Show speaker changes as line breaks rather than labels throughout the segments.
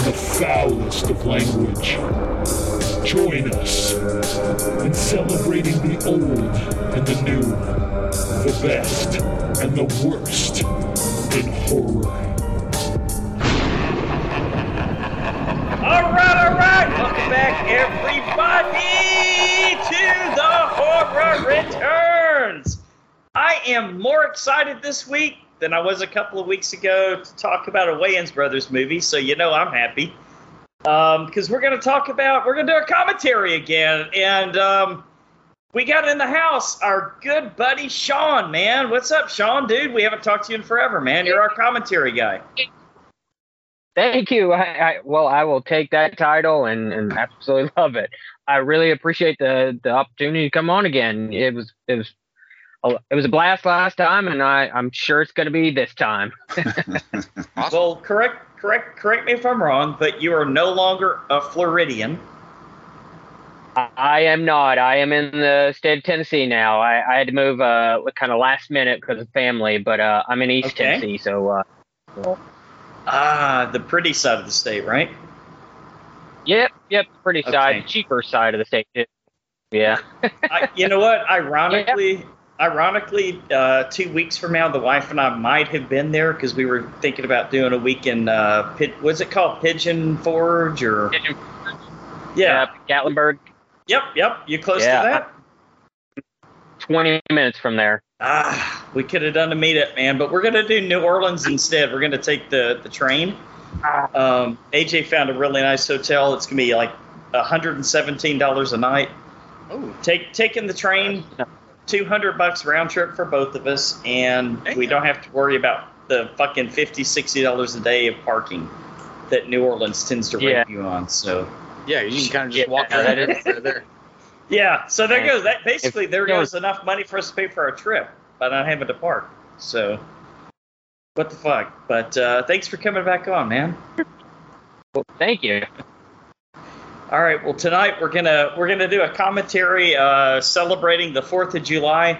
the foulest of language. Join us in celebrating the old and the new, the best and the worst in horror.
All right, all right. Welcome back, everybody, to the Horror Returns. I am more excited this week than I was a couple of weeks ago to talk about a Wayans Brothers movie, so you know I'm happy. Because we're going to talk about, we're going to do a commentary again. And um, we got in the house our good buddy Sean, man. What's up, Sean, dude? We haven't talked to you in forever, man. You're our commentary guy.
Thank you. I, I well, I will take that title and, and absolutely love it. I really appreciate the the opportunity to come on again. It was it was a, it was a blast last time, and I I'm sure it's going to be this time.
Well, correct, correct, correct me if I'm wrong, but you are no longer a Floridian.
I, I am not. I am in the state of Tennessee now. I, I had to move uh kind of last minute because of family, but uh I'm in East
Okay.
Tennessee, so uh
Ah, the pretty side of the state, right?
yep yep pretty
Okay.
side cheaper side of the state. too. Yeah.
I, you know what? Ironically, ironically, uh, two weeks from now, the wife and I might have been there because we were thinking about doing a week in uh, Pid- was it called Pigeon Forge or yeah,
Yep, Gatlinburg,
yep, yep. You close
Yeah.
to that?
twenty minutes from there.
Ah, we could have done a meetup, man, but we're gonna do New Orleans instead. We're gonna take the the train. Um, AJ found a really nice hotel. It's gonna be like hundred and seventeen dollars a night.
Oh,
Take taking the train, two hundred bucks round trip for both of us, and we don't have to worry about the fucking 50 dollars a day of parking that New Orleans tends to rate
Yeah.
you on. So
yeah, you can kind of
Yeah,
just walk
that
around
is-
there. there.
yeah, so there
Yeah.
goes that. Basically, there
no-
goes enough money for us to pay for our trip by not having to park. So what the fuck? But uh, thanks for coming back on, man.
Well, thank you.
All right. Well, tonight we're gonna we're gonna do a commentary uh, celebrating the Fourth of July.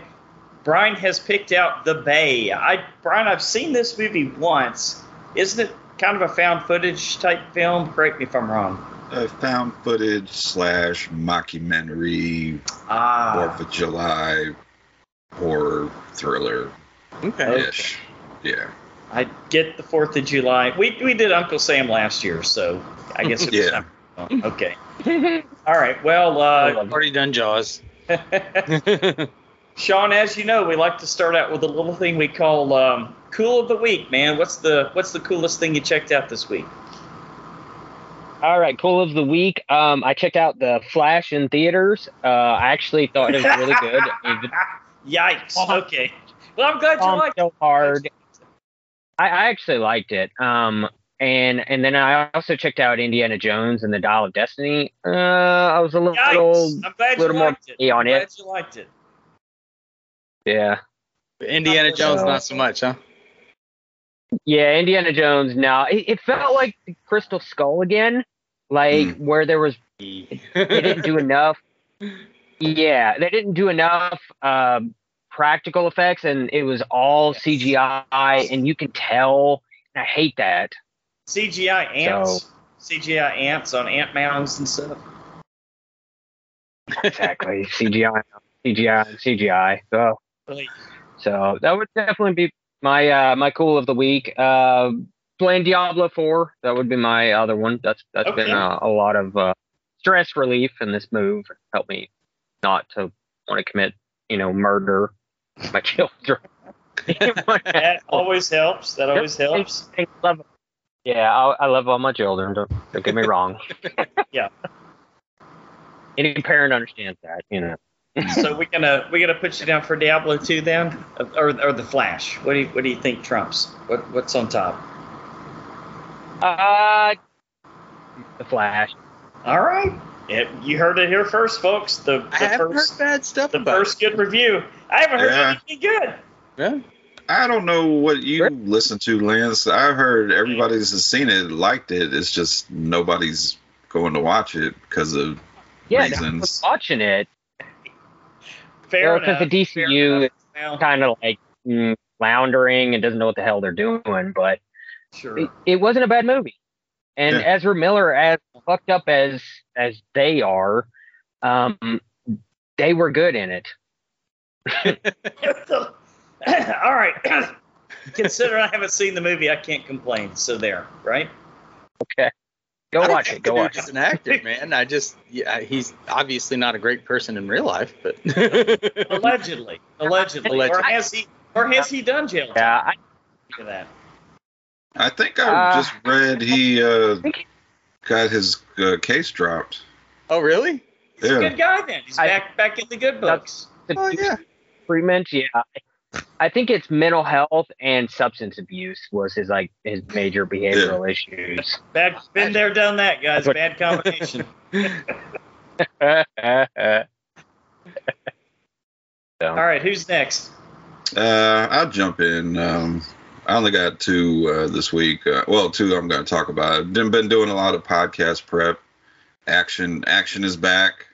Brian has picked out The Bay. I Brian, I've seen this movie once. Isn't it kind of a found footage type film? Correct me if I'm wrong.
a Uh, found footage slash mockumentary, Fourth
Ah,
of July horror thriller
Okay.
ish. Yeah,
I get the Fourth of July. We we did Uncle Sam last year, so I guess it was
Yeah.
time. oh, Okay. All right. Well, uh,
I've already done Jaws.
Sean, as you know, we like to start out with a little thing we call um, "Cool of the Week." Man, what's the what's the coolest thing you checked out this week?
All right, cool of the week. Um, I checked out the Flash in theaters. Uh, I actually thought it was really good. It
Yikes.
Uh-huh.
Okay. Well, I'm glad you
was
liked it.
so hard. I, I actually liked it. Um, and and then I also checked out Indiana Jones and the Dial of Destiny. Uh, I was a little,
Yikes. I'm glad you
little more
liked it. I'm
on
glad
it.
you liked it.
yeah,
Indiana Jones, not Uh, so much, huh?
yeah. Indiana Jones. Now it, it felt like the Crystal Skull again, like where there was they didn't do enough. Yeah, they didn't do enough um, practical effects, and it was all CGI, and you can tell. And I hate that.
CGI ants. CGI ants on ant mounds and stuff.
Exactly, CGI, CGI, CGI. So,
Like,
so that would definitely be my uh, my cool of the week. Uh, playing Diablo Four. That would be my other one. That's that's
Okay.
been a, a lot of uh, stress relief in this move. Helped me not to want to commit, you know, murder with my children.
that always helps. That always helps.
I love, yeah, I, I love all my children. Don't, don't get me wrong.
Yeah.
Any parent understands that, you know.
So we're gonna we're gonna put you down for Diablo 2 then, or, or the Flash. What do you what do you think trumps? What what's on top?
Uh, The Flash.
All right. It, you heard it here first, folks. The, the
I haven't
first
heard bad stuff
the
about
first good review. I haven't heard
Yeah.
anything good.
it. Yeah.
I don't know what you
Sure.
listen to, Lance. I've heard everybody that's seen it liked it. It's just nobody's going to watch it because of
Yeah, no, I was
reasons.
watching it.
Fair
because
enough.
the
fair
DCU
enough.
is kind of like mm, floundering and doesn't know what the hell they're doing,
Now,
but
sure.
it, it wasn't a bad movie. And
Yeah.
Ezra Miller, as fucked up as as they are, um, they were good in it.
All right. Consider I haven't seen the movie, I can't complain. So there, right?
Go
I don't
watch
think
it. Go
the
watch
dude's
it.
an actor, man. I just yeah, he's obviously not a great person in real life, but
Allegedly. Allegedly. Or
Allegedly.
has he or has he done jail time
Yeah, I,
for that?
I think I
Uh,
just read he uh,
think-
got his uh, case dropped.
oh really?
He's a
Yeah,
good guy then. He's
I-
back back in the good books.
the
Oh yeah.
treatment, yeah. I think it's mental health and substance abuse was his like his major behavioral issues.
Bad been there, done that, guys.
That's what-
Bad combination. All right, who's next?
uh, I'll jump in. Um, I only got two uh, this week. Uh, well, two I'm going to talk about. I've been been doing a lot of podcast prep. Action, action is back.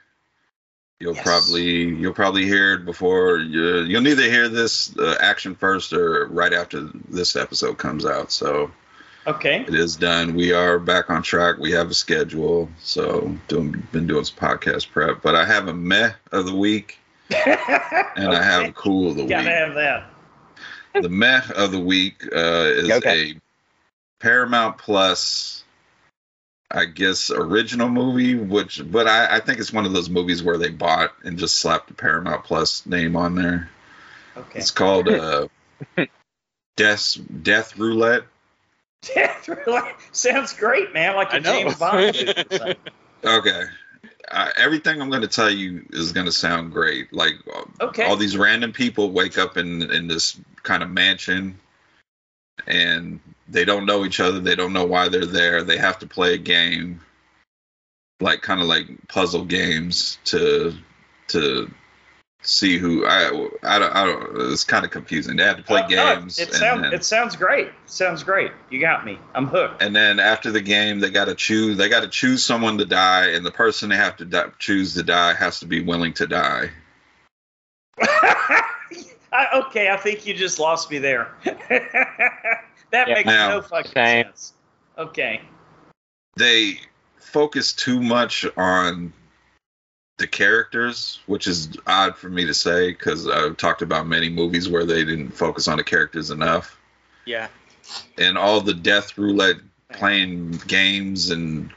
You'll
Yes.
probably you'll probably hear it before you, you'll neither hear this uh, action first or right after this episode comes out. So
Okay.
it is done. We are back on track. We have a schedule. So doing been doing some podcast prep, but I have a meh of the week and I have a cool of the
Gotta
week.
have that.
the meh of the week uh, is
Okay.
a Paramount Plus, I guess, original movie. Which, but I, I think it's one of those movies where they bought and just slapped the Paramount Plus name on there.
Okay.
It's called uh, Death Death Roulette.
Death Roulette. Sounds great, man. Like
I
a
know.
James Bond movie or something.
Okay. Uh, everything I'm going to tell you is going to sound great. Like uh,
Okay.
all these random people wake up in in this kind of mansion and they don't know each other they don't know why they're there they have to play a game like kind of like puzzle games to to see who i i don't, I don't it's kind of confusing they have to play
Uh, no,
games
It
and
sounds
then-
it sounds great. It sounds great. You got me. I'm hooked.
and then after the game they got to choose they got to choose someone to die and the person they have to di- choose to die has to be willing to die
I, okay, I think you just lost me there. that
Yeah.
makes
Now-
no fucking
Same.
sense. Okay.
they focus too much on the characters, which is odd for me to say because I've talked about many movies where they didn't focus on the characters enough.
Yeah.
And all the death roulette playing games and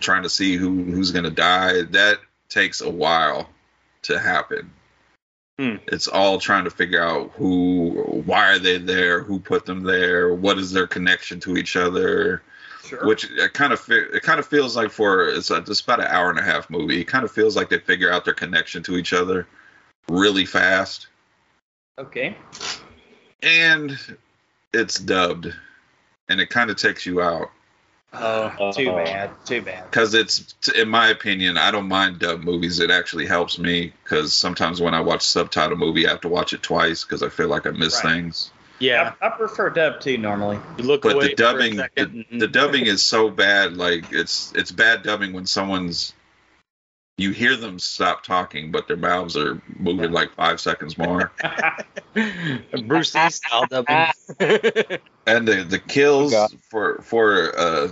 trying to see who who's going to die that takes a while to happen.
Hmm.
It's all trying to figure out who, why are they there, who put them there, what is their connection to each other
Sure.
which it kind of fe- it kind of feels like for it's, a, it's about an hour and a half movie. It kind of feels like they figure out their connection to each other really fast,
okay.
and it's dubbed, and it kind of takes you out
Uh,
Oh, too bad. Too bad.
because it's t- in my opinion I don't mind dubbed movies. It actually helps me because sometimes when I watch subtitle movie I have to watch it twice because I feel like I miss
Right.
things.
Yeah.
I, I prefer dub too normally.
You look
but
away
the dubbing
for a
the,
second
the dubbing is so bad like it's it's bad dubbing when someone's you hear them stop talking but their mouths are moving like five seconds more
and Bruce Lee style dubbing.
and the, the kills
Okay.
for for uh,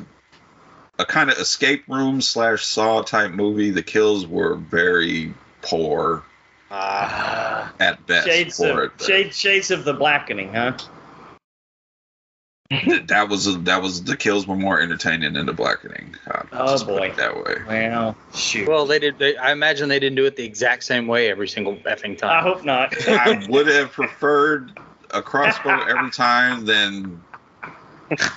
a kind of escape room slash saw type movie the kills were very poor
Ah.
at best
Shades
for
of
it
shade, shades of the blackening, huh?
Th- that was that was the kills were more entertaining than the blackening I'll
Oh,
just put
boy.
it that way
Well, shoot.
well, they did. They, I imagine they didn't do it the exact same way every single effing
I
time.
hope not.
I would have preferred a crossbow every time than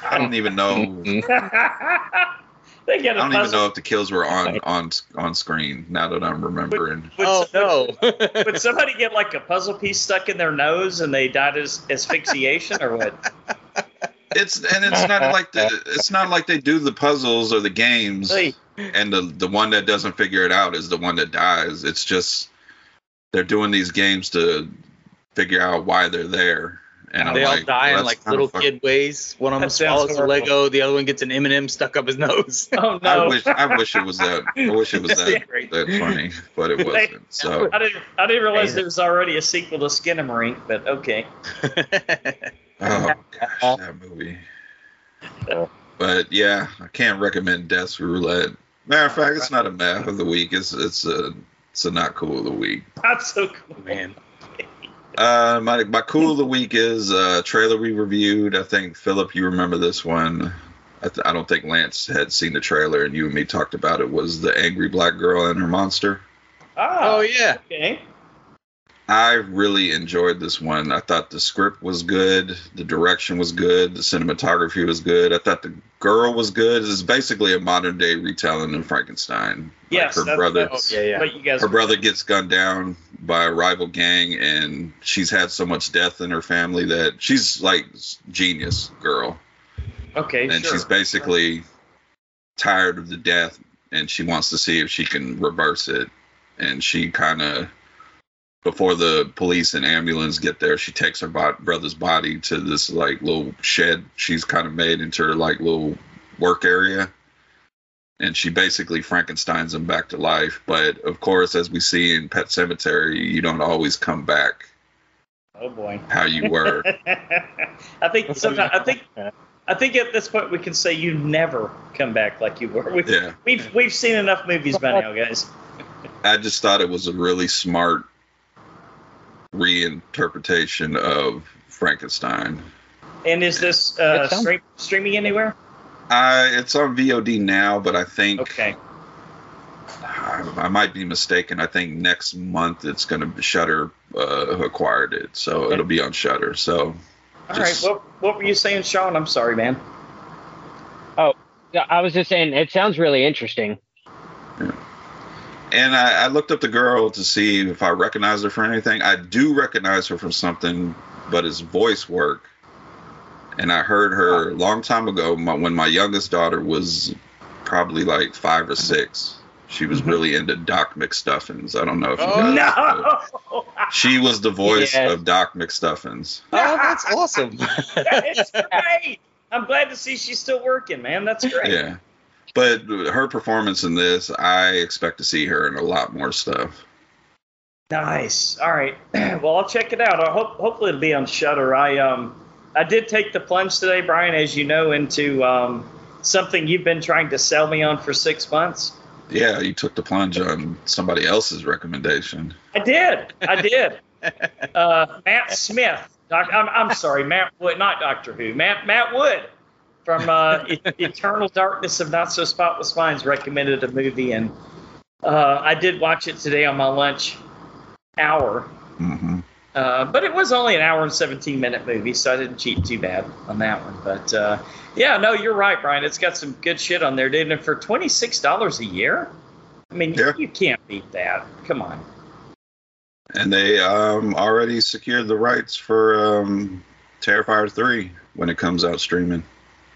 I don't even know. I
they get a
don't even
puzzle.
know if the kills were on on on screen. Now that I'm remembering,
Would-
oh no!
Would somebody get like a puzzle piece stuck in their nose and they died as asphyxiation or what?
it's and it's not like the it's not like they do the puzzles or the games
Hey,
and the the one that doesn't figure it out is the one that dies. It's just they're doing these games to figure out why they're there. And I'm
they all
like,
die
well,
in
that's
like
kinda
little
fuck-
kid ways. One of them
That sounds
swallows a
horrible.
Lego, the other one gets an M and M stuck up his nose.
oh no!
I wish I wish it was that I wish it was that,
Great.
that funny, but it wasn't. So
I didn't. I didn't realize there was already a sequel to Skinnamarink, but okay.
oh gosh, that movie. But yeah, I can't recommend Death's Roulette. Matter of fact, it's not a math of the week. It's it's a it's a not cool of the week.
That's so cool.
Man,
Uh, my my cool of the week is uh, trailer we reviewed. I think Philip, you remember this one. I, th- I don't think Lance had seen the trailer, and you and me talked about it. Was the angry black girl and her monster?
Ah,
oh yeah,
okay.
I really enjoyed this one. I thought the script was good, the direction was good, the cinematography was good. I thought the girl was good. It's basically a modern day retelling of Frankenstein. Like,
Yes,
her
that's-
brother.
oh yeah, yeah.
But you guys,
Her brother gets gunned down by a rival gang, and she's had so much death in her family that she's like genius girl,
okay,
and
sure.
she's basically tired of the death, and she wants to see if she can reverse it. And she kind of, before the police and ambulance get there, she takes her bo- brother's body to this like little shed she's kind of made into her like little work area and she basically Frankenstein's him back to life. But of course, as we see in Pet Cemetery, you don't always come back
oh boy.
how you were.
I think sometimes I think I think at this point we can say you never come back like you were. We've
yeah,
we've, we've seen enough movies by now, guys.
I just thought it was a really smart reinterpretation of Frankenstein.
And is this uh,
It sounds-
stream, streaming anywhere?
Uh, it's on VOD now, but I think
Okay.
I, I might be mistaken. I think next month it's going to Shutter uh, acquired it, so
Okay.
it'll be on Shutter. So
All right.
Just-
What what were you saying, Sean? I'm sorry, man.
I was just saying, it sounds really interesting.
And I, I looked up the girl to see if I recognized her from anything. I do recognize her from something, but it's voice work. And I heard her a long time ago my, when my youngest daughter was probably like five or six. She was really into Doc McStuffins. I don't know if you
Oh,
guys know.
No.
She was the voice
Yes.
of Doc McStuffins.
Oh, that's awesome.
It's great. I'm glad to see she's still working, man. That's great.
Yeah. But her performance in this, I expect to see her in a lot more stuff.
Nice. All right. well, I'll check it out. I hope hopefully it'll be on Shutter. I um I did take the plunge today, Brian, as you know, into um something you've been trying to sell me on for six months.
Yeah, you took the plunge on somebody else's recommendation.
I did. I did. uh, Matt Smith. Doc, I'm, I'm sorry, Matt Wood, not Doctor Who. Matt Matt Wood from uh, E- Eternal Darkness of Not So Spotless Minds recommended a movie, and uh, I did watch it today on my lunch hour.
hmm
Uh, but it was only an hour and 17 minute movie, so I didn't cheat too bad on that one. But uh, yeah, no, you're right, Brian. It's got some good shit on there, dude. And for $26 a year, I mean,
Yeah.
you can't beat that. Come on.
And they um, already secured the rights for um, Terrifier 3 when it comes out streaming.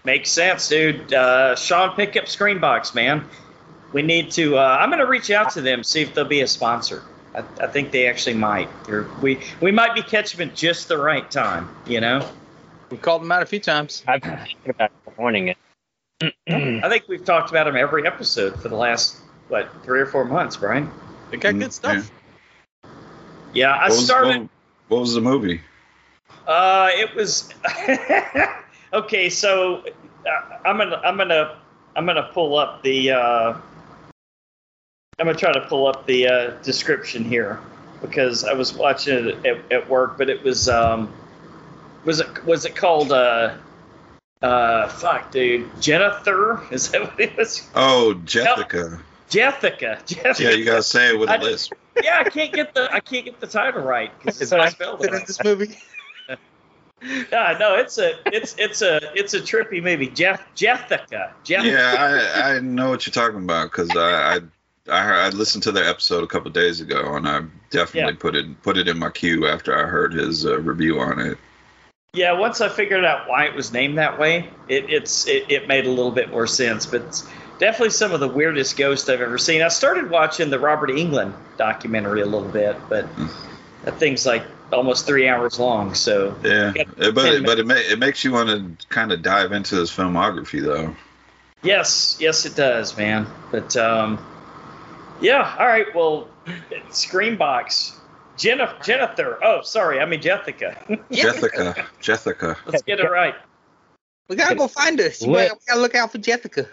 Makes sense, dude. Uh, Sean, pick up Screenbox, man. We need to. Uh, I'm going to reach out to them, see if they'll be a sponsor. I, I think they actually might. They're, we we might be catching them at just the right time, you know.
we called them out a few times.
I've been thinking about wanting it.
I think we've talked about them every episode for the last what three or four months, Brian.
They got
Mm,
good stuff.
Yeah, I
What was-
started.
what, what was the movie?
Uh, it was okay. So uh, I'm gonna I'm gonna I'm gonna pull up the uh, I'm gonna try to pull up the uh, description here because I was watching it at, at work, but it was um was it was it called uh uh fuck dude Jennifer is that what it was
Oh, Jethica.
Jethica Jethica
Yeah, you got to say it with
I
a
didn't-
lisp.
yeah I can't get the I can't get the title right because it's
Is
not
Mike
spelled
in
right.
this movie?
Yeah, Ah, no, it's a it's it's a it's a trippy movie. Jeff Jethica. Jeff
Yeah, I, I know what you're talking about because I. I I, heard, I listened to their episode a couple days ago, and I definitely put it put it in my queue after I heard his uh, review on it.
Yeah, once I figured out why it was named that way, it, it's it, it made a little bit more sense. But it's definitely some of the weirdest ghosts I've ever seen. I started watching the Robert England documentary a little bit, but that thing's like almost three hours long. So
Yeah,
Yeah,
Uh, but
ten
it, but it ma- it makes you want to kind of dive into his filmography though.
Yes, yes, it does, man. But um, yeah, all right. Well, Screenbox, Jennifer, Jennifer. Oh, sorry, I mean Jethica.
Jethica, Jethica.
Let's get it right.
We gotta go find her. She
Lit.
might- we gotta look out for Jethica.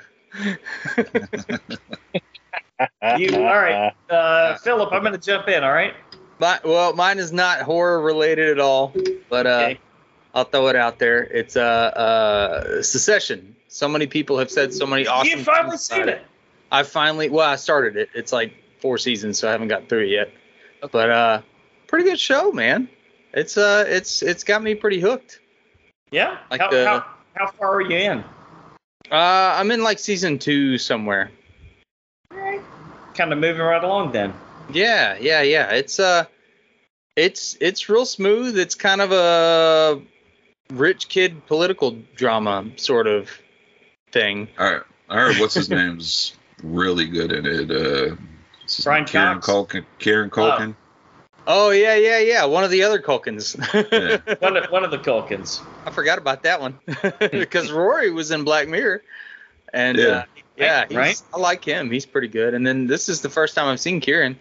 You- all right. Uh, Philip, I'm gonna jump in. All right.
My, well, mine is not horror related at all, but uh,
Okay.
I'll throw it out there. It's uh, uh, Secession. So many people have said so many awesome.
you finally
things
seen
about
it.
I finally, well, I started it. It's like four seasons, so I haven't got through it yet. But uh, pretty good show, man. It's uh, it's it's got me pretty hooked.
Yeah.
Like uh,
how,
the-
how, how far are you in?
Uh, I'm in like season two somewhere.
Kind of moving right along then.
Yeah, yeah, yeah. It's uh, it's it's real smooth. It's kind of a rich kid political drama sort of thing.
All right, all right. What's his name's really good in it? Uh, what's his
Brian
name? Kieran
Cox.
Culkin. Kieran Culkin.
Oh yeah, yeah, yeah. One of the other Culkins.
Yeah.
One of, one of the Culkins.
I forgot about that one because Rory was in Black Mirror, and
Yeah.
yeah, uh, yeah, he's-
Right.
I like him. He's pretty good. And then this is the first time I've seen Kieran,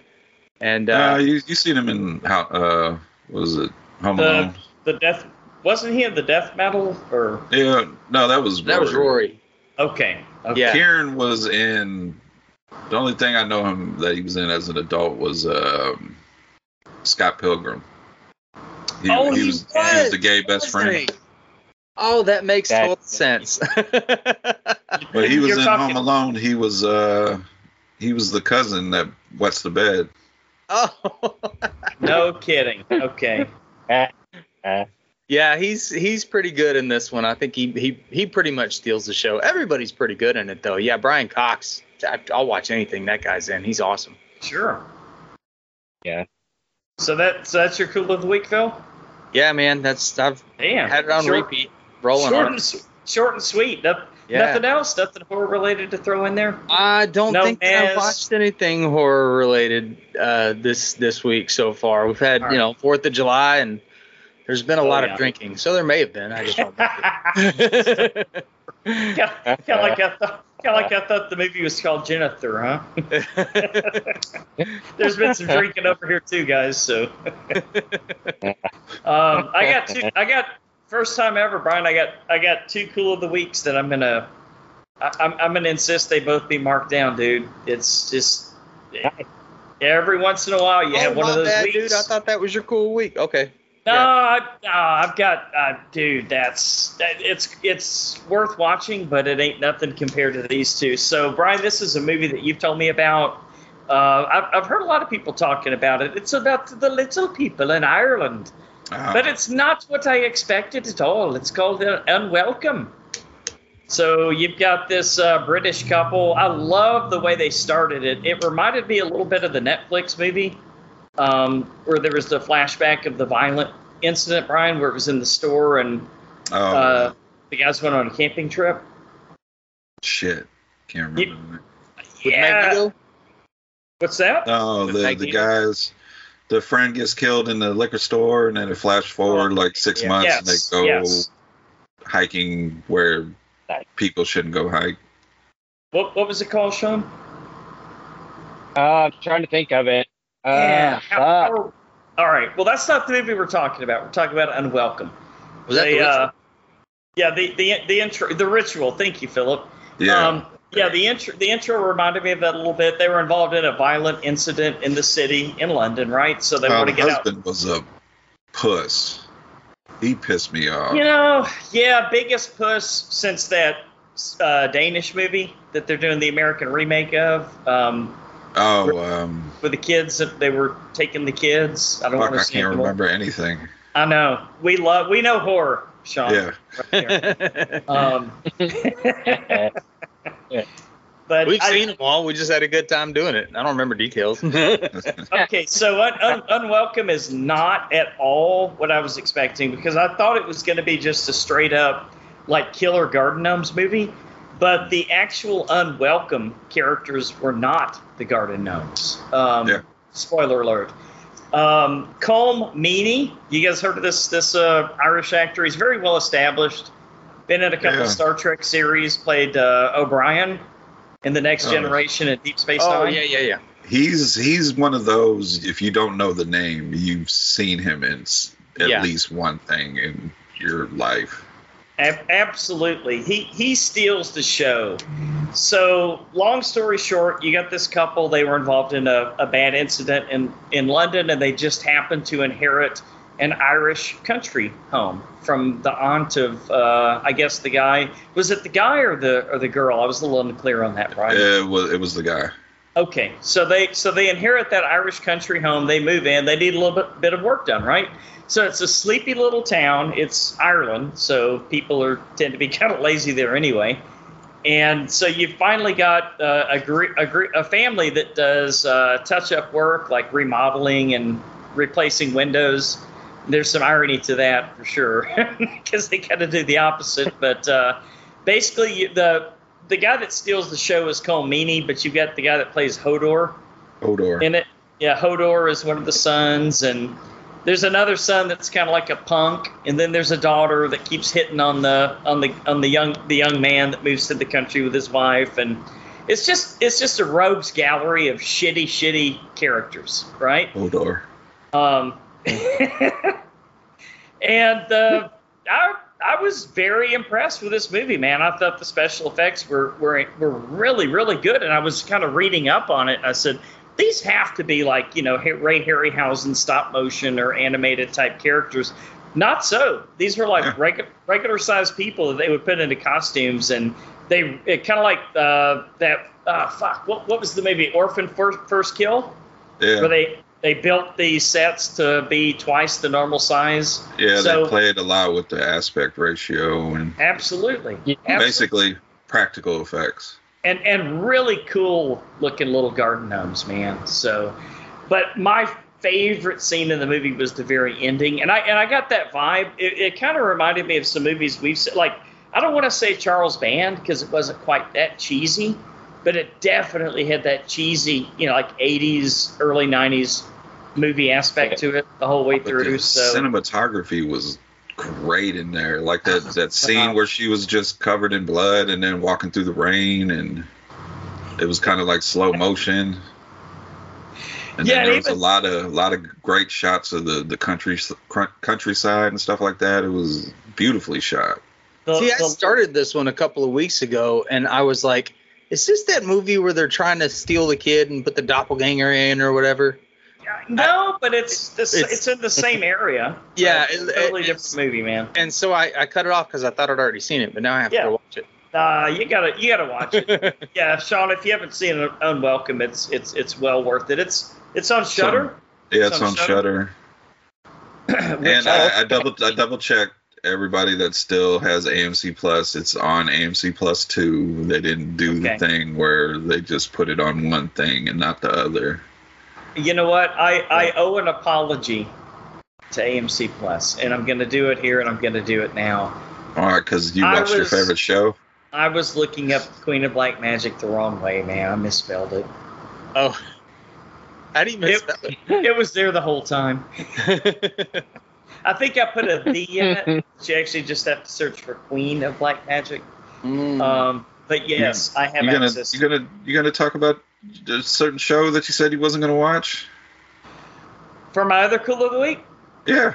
and
Uh,
uh,
you you seen him in how? Uh, what was it Home
Uh,
Alone?
The death. Wasn't he in the death metal or?
yeah, no, that was
that was Rory.
Okay. okay.
Yeah.
Kieran was in. The only thing I know him that he was in as an adult was um, Scott Pilgrim. He,
Oh, he
was, he was
was.
the gay best friend,
Oh, that makes
That-
total sense.
but he was
You're
in
talking-
Home Alone. He was uh, he was the cousin that wets the bed.
oh,
No kidding. Okay.
yeah, he's he's pretty good in this one. I think he he he pretty much steals the show. Everybody's pretty good in it though. Yeah, Brian Cox. I, I'll watch anything that guy's in. He's awesome.
Sure.
Yeah.
So that so that's your cool of the week, Phil.
Yeah, man. That's I've
Damn.
had it on
short,
repeat. Rolling
short
on.
and, s- short and sweet. No-
Yeah.
Nothing else. Nothing horror related to throw in there.
I don't
No
think that
mess.
I've watched anything horror related uh, this this week so far. We've had
All
you know Fourth of July and there's been a
Oh,
lot
yeah.
of drinking, so there may have been. I just don't.
kind
remember.
of like I thought. Kind of like I thought the movie was called Jennifer, huh? There's been some drinking over here too, guys. So, um, I got two. I got first time ever, Brian. I got I got two cool of the weeks that I'm gonna. I, I'm I'm gonna insist they both be marked down, dude. It's just every once in a while you
Oh,
have one of
my
those
bad,
weeks.
dude. I thought that was your cool week. Okay.
No,
Yeah.
I, no, I've got, uh, dude. That's that, it's it's worth watching, but it ain't nothing compared to these two. So, Brian, this is a movie that you've told me about. Uh, I've, I've heard a lot of people talking about it. It's about the little people in Ireland,
Uh,
but it's not what I expected at all. It's called Un- Unwelcome. So you've got this uh, British couple. I love the way they started it. It reminded me a little bit of the Netflix movie um, where there was the flashback of the violent incident, Brian, where it was in the store and
oh
uh, the guys went on a camping trip.
shit, can't remember.
you-
the name.
With Magneto?
What's that?
No, Oh, the
Magneto?
the guys, the friend gets killed in the liquor store, and then it flash forward like six
yeah.
months, and they
Oh, yes. Yes.
go hiking where
Nice.
people shouldn't go hike.
What, what was it called, Sean?
Uh, I'm trying to think of it. Uh,
How-
fuck.
how- all right. Well, that's not the movie we're talking about. We're talking about Unwelcome.
Was that
They,
the
uh, yeah, the, the, the intro, the ritual. Thank you, Philip.
Yeah,
Um, yeah, the intro the intro reminded me of that a little bit. They were involved in a violent incident in the city in London, right? So they
Uh,
want
the
to get out.
husband was a puss. He pissed me off.
You know, yeah, biggest puss since that uh, Danish movie that they're doing the American remake of um,
Oh, um,
with the kids. If they were taking the kids, I don't
fuck,
want to.
I can't remember anything.
I know we love we know horror, Sean. uh, Um,
Yeah,
Uh,
Right there. Um,
one?
But
We've
I-
seen them all. We just had a good time doing it. I don't remember details.
okay, so un- un- unwelcome is not at all what I was expecting because I thought it was going to be just a straight up like killer garden gnomes movie, but the actual unwelcome characters were not the garden gnomes. Um,
Yeah.
Spoiler alert. Um, Colm Meaney, you guys heard of this this uh, Irish actor? He's very well established. Been in a couple
Yeah.
of Star Trek series. Played uh, O'Brien in the Next
Oh.
Generation and Deep Space Nine.
oh yeah, yeah, yeah.
He's he's one of those. If you don't know the name, you've seen him in s- at
Yeah.
least one thing in your life.
Ab- absolutely. He he steals the show. So, long story short, you got this couple. They were involved in a, a bad incident in, in London, and they just happened to inherit an Irish country home from the aunt of, uh, I guess, the guy. Was it the guy or the or the girl? I was a little unclear on that, right?
It was it was the guy.
Okay, so they so they inherit that Irish country home. They move in. They need a little bit, bit of work done, right? So it's a sleepy little town. It's Ireland, so people are tend to be kind of lazy there anyway. And so you finally got uh, a, gr- a, gr- a family that does uh, touch up work, like remodeling and replacing windows. There's some irony to that for sure, because they kind of do the opposite. But uh, basically, you, the the guy that steals the show is called Meanie, but you've got the guy that plays Hodor
Odor.
in it. Yeah, Hodor is one of the sons, and there's another son that's kind of like a punk, and then there's a daughter that keeps hitting on the on the on the young the young man that moves to the country with his wife, and it's just it's just a rogues gallery of shitty shitty characters, right?
Odor.
Um, and uh, I I was very impressed with this movie, man. I thought the special effects were were were really really good, and I was kind of reading up on it. I said these have to be like you know Ha- Ray Harryhausen stop motion or animated type characters. Not so. These were like
Yeah.
regu- regular sized people that they would put into costumes, and they it kind of like uh, that. Uh, fuck, what, what was the movie? Orphan First, First Kill
Yeah,
where they they built these sets to be twice the normal size.
yeah.
so-
they played a lot with the aspect ratio and
Absolutely.
Yeah.
Abso-
basically practical effects.
and and really cool looking little garden gnomes, man. So, but my favorite scene in the movie was the very ending, and I and I got that vibe. It, it kind of reminded me of some movies we've seen. Like I don't want to say Charles Band because it wasn't quite that cheesy, but it definitely had that cheesy, you know, like '80s, early '90s movie aspect to it the whole way
But the
through. So
cinematography was great in there. Like that that
Wow.
scene where she was just covered in blood and then walking through the rain, and it was kind of like slow motion. And
Yeah,
then there
and
was
even-
a lot of a lot of great shots of the the country cr- countryside and stuff like that. It was beautifully shot.
the-
See, I
the-
started this one a couple of weeks ago, and I was like, "Is this that movie where they're trying to steal the kid and put the doppelganger in or whatever?"
No, but it's the, it's,
It's-
it's in the same area.
Yeah,
it's a
it-
totally
it-
different movie, man.
And so I, I cut it off because I thought I'd already seen it, but now I have
Yeah.
to go watch
Uh, you gotta you gotta watch it.
it.
yeah, Sean, if you haven't seen Un- Unwelcome, it's it's it's well worth it. It's it's on
So-
Shutter.
Yeah, it's,
It's on
on
Shudder.
Shutter. and I, I double I double checked everybody that still has AMC Plus. It's on AMC Plus two. They didn't do
Okay.
the thing where they just put it on one thing and not the other.
You know what? I I owe an apology to AMC Plus, and I'm gonna do it here, and I'm gonna do it now.
All right, because you
I
watched your
was-
favorite show.
I was looking up Queen of Black Magic the wrong way, man. I misspelled it.
oh, I didn't
It-
even spell it.
It was there the whole time. I think I put a V in it. You actually just have to search for Queen of Black Magic.
Uh,
Um, but yes, I have
Hmm. You gonna
access.
you gonna you gonna talk about a certain show that you said you wasn't gonna watch?
For my other cool of the week,
Yeah.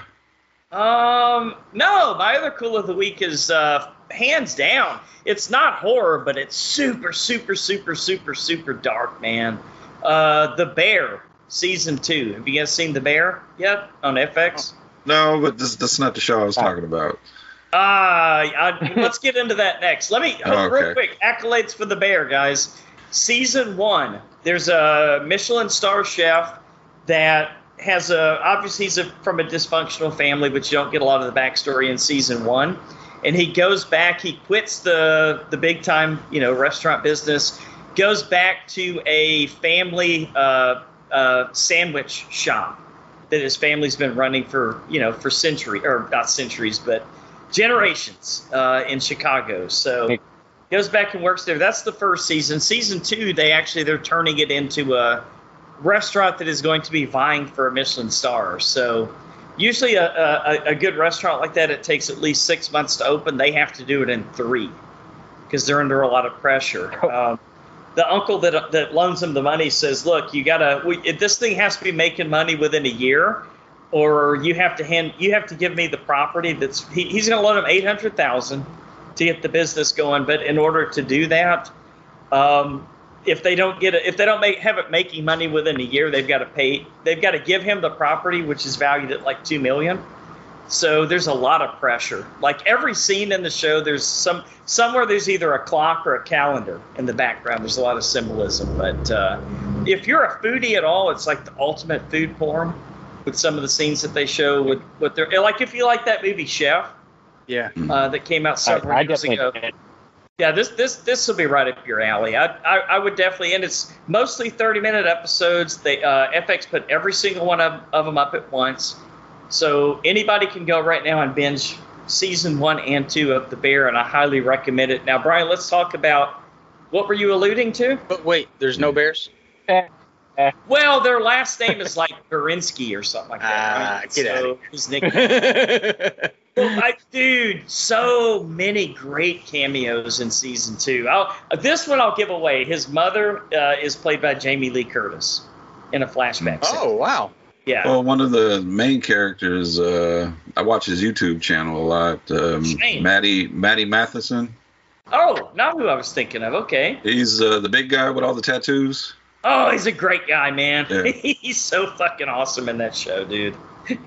um, no, my other cool of the week is uh, hands down. It's not horror, but it's super, super, super, super, super dark, man. Uh, the Bear season two. Have you guys seen The Bear yet on FX?
No, but this, that's not the show I
Oh.
was talking about.
Ah, I let's get into that next. Let me
Oh,
real
okay.
quick accolades for the bear, guys. Season one, there's a Michelin star chef that has a obviously he's a, from a dysfunctional family, but you don't get a lot of the backstory in season one. And he goes back, he quits the the big time you know restaurant business, goes back to a family uh, uh, sandwich shop that his family's been running for you know for centuries or not centuries but generations uh, in Chicago. So goes back and works there. That's the first season. Season two, they actually they're turning it into a restaurant that is going to be vying for a Michelin star. So usually a, a, a good restaurant like that it takes at least six months to open. They have to do it in three because they're under a lot of pressure. Um, the uncle that that loans him the money says, "Look, you gotta. We, if this thing has to be making money within a year, or you have to hand. You have to give me the property. That's he, he's gonna loan him eight hundred thousand to get the business going. But in order to do that, um, if they don't get it, if they don't make have it making money within a year, they've got to pay. They've got to give him the property, which is valued at like two million. So there's a lot of pressure. Like every scene in the show, there's some somewhere there's either a clock or a calendar in the background. There's a lot of symbolism. But uh, if you're a foodie at all, it's like the ultimate food porn with some of the scenes that they show with what they're like. If you like that movie Chef,
Yeah.
uh, that came out
I,
several
I
years
definitely
ago.
did.
Yeah, this this this will be right up your alley. I, I I would definitely, and it's mostly thirty minute episodes. They uh, FX put every single one of, of them up at once, so anybody can go right now and binge season one and two of The Bear, and I highly recommend it. Now, Brian, let's talk about what were you alluding to?
But wait, there's no bears.
Well, their last name is like Gurinsky or something like that.
Ah,
right?
get outta
So his nickname. Well, I, dude, so many great cameos in season two. I'll, this one I'll give away. His mother uh, is played by Jamie Lee Curtis in a flashback. scene.
oh wow.
yeah.
Well, one of the main characters, uh, I watch his YouTube channel a lot. Um,
Shane.
Maddie Maddie Matheson.
Oh, not who I was thinking of. Okay.
He's uh, the big guy with all the tattoos.
Oh, he's a great guy, man.
Yeah.
he's so fucking awesome in that show, dude.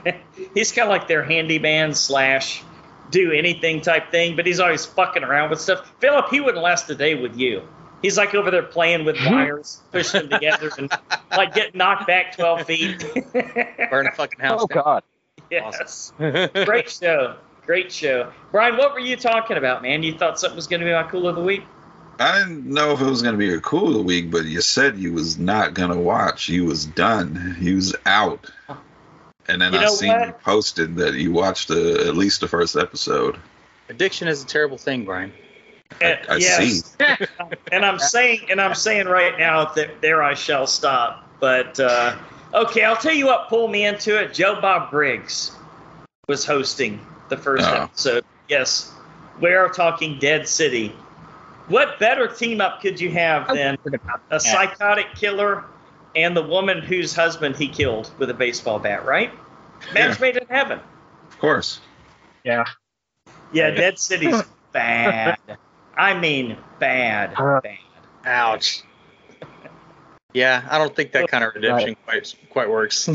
he's kind of like their handyman slash do anything type thing, but he's always fucking around with stuff. Philip, he wouldn't last a day with you. He's like over there playing with wires, pushing them together, and like get knocked back twelve feet.
Burn a fucking house.
Oh God.
yes,
down.
great show, great show. Brian, what were you talking about, man? You thought something was going to be my cool of the week?
I didn't know if it was going to be a cool of the week, but you said you was not going to watch. You was done. You was out. And then
You
I
know
seen
what?
you posted that you watched uh at least the first episode.
Addiction is a terrible thing, Brian.
I see.
and I'm saying, and I'm saying right now that there I shall stop. But uh, okay, I'll tell you what pulled me into it. Joe Bob Briggs was hosting the first
Oh.
episode. Yes, we are talking Dead City. What better team up could you have than a psychotic killer and the woman whose husband he killed with a baseball bat? Right? Match made in heaven.
Of course.
Yeah, Dead City's bad. I mean, bad,
Uh,
bad.
Ouch. Yeah, I don't think that kind of redemption quite quite works.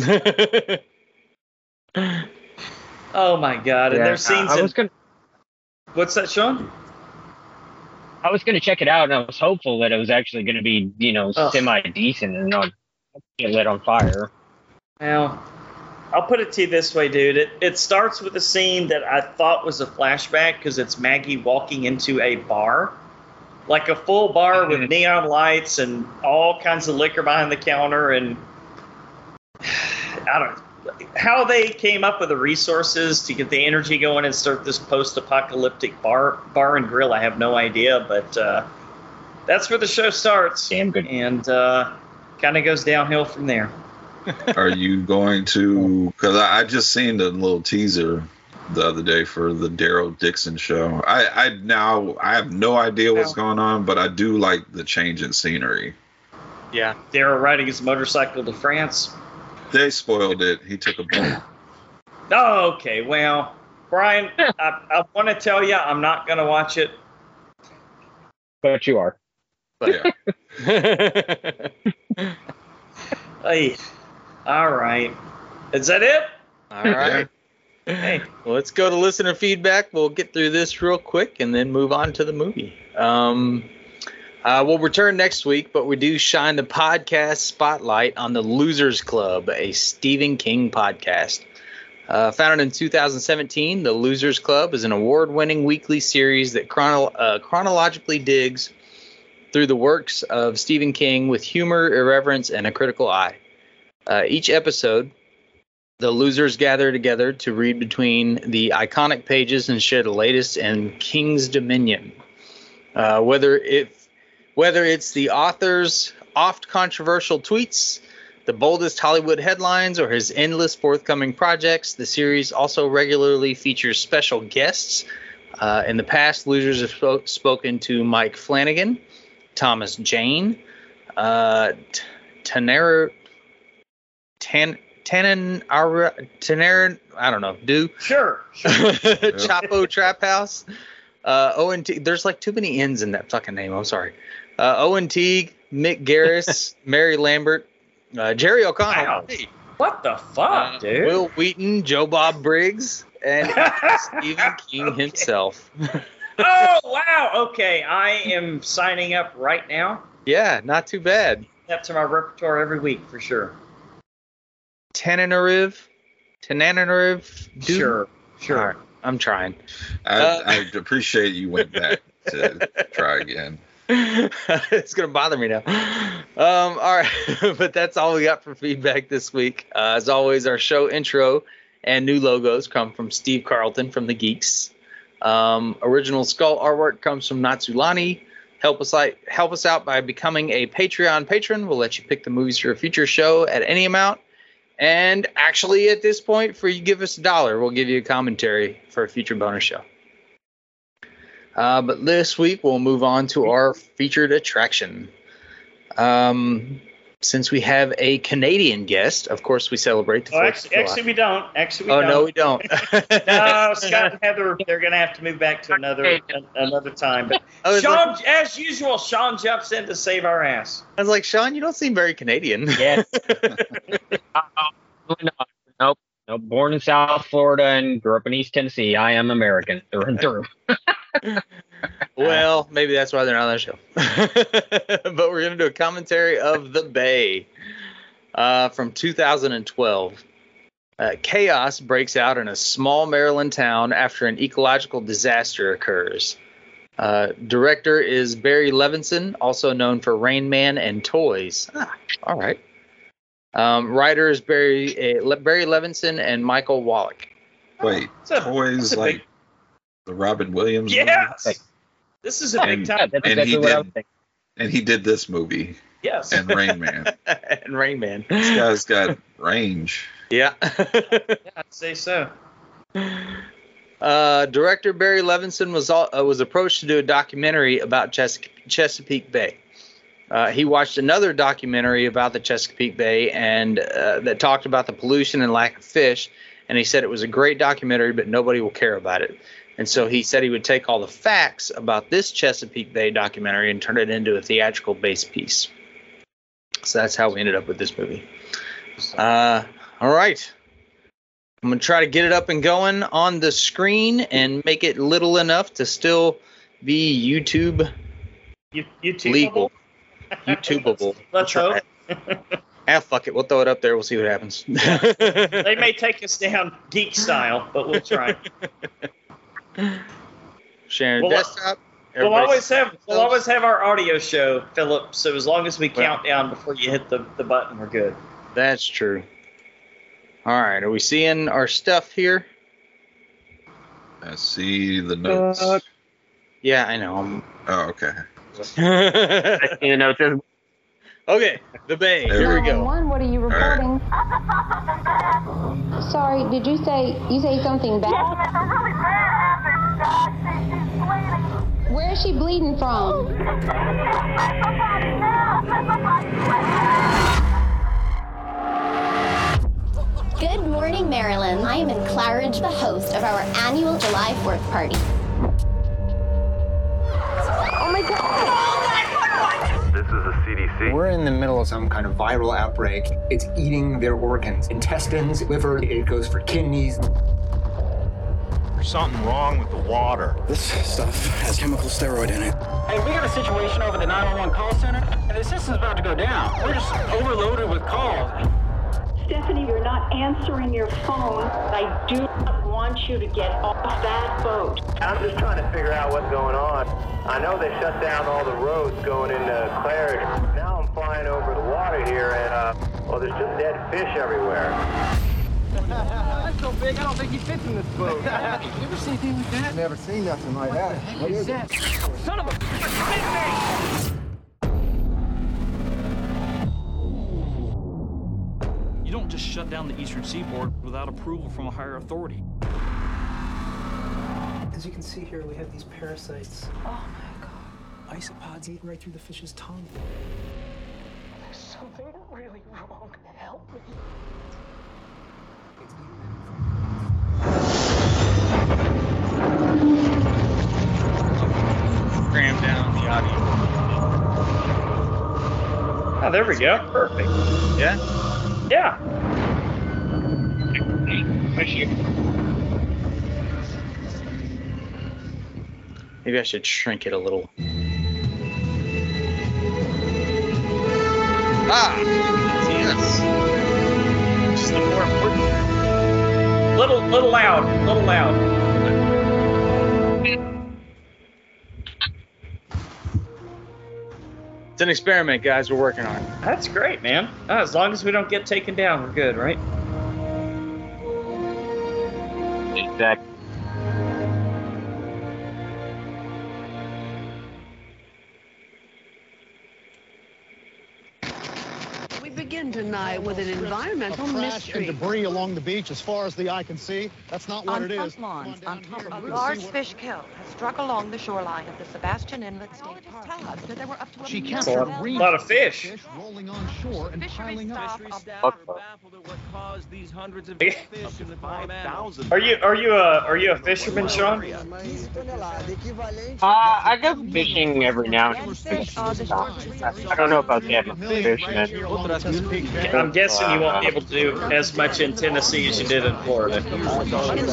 Oh my god! And
Yeah,
there's scenes.
I
in-
was gonna
What's that, Sean?
I was gonna check it out, and I was hopeful that it was actually gonna be you know
Ugh.
semi decent and not get lit on fire.
Well, I'll put it to you this way, dude. It, it starts with a scene that I thought was a flashback because it's Maggie walking into a bar, like a full bar with
Mhm.
neon lights and all kinds of liquor behind the counter, and I don't. How they came up with the resources to get the energy going and start this post-apocalyptic bar bar and grill, I have no idea. But uh, that's where the show starts,
Damn good.
and uh, kind of goes downhill from there.
Are you going to? Because I, I just seen the little teaser the other day for the Daryl Dixon show. I, I now I have no idea what's going on, but I do like the change in scenery.
yeah.
Daryl riding his motorcycle to France.
They spoiled it. He took a bullet.
Oh, okay. Well, Brian, I, I want to tell you, I'm not going to watch it.
But you are.
Yeah.
Hey, all right. Is that it?
All right.
Hey,
Well, let's go to listener feedback. We'll get through this real quick and then move on to the movie. Um, uh, we'll return next week, but we do shine the podcast spotlight on the Losers Club, a Stephen King podcast. Uh, founded in 2017, the Losers Club is an award winning weekly series that chrono- uh, chronologically digs through the works of Stephen King with humor, irreverence, and a critical eye. Uh, each episode, the losers gather together to read between the iconic pages and share the latest in King's Dominion. Uh, whether if whether it's the author's oft controversial tweets, the boldest Hollywood headlines, or his endless forthcoming projects, the series also regularly features special guests. Uh, in the past, losers have spoke, spoken to Mike Flanagan, Thomas Jane, uh, T- Tanner, Tan, Tannen, Tannen, I don't know, do
Sure, sure.
Chapo Trap House. Uh, Owen Teague. There's like too many N's in that fucking name. I'm sorry. Uh, Owen Teague, Mick Garris, Mary Lambert, uh, Jerry O'Connell,
Wow.
Hey,
What the fuck,
uh,
dude?
Will Wheaton, Joe Bob Briggs, and Stephen King
Okay.
himself.
oh wow. Okay, I am signing up right now.
Yeah, not too bad.
Up to my repertoire every week for sure.
Tananariv, Tananariv, Dude.
Sure, sure.
All right, I'm trying.
I,
Uh,
I appreciate you went back to try again.
it's gonna bother me now. Um, all right, but that's all we got for feedback this week. Uh, as always, our show intro and new logos come from Steve Carlton from the Geeks. Um, original skull artwork comes from Natsulani. Help us like help us out by becoming a Patreon patron. We'll let you pick the movies for a future show at any amount. And actually, at this point, for you give us a dollar, we'll give you a commentary for a future bonus show. Uh, but this week we'll move on to our featured attraction. Um, since we have a Canadian guest, of course we celebrate the
Oh,
Fourth
actually,
of
actually,
July.
we don't. Actually, we
oh
don't.
no, we don't.
no, Uh, Scott and Heather, they're going to have to move back to another an- another time. But
I was, like,
Sean, as usual, Sean jumps in to save our ass.
I was like, Sean, you don't seem very Canadian.
Uh-huh.
Yes. Uh, nope. Nope. Born in South Florida and grew up in East Tennessee. I am American through and through.
Well, maybe that's why they're not on the show. but we're going to do a commentary of The Bay uh, from 2012. Uh, chaos breaks out in a small Maryland town after an ecological disaster occurs. Uh, director is Barry Levinson, also known for Rain Man and Toys. Ah, all right. Um, writers Barry, uh, Barry Levinson and Michael Wallach.
Wait,
It's a-
toys
a
like
big-
the Robin Williams movie?
yes. This is a big
And-
Yeah,
time.
that's
And
exactly
he
what I was
did.
thinking.
And he did this movie
Yes.
and Rain Man.
and Rain Man.
this guy's got range.
Yeah.
I'd say so.
Uh, director Barry Levinson was all, uh, was approached to do a documentary about Ches- Chesapeake Bay. Uh, he watched another documentary about the Chesapeake Bay and uh, that talked about the pollution and lack of fish, and he said it was a great documentary, but nobody will care about it. And so he said he would take all the facts about this Chesapeake Bay documentary and turn it into a theatrical base piece. So that's how we ended up with this movie. Uh, all right. I'm gonna try to get it up and going on the screen and make it little enough to still be YouTube
You, YouTube
legal, YouTubeable.
Let's hope.
Ah, fuck it, we'll throw it up there. We'll see what happens.
They may take us down geek style, but we'll try.
Sharing
Well,
desktop.
we'll
everybody's-
always have we'll always have our audio show, Philip. So as long as we
Well-
count down before you hit the, the button, we're good.
That's true. All right, are we seeing our stuff here?
I see the notes.
Uh,
Yeah, I know. I'm-
oh, okay.
okay,
You know, just
the bay.
There
Here we go.
911, what are you
right.
reporting? Sorry, did you say you say something bad?
Yes, ma'am, something really bad happened. God, she, she's bleeding.
Where is she bleeding
Let
from?
somebody now. Let somebody now.
Good morning, Maryland. I am in Claridge, the host of our annual July 4th party.
Oh my God.
This is the CDC.
We're in the middle of some kind of viral outbreak. It's eating their organs, intestines, liver, it goes for kidneys.
There's something wrong with the water.
This stuff has chemical steroid in it.
Hey, we got a situation over at the 911 call center, and the system's about to go down. We're just overloaded with calls.
Stephanie, you're not answering your phone. I do not want you to get off that boat.
I'm just trying to figure out what's going on. I know they shut down all the roads going into Claridge. Now I'm flying over the water here, and uh, well, there's just dead fish everywhere.
That's so big, I don't think he fits in this boat. you ever seen anything like that?
Never seen nothing like that. What is that?
Son of a
You don't just shut down the eastern seaboard without approval from a higher authority.
As you can see here, we have these parasites. Oh my god. Isopods eating right through the fish's tongue.
There's something really wrong. Help me.
Cram down the audio.
Oh, there we go. Perfect.
Yeah?
Yeah.
Maybe I should shrink it a little. Ah! Yes.
Just the more important. Little, little loud. Little loud.
It's an experiment, guys. We're working on it.
That's great, man. Ah, as long as we don't get taken down, we're good, right?
Exactly.
We begin tonight with an environmental
Trash and
mystery.
debris along the beach, as far as the eye can see. That's not what
On
it is.
front lawns, on top
here.
of
We'll
large
see what-
fish kill has struck along the shoreline of the Sebastian Inlet State Park. Tell us that there were up to a
She
That's
million
a lot,
of
lot of fish.
Rolling on shore and piling up.
Are you are you a are you a fisherman, Sean?
Uh, I go fishing every now and then. I don't know about that. I'm a fisherman.
I'm guessing you won't be able to do as much in Tennessee as you did in Florida.
Investigation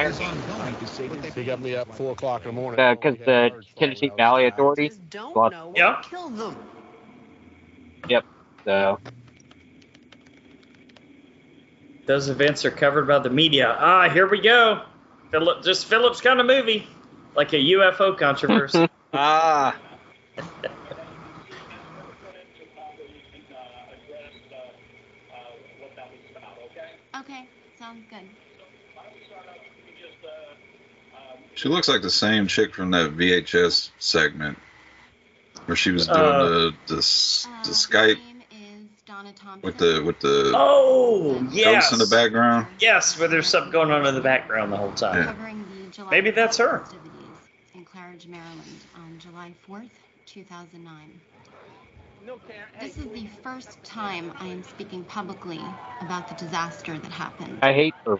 is ongoing to see if They got me up four o'clock in the morning.
Uh,
Because Uh, the Tennessee Valley Authority. Lots,
Yeah.
Killed them.
yep. So.
Those events are covered by the media. Ah, here we go. Philip, just Phillips kind of movie, like a UFO controversy.
ah.
Okay, sounds good.
She looks like the same chick from that VHS segment where she was doing
Uh,
the, the s- the Skype with the with the
Oh,
ghosts
yes.
in the background.
Yes, where there's something going on in the background the whole time.
Covering the July
Maybe that's her.
in Claridge, Maryland on July 4th, 2009. This is the first time I am speaking publicly about the disaster that happened.
I hate her.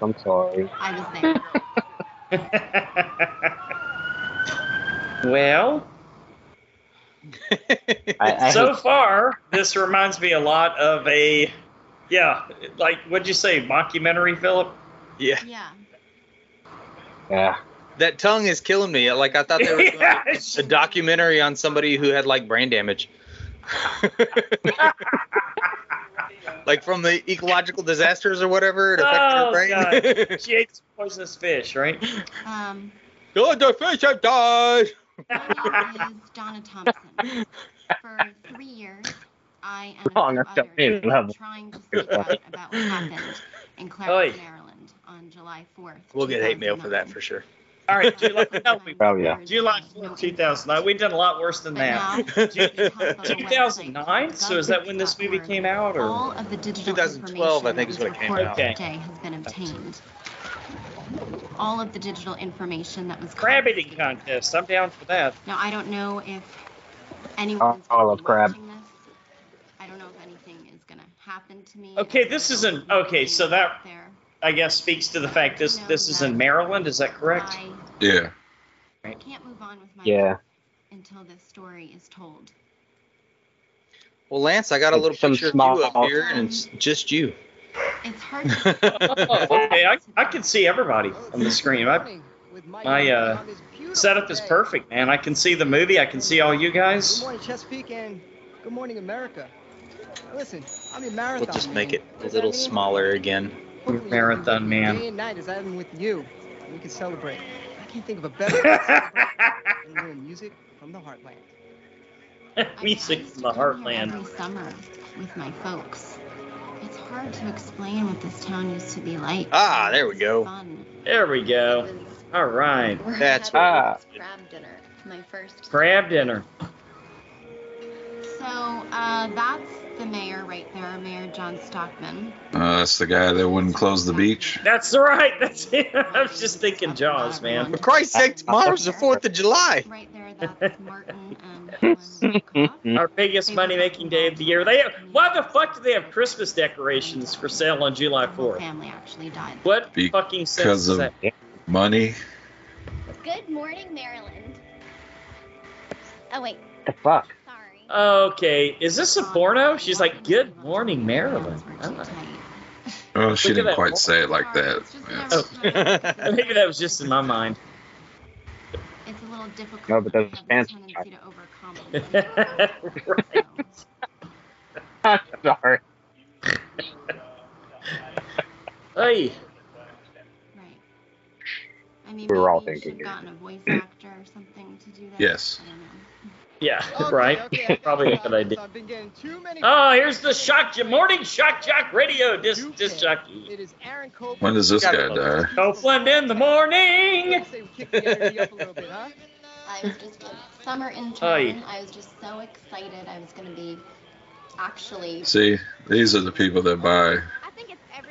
I'm sorry.
I was there.
Well,
I, I
so
hate,
far, this reminds me a lot of a, yeah, like what'd you say, mockumentary, Philip?
Yeah.
yeah.
yeah.
That tongue is killing me. Like I thought they were doing
Yeah.
a documentary on somebody who had like brain damage. like from the ecological disasters or whatever, it
Oh,
affected her brain.
God. she ate some poisonous fish, right?
Um,
oh, the fish have died.
my name is Donna Thompson. For three years, I and
Wrong,
a
I'm
few
in
others
love.
trying to speak out about what happened in Claridge, Maryland on July 4th.
We'll get hate mail for that for sure.
All right, July, no, we,
Oh yeah.
July 4th, 2009. We've done a lot worse than that. 2009? So is that when this movie came out?
All
or
of the digital
2012, I think, is when it came
information reported
out.
today has been obtained. All of the digital information that was
Crab eating contest. I'm down for that.
Now, I don't know if
I,
anyone's
I love crab.
watching this. I don't know if anything is going to happen to me.
Okay, this is in, okay, so that,
There.
I guess, speaks to the fact this, this is in Maryland. Is that correct?
I
Yeah.
can't move on with my
Yeah.
until this story is told.
Well, Lance, I got a
Like
little
some
picture of
small-
you up here, and it's just you.
It's hard to
Oh, okay, I, I can see everybody on the screen. I, my uh, setup is perfect, man. I can see the movie. I can see all you guys.
morning, Chesapeake, and Good morning, America. Listen, I'm your marathon.
We'll just make
man.
it a little smaller again.
Marathon
Day
man.
and night is I'm with you. and We can celebrate. I can't think of a better way to celebrate than hearing music from the heartland.
Music from the
Every
heartland.
summer with my folks. It's hard to explain what this town used to be like.
Ah, there we go.
There we go. All right.
We're
That's
having
ah
Crab dinner, my first.
crab dinner.
So uh, that's the mayor right there, Mayor John Stockman.
Uh, that's the guy that wouldn't close the beach.
That's right. That's it. I was just thinking Jaws, man.
For Christ's sake, tomorrow's the 4th of July.
Right there, that's Martin and
Our biggest money making day of the year. They have, why the fuck do they have Christmas decorations for sale on July 4th?
family actually died.
What
Be-
fucking sense
Because
is
of
that?
money.
Good morning, Maryland. Oh, wait.
The fuck?
Okay, is this a
Um,
porno? She's like, Good morning, Maryland. I'm like,
Oh, she
Look at
didn't
that
quite
wall.
say it like that. Yeah.
Oh, maybe that was just in my mind.
It's a little difficult
No, but those pants.
to overcome.
Right.
I'm sorry.
Hey,
I mean,
We were all
maybe you
thinking
should have gotten a voice actor or something to do that.
Yes.
yeah,
Okay,
right.
okay, I got
Probably a
it.
good idea.
I've been getting too many.
Oh, here's the shock jo- morning shock jock radio disc disc jockey.
It is Aaron Copeland.
When does this guy die?
Copeland in the morning.
Say we kick the energy up a little bit, huh?
I was just a summer intern.
Aye.
I was just so excited. I was going to be actually.
See, these are the people that buy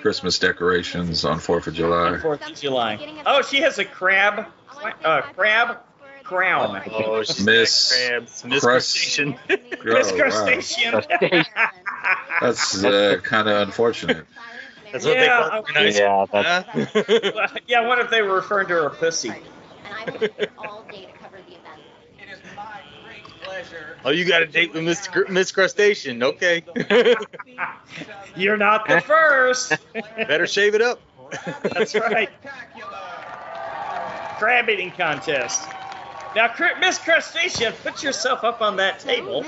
Christmas decorations on Fourth of July.
Fourth of July. Oh, she has a crab, uh, crab crown.
Oh, she's
Miss
got crabs. Miss
Crust-
Crustacean.
Girl,
Oh,
Miss
wow.
Crustacean.
That's uh, kind of unfortunate.
That's what they
Yeah,
call
I-
organized-
Yeah,
Huh?
yeah, I wonder if they were referring to her pussy.
oh, you got a date with Miss Cr- Miss Crustacean. Okay.
You're not the first.
Better shave it up.
That's right. Crab eating contest. Now, Cr- Miss Crustacean, put yourself up on that table.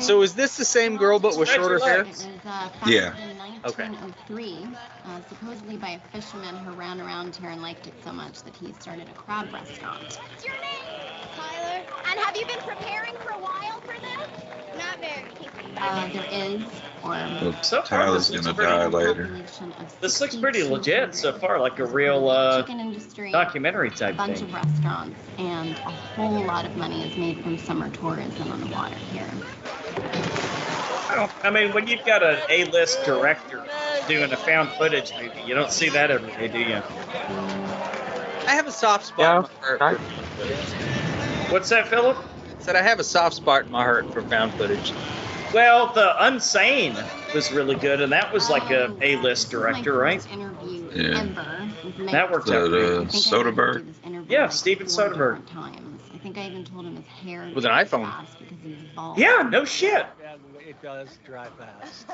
So is this the same girl but with shorter hair?
It was uh, found
Yeah.
in
Okay.
1903, uh, supposedly by a fisherman who ran around here and liked it so much that he started a crab restaurant.
What's your name? Tyler. And have you been preparing for a while for this? Not very.
Uh, there is
So far,
Tyler's
this
gonna
looks
die
pretty-
later.
This looks pretty legit so far, like a real uh,
chicken industry, a
documentary type
bunch
thing.
of restaurants, and a whole lot of money is made from summer tourism on the water here.
I don't- I mean, when you've got an A-list director doing a found footage movie, you don't see that every day, do you?
I have a soft spot. in my heart.
What's that, Philip?
Said I have a soft spot in my heart for found footage.
Well, the Unsane was really good, and that was like
Oh,
a A-list director, right?
Interview
Yeah.
ever. with Mike
That worked out.
The, uh,
great.
Soderbergh.
Yeah, Steven Soderbergh.
Times. I think I even told him his hair
With an iPhone.
because he was bald.
Yeah, no shit.
It does dry fast.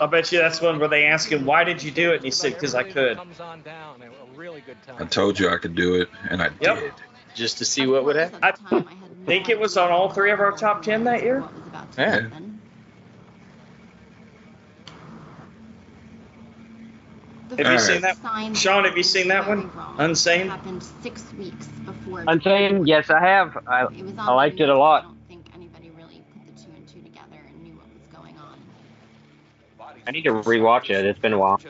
I bet you that's one where they ask him, "Why did you do it?" And he said, "Because I could."
I told you I could do it, and I
Yep.
did.
Just to see what would happen.
I think it was on all three of our top ten that year.
Yeah.
The
Have you
first
seen that?
sign
Sean, have you seen that one? Unsane.
happened six weeks before.
I'm saying yes, I have. I, I liked it a lot.
Anybody really put the two and two together and knew what was going on.
I need to rewatch it. It's been a while.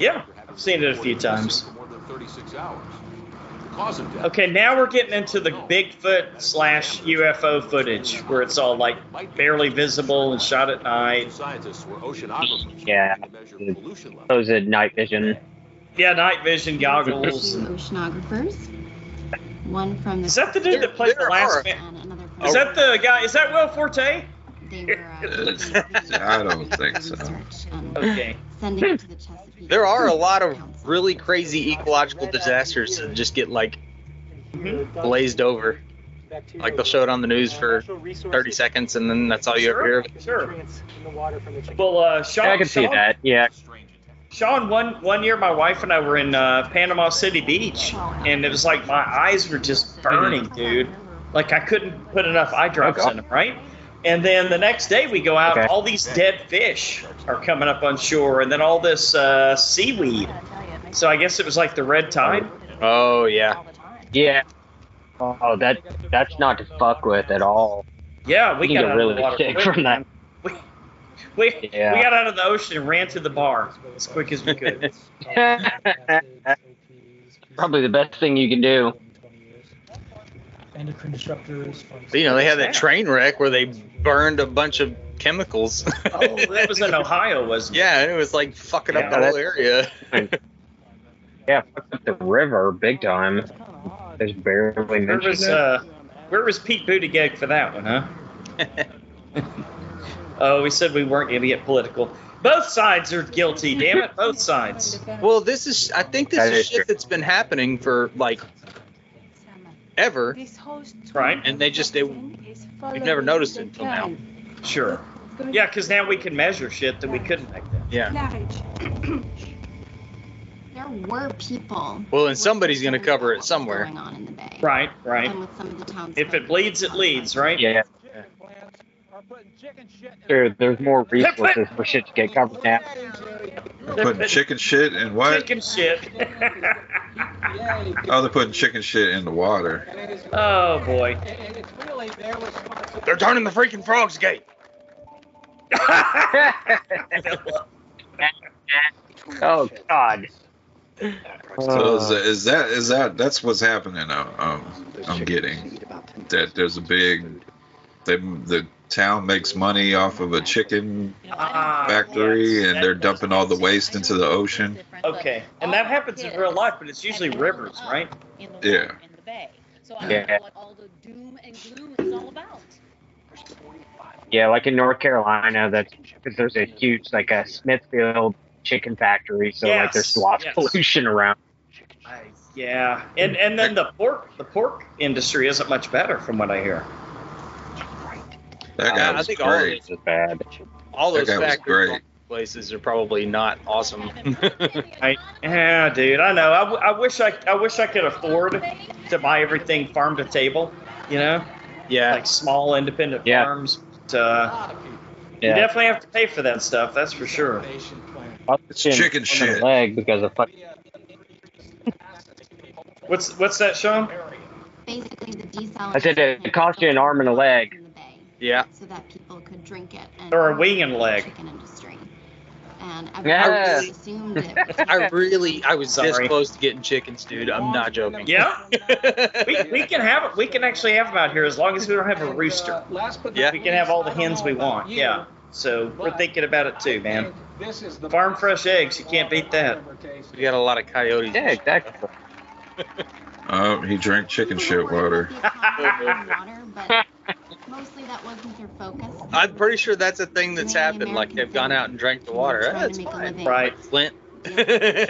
Yeah, I've seen it a few times.
For more than 36 hours. The cause of death.
Okay, now we're getting into the Bigfoot slash UFO footage, where it's all like barely visible and shot at night.
Scientists were oceanographers.
Yeah. Supposed night vision.
Yeah, night vision goggles.
Two oceanographers. One from the.
Is that the dude that played the last man? Is
Oh.
that the guy? Is that Will Forte?
uh,
I don't think so.
Okay.
um, Sending it to the Chesapeake.
There are a lot of really crazy ecological disasters that just get like blazed over. Like they'll show it on the news for 30 seconds and then that's all you ever hear. of it.
Sure. Well, uh, Sean.
I can see
Sean-
that. Yeah.
Sean, one one year, my wife and I were in uh, Panama City Beach, and it was like my eyes were just burning, dude. Like I couldn't put enough eye drops in them, right? And then the next day we go out,
Okay.
all these dead fish are coming up on shore, and then all this uh, seaweed. So I guess it was like the red tide.
Oh yeah.
Yeah. Oh, that that's not to fuck with at all.
Yeah, we
You
got
can get
out of
really
the water
sick
quick.
from that.
We,
Yeah.
we got out of the ocean and ran to the bar as quick as we could.
Probably the best thing you can do.
Endocrine disruptors. From
You know, they had that train wreck where they burned a bunch of chemicals.
oh, that was in Ohio, wasn't it?
yeah, and it was like fucking
Yeah,
up the whole
that's-
area.
Yeah, fucked up the river big time. There's barely
Where
mention
was
it.
uh, where was Pete Buttigieg for that one, huh? oh, we said we weren't going to get political. Both sides are guilty, damn it, both sides.
Well, this is I think this
That
is
is
shit that's been happening for like ever,
Right.
and they just they we've never noticed it until now.
Sure. Yeah, because now we can measure shit that we couldn't back then.
Yeah.
There were people
Well, and somebody's gonna cover it somewhere.
going on in the bay.
Right, right.
And with some of the towns.
If it bleeds, it leads, right?
Yeah. Sure, there's more resources for shit to get covered now.
Putting chicken shit in what?
Chicken shit.
Oh, they're putting chicken shit in the water.
oh boy.
They're turning the freaking frogs gay.
oh God. Uh.
So is, that- is that is that that's what's happening? uh, Um, I'm getting that there's a big they, the town makes money off of a chicken factory and they're dumping all the waste into the ocean.
Okay, and that happens in real life, but it's usually rivers, right?
Yeah,
Yeah. Yeah, like in North Carolina, that's because there's a huge like a Smithfield chicken factory, so like there's
Yes,
lots
yes.
of pollution around.
Yeah, and and then the pork the pork industry isn't much better from what I hear.
that
I-
guy
I
was
think all of
great.
It's bad.
All
That
those
guy was
factories,
great.
all those places are probably not awesome.
I, yeah, dude, I know. I, w- I wish I I wish I could afford to buy everything farm to table, you know,
yeah,
like small independent
Yeah.
farms. But, uh, You
Yeah.
definitely have to pay for that stuff. That's for sure.
It's
chicken shit.
Leg because of fuck.
What's what's that, Sean?
Basically, the desal.
I said it cost you an arm and a leg.
Yeah.
So that people could drink it. And
Or a wing and leg?
Chicken industry. And
Yeah.
everyone really assumed it was
I really, I was this
Sorry.
close to getting chickens, dude. I'm not joking.
Yeah, we, we can have it. We can actually have them out here as long as we don't
uh,
have a rooster.
Last but
Yeah.
We can have all the hens we want. Yeah. So we're thinking about it too, man.
this is the
Farm fresh eggs. You can't beat that.
We got a lot of coyotes.
Yeah, exactly.
Oh, he drank chicken shit water.
the atomic water, but mostly that wasn't their focus.
I'm pretty sure that's a thing that's happened. Like they've gone out and drank the water.
Trying
Ah,
to
it's
make a
fine.
living.
Right.
Flint.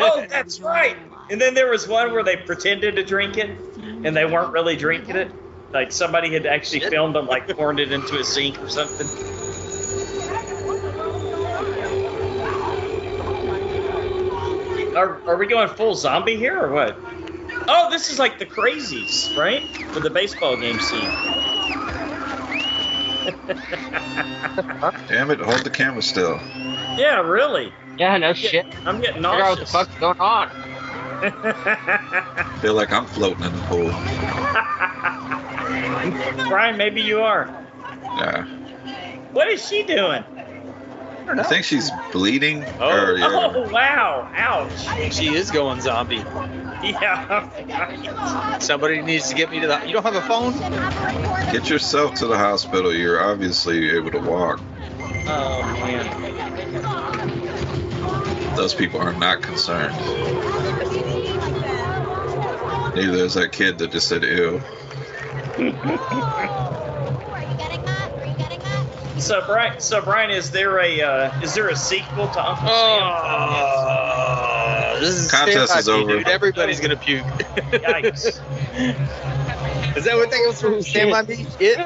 Oh, that's right. And then there was one where they pretended to drink it, and they weren't really drinking it. Like somebody had actually filmed them, like pouring it into a sink or something. Are, are we going full zombie here or what? Oh, this is like the crazies, right? For the baseball game scene.
Damn it! Hold the camera still.
Yeah, really.
Yeah, no shit.
I'm getting
Figure out what the
nauseous.
fuck's going on.
Feel like I'm floating in the pool.
Brian, maybe you are.
Yeah.
What is she doing?
I think she's bleeding.
Oh.
Or, yeah.
Oh, wow. Ouch.
She is going zombie.
Yeah.
Somebody needs to get me to the. You don't have a phone?
Get yourself to the hospital. You're obviously able to walk.
Oh, man.
Those people are not concerned. Neither is that kid that just said ew.
So Brian, so Brian, is there a uh, is there a sequel to Uncle
Oh, this is
Contest is
stereotypy,
over.
Dude. Everybody's gonna puke.
Sam? Yikes!
Is that what that was from? Stand by me. It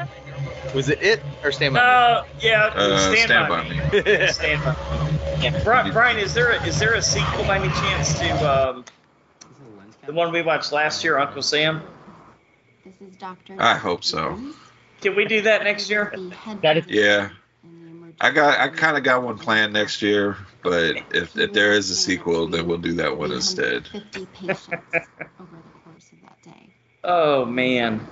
was it. It or stand by
Uh, yeah.
Uh,
stand,
stand
by
by me.
me.
Stand by. Yeah. Brian, Brian, is there a, is there a sequel by any chance to um, the one we watched last year, Uncle Sam?
This is Dr.
I hope so.
Can we do that next year?
Yeah. I got I kind of got one planned next year, but if, if there is a sequel, then we'll do that one instead.
Oh man.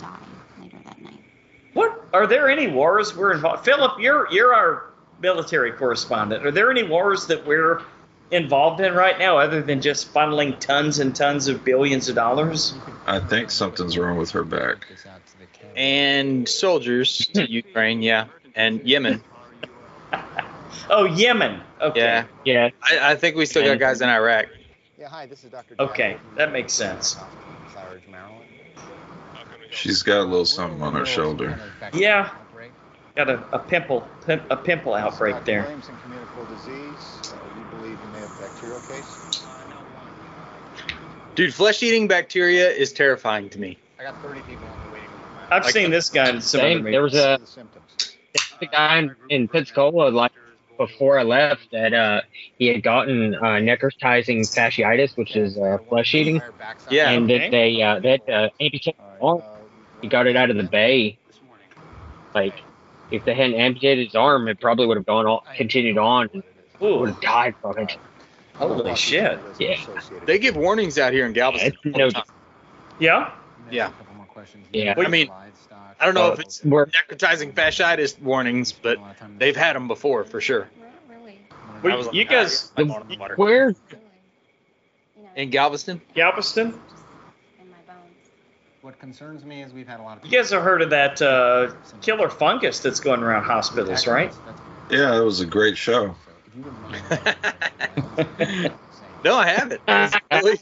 What are there any wars we're involved? Philip, you're you're our military correspondent. Are there any wars that we're involved in right now, other than just funneling tons and tons of billions of dollars?
I think something's wrong with her back.
And soldiers to Ukraine, yeah, and Yemen.
oh, Yemen. Okay.
Yeah,
yeah.
I, I think we still got guys in Iraq.
Yeah, hi, this is Dr.
Okay, that makes sense.
Claridge, Maryland.
She's got a little something on her shoulder.
Yeah. Got a, a pimple pim, a pimple outbreak there.
Williamson communicable disease. Uh, we believe you may have bacterial case.
Dude, flesh-eating bacteria is terrifying to me.
I got 30 people on the waiting room.
I've seen this guy in some
Dang, there was a the guy in, in Pensacola like before I left that uh, he had gotten uh, necrotizing fasciitis, which is uh, flesh eating.
Yeah.
And that they uh, that uh, amputated his arm. He got it out of the bay. Like, if they hadn't amputated his arm, it probably would have gone on, continued on, and would have died from it.
Holy shit!
Yeah.
They give warnings out here in Galveston.
It's no-
Yeah.
Yeah.
yeah.
I mean, I don't know if it's
We're-
necrotizing fasciitis warnings, but they've had them before for sure. I
Well,
was like,
you
"Ah,
guys,
I'm on the water."
where
in Galveston?
Galveston,
What concerns me is we've had a lot of
you guys have heard of that uh, killer fungus that's going around hospitals, right?
Yeah, it was a great show.
No, I haven't. Really?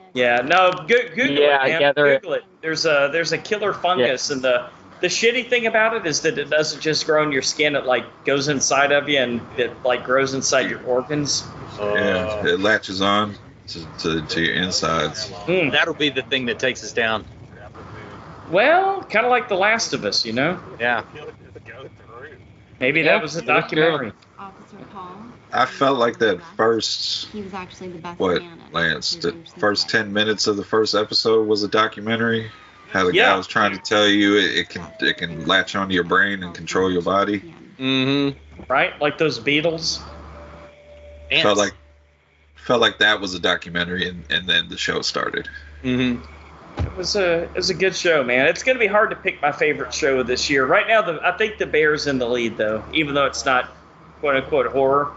Yeah, no, go- Google
Yeah, I
it. Man.
gather it-
Google it. There's a there's a killer fungus, and the the shitty thing about it is that it doesn't just grow in your skin; it like goes inside of you, and it like grows inside your organs.
Yeah, it latches on to, to, to your insides.
Hmm.
That'll be the thing that takes us down.
Well, kind of like The Last of Us, you know.
Yeah.
Maybe
Yeah,
that was a
that's true.
documentary.
Officer Paul.
I felt like that first
He was actually the best
what
man. at
Lance, the
Cruisers in
first ten minutes of the first episode was a documentary. How the
Yeah.
guy was trying to tell you it, it can it can latch onto your brain and control your body.
Mm-hmm.
Right, like those Beatles.
Felt like felt like that was a documentary, and, and then the show started.
Mm-hmm.
It was a it was a good show, man. It's going to be hard to pick my favorite show of this year. Right now, the I think the Bears in the lead though, even though it's not quote unquote horror.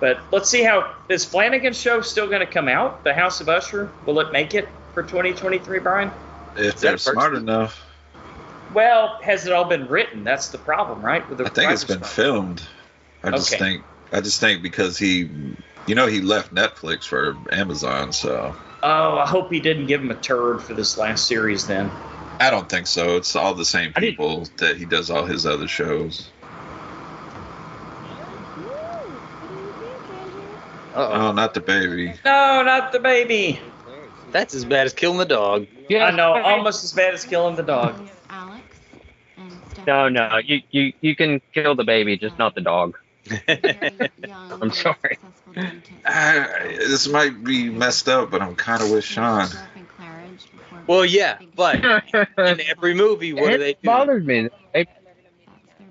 But let's see how is Flanagan's show still going to come out? The House of Usher will it make it for 2023, Brian?
If
that
they're
first-
smart enough,
Well, has it all been written? That's the problem, right? With the
I think it's been
writer's
filmed. I just
Okay.
think I just think because he, you know, he left Netflix for Amazon, so
room. Oh, I hope he didn't give him a turd for this last series then.
I don't think so. It's all the same
I didn't-
people that he does all his other shows.
Uh-oh.
Oh, not the baby.
No, not the baby.
That's as bad as killing the dog.
Yeah,
I know,
oh,
almost as bad as killing the dog.
California. Alex and Stephanie.
No, no, you, you you can kill the baby, just not the dog.
Very young,
I'm sorry.
successful dentist.
I, this might be messed up, but I'm kind of with Ah, Sean.
Grew up in Claridge before-
Well, yeah, but in
it
every movie, what do they do?
bothered me. They,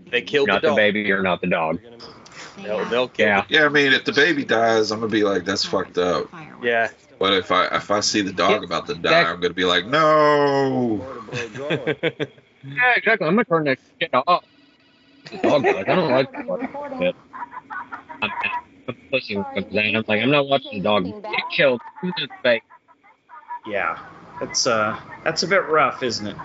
They kill the
not the
dog.
baby or not the dog.
They
They'll,
asked
they'll kill.
Yeah.
Yeah, I mean, if the baby dies, I'm gonna be like, that's fucked up.
fireworks.
Yeah.
But if I if I see the dog about to die, I'm gonna be like, no.
Yeah, exactly. I'm gonna turn that shit off.
Oh,
Dog dog. I don't like that dog shit. I'm, I'm pushing with complaint. I'm like, I'm not watching the dog get killed. Who's this baby?
Yeah, that's uh that's a bit rough, isn't it?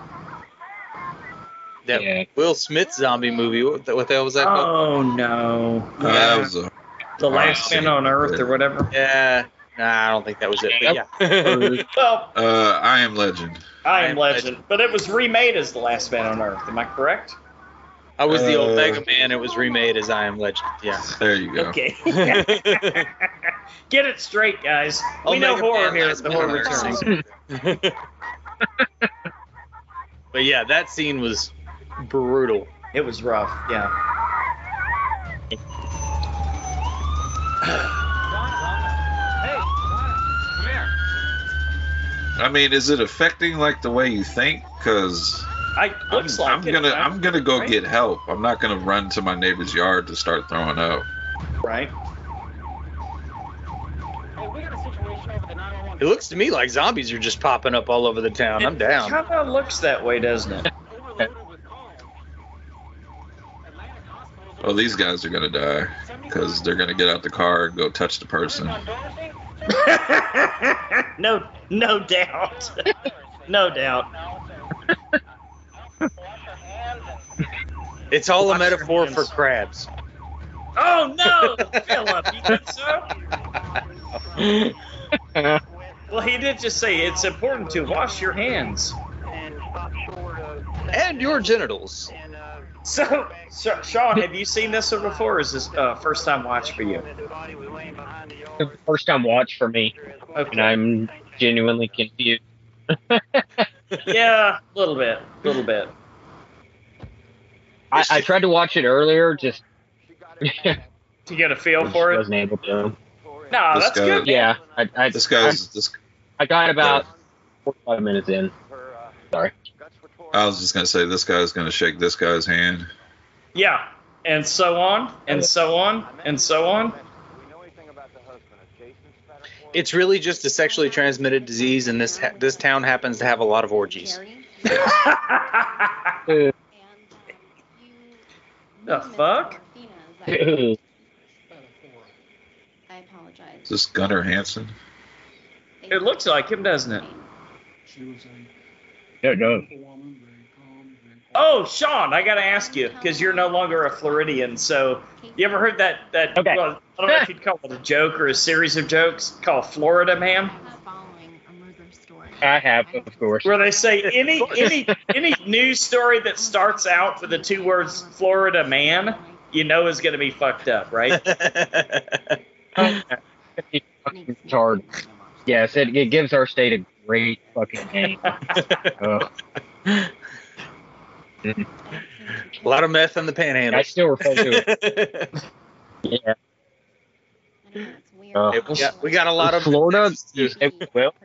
That
Yeah.
Will Smith zombie movie. What the, what the hell was that called?
Oh no.
Uh,
Yeah.
that was a,
the last man on earth or whatever.
Yeah. Nah, I don't think that was it. But yeah.
Well,
uh, I am Legend.
I am legend, but it was remade as the last man on earth. Am I correct?
I was the
Uh,
Omega Man. It was remade as I Am Legend. Yeah.
There you go.
Okay.
yeah.
Get it straight, guys. We know
Omega
horror
Man,
here at
Last
the
Man
horror
on Earth.
returns.
But yeah, that scene was brutal.
It was rough. Yeah.
I mean, is it affecting like the way you think? Cause
I looks like
I'm
it,
gonna
right?
I'm gonna go
Right?
get help. I'm not gonna run to my neighbor's yard to start throwing up.
right.
It looks to me like zombies are just popping up all over the town. I'm
It
down.
kind of looks that way, doesn't it?
Oh, these guys are gonna die because they're gonna get out the car and go touch the person.
no, no doubt. no doubt.
It's all a metaphor for crabs.
Oh no, Philip, you think so? Well, he did just say it's important to wash your hands.
And your genitals.
So, so Sean, have you seen this one before? Or is this uh, first time watch for you?
The first time watch for me, and I'm genuinely confused.
yeah, a little bit, a little bit.
I, I tried to watch it earlier, just
You get a feel for it?
wasn't able to.
No, that's good.
Yeah, I, I,
This guy's this.
I got about forty-five minutes in. Sorry.
I was just gonna say this guy's gonna shake this guy's hand.
Yeah, and so on, and so on, and so on.
It's really just a sexually transmitted disease, and this ha- this town happens to have a lot of orgies.
uh,
The fuck?
I apologize.
Is this Gunnar Hansen?
It looks like him, doesn't it?
Yeah, no.
Oh, Sean, I gotta ask you because you're no longer a Floridian. So, you ever heard that that? well, I don't know if you'd call it a joke or a series of jokes called Florida Man,
I have, of course.
where they say any any any news story that starts out with the two words Florida Man, you know is gonna be fucked up, right?
It's hard. Yes, it, it gives our state a great fucking name. Ugh.
A lot of meth in the panhandle.
I still refer to
it.
yeah.
It- yeah, we got a lot of
Uh, Florida. is- it- well,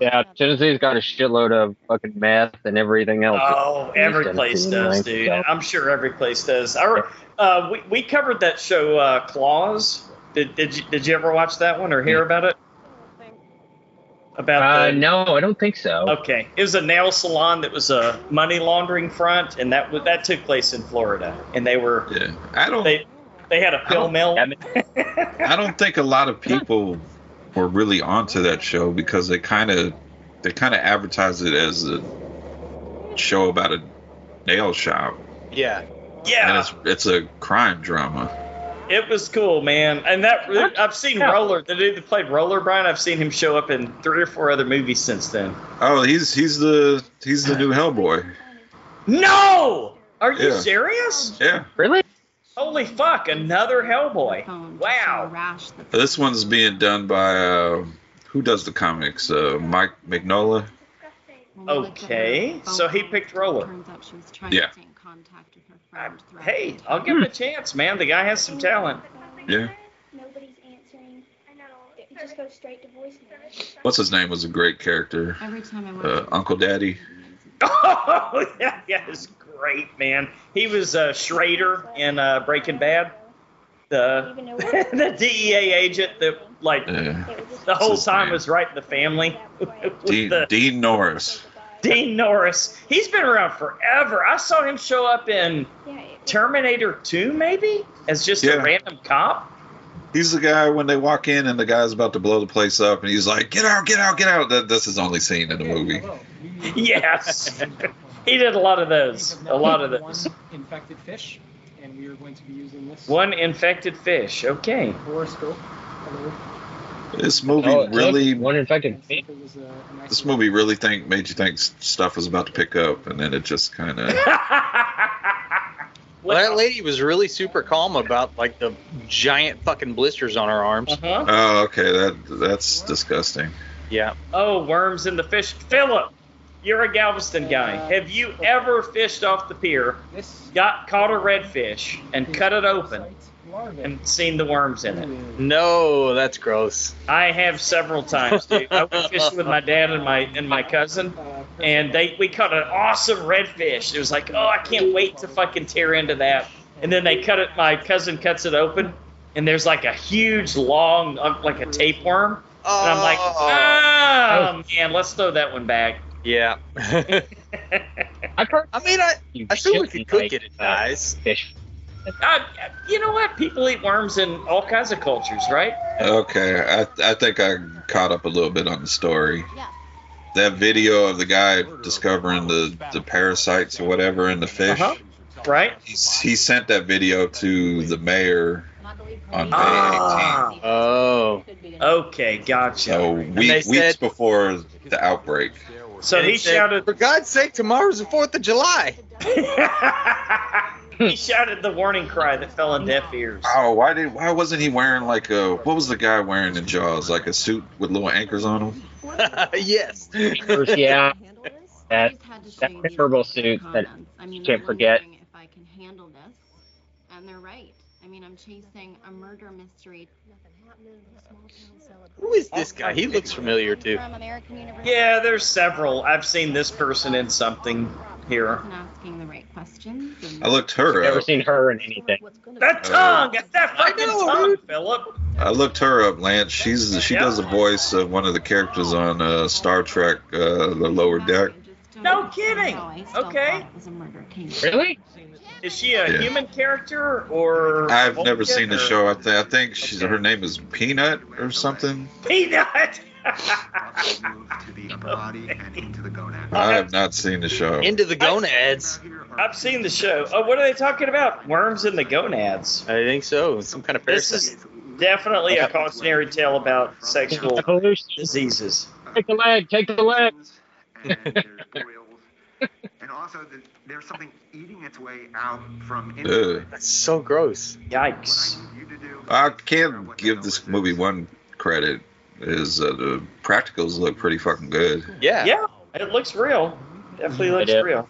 yeah, Tennessee's got a shitload of fucking meth and everything else.
Oh, every place
Tennessee,
does,
like,
dude.
so-
I'm sure every place does. I, re- uh, we, we covered that show, uh, Claws. Did, did, you, did you ever watch that one or hear about it? About
Mm. Uh,
the-
no, I don't think so.
Okay, it was a nail salon that was a money laundering front, and that wa- that took place in Florida, and they were
yeah. I don't.
They, they had a
Oh.
pill mill.
I don't think a lot of people were really onto that show because they kind of they kind of advertised it as a show about a nail shop,
Yeah.
and
Yeah,
it's it's a crime drama.
it was cool, man. And that I've seen Roller, the dude that played Roller Brian. I've seen him show up in three or four other movies since then.
Oh, he's he's the he's the new Hellboy.
No! Are you
Yeah.
serious?
Yeah,
Really?
Holy fuck, another Hellboy. Wow.
this one's being done by uh, who does the comics? Uh, Mike Magnola.
Okay. So he picked Roller.
Yeah,
Hey, I'll give him a chance, man. The guy has some talent.
yeah.
Nobody's answering. I know. It just goes straight to voicemail.
What's his name was a great character.
Every time I watch
Uh, Uncle Daddy.
Oh, yeah, yeah, it's great, man. He was uh, Schrader in uh, Breaking Bad. The, the DEA agent that, like,
Yeah.
the whole
What's his
time
name?
was right in the family. With
Dean,
the-
Dean Norris.
Dean Norris. He's been around forever. I saw him show up in Terminator 2, maybe, as just
Yeah.
a random cop.
He's the guy when they walk in and the guy's about to blow the place up and he's like, "Get out, get out, get out!" That, that's his only scene in the movie.
Oh,
Yes. he did a lot of those. A lot of those.
Infected fish, and we are going to be using this
One infected fish. Okay.
horoscope. Hello.
This movie
Oh, it
really,
One infected. fish.
It was uh, a
this movie really think made you think s- stuff was about to pick up and then it just kind of.
Well, that lady was really super calm about like the giant fucking blisters on her arms.
Uh-huh.
Oh, okay, that that's disgusting.
Yeah.
Oh, worms in the fish. Philip, you're a Galveston guy. Have you ever fished off the pier, got caught a redfish, and cut it open and seen the worms in it?
No, that's gross.
I have several times, dude. I went fishing with my dad and my and my cousin, and they we caught an awesome redfish. It was like, oh, I can't wait to fucking tear into that. And then they cut it. My cousin cuts it open, and there's like a huge long, uh, like a tapeworm. And I'm
Oh.
like, oh man, let's throw that one back.
Yeah.
I
mean, I, I assume we could cook it. It dies.
uh, Fish.
I, Uh, you know what? People eat worms in all kinds of cultures, right?
Okay, I, I think I caught up a little bit on the story. That video of the guy discovering the, the parasites or whatever in the fish,
Uh-huh. Right?
he's, he sent that video to the mayor on May
Ah.
18th.
Oh.
Okay, gotcha.
So
they
week, weeks
said-
before the outbreak.
So he shouted,
"For God's sake, tomorrow's the Fourth of July."
he shouted the warning cry that fell on deaf ears.
Hmm. Oh, why did why wasn't he wearing like a what was the guy wearing in Jaws like a suit with little anchors on him?
yes.
yeah. That, that purple suit that
I mean,
you
they're
can't forget.
wondering if I can handle this, and they're right. I mean, I'm chasing a murder mystery.
Who is this guy? He looks familiar too.
From American University,
Yeah, there's several. I've seen this person in something here.
and asking the right questions. And
I looked her
Never
up.
seen her in anything.
That tongue, it's that fucking
know,
tongue, Philip.
I looked her up, Lance. She's she does the voice of one of the characters on uh, Star Trek: uh, The Lower Deck.
No kidding. Okay.
it was a murder case.
Really?
Is she a
Yeah.
human character or?
I've
a
never seen the
or-
show. I, th- I think she's, her name is Peanut or something.
Peanut.
I have not seen the show.
Into the gonads.
I've seen the show. Oh, what are they talking about? Worms in the gonads.
I think so. Some kind of
This
parasite.
is definitely a cautionary tale about sexual
Hallucin-
diseases.
Take the leg. Take the leg.
and also the, there's something eating its way out from
Ugh.
That's so gross.
Yikes.
I can give this movie one credit. Is uh, the practicals look pretty fucking good.
Yeah.
Yeah, it looks real. Definitely looks
Mm-hmm. It is.
real.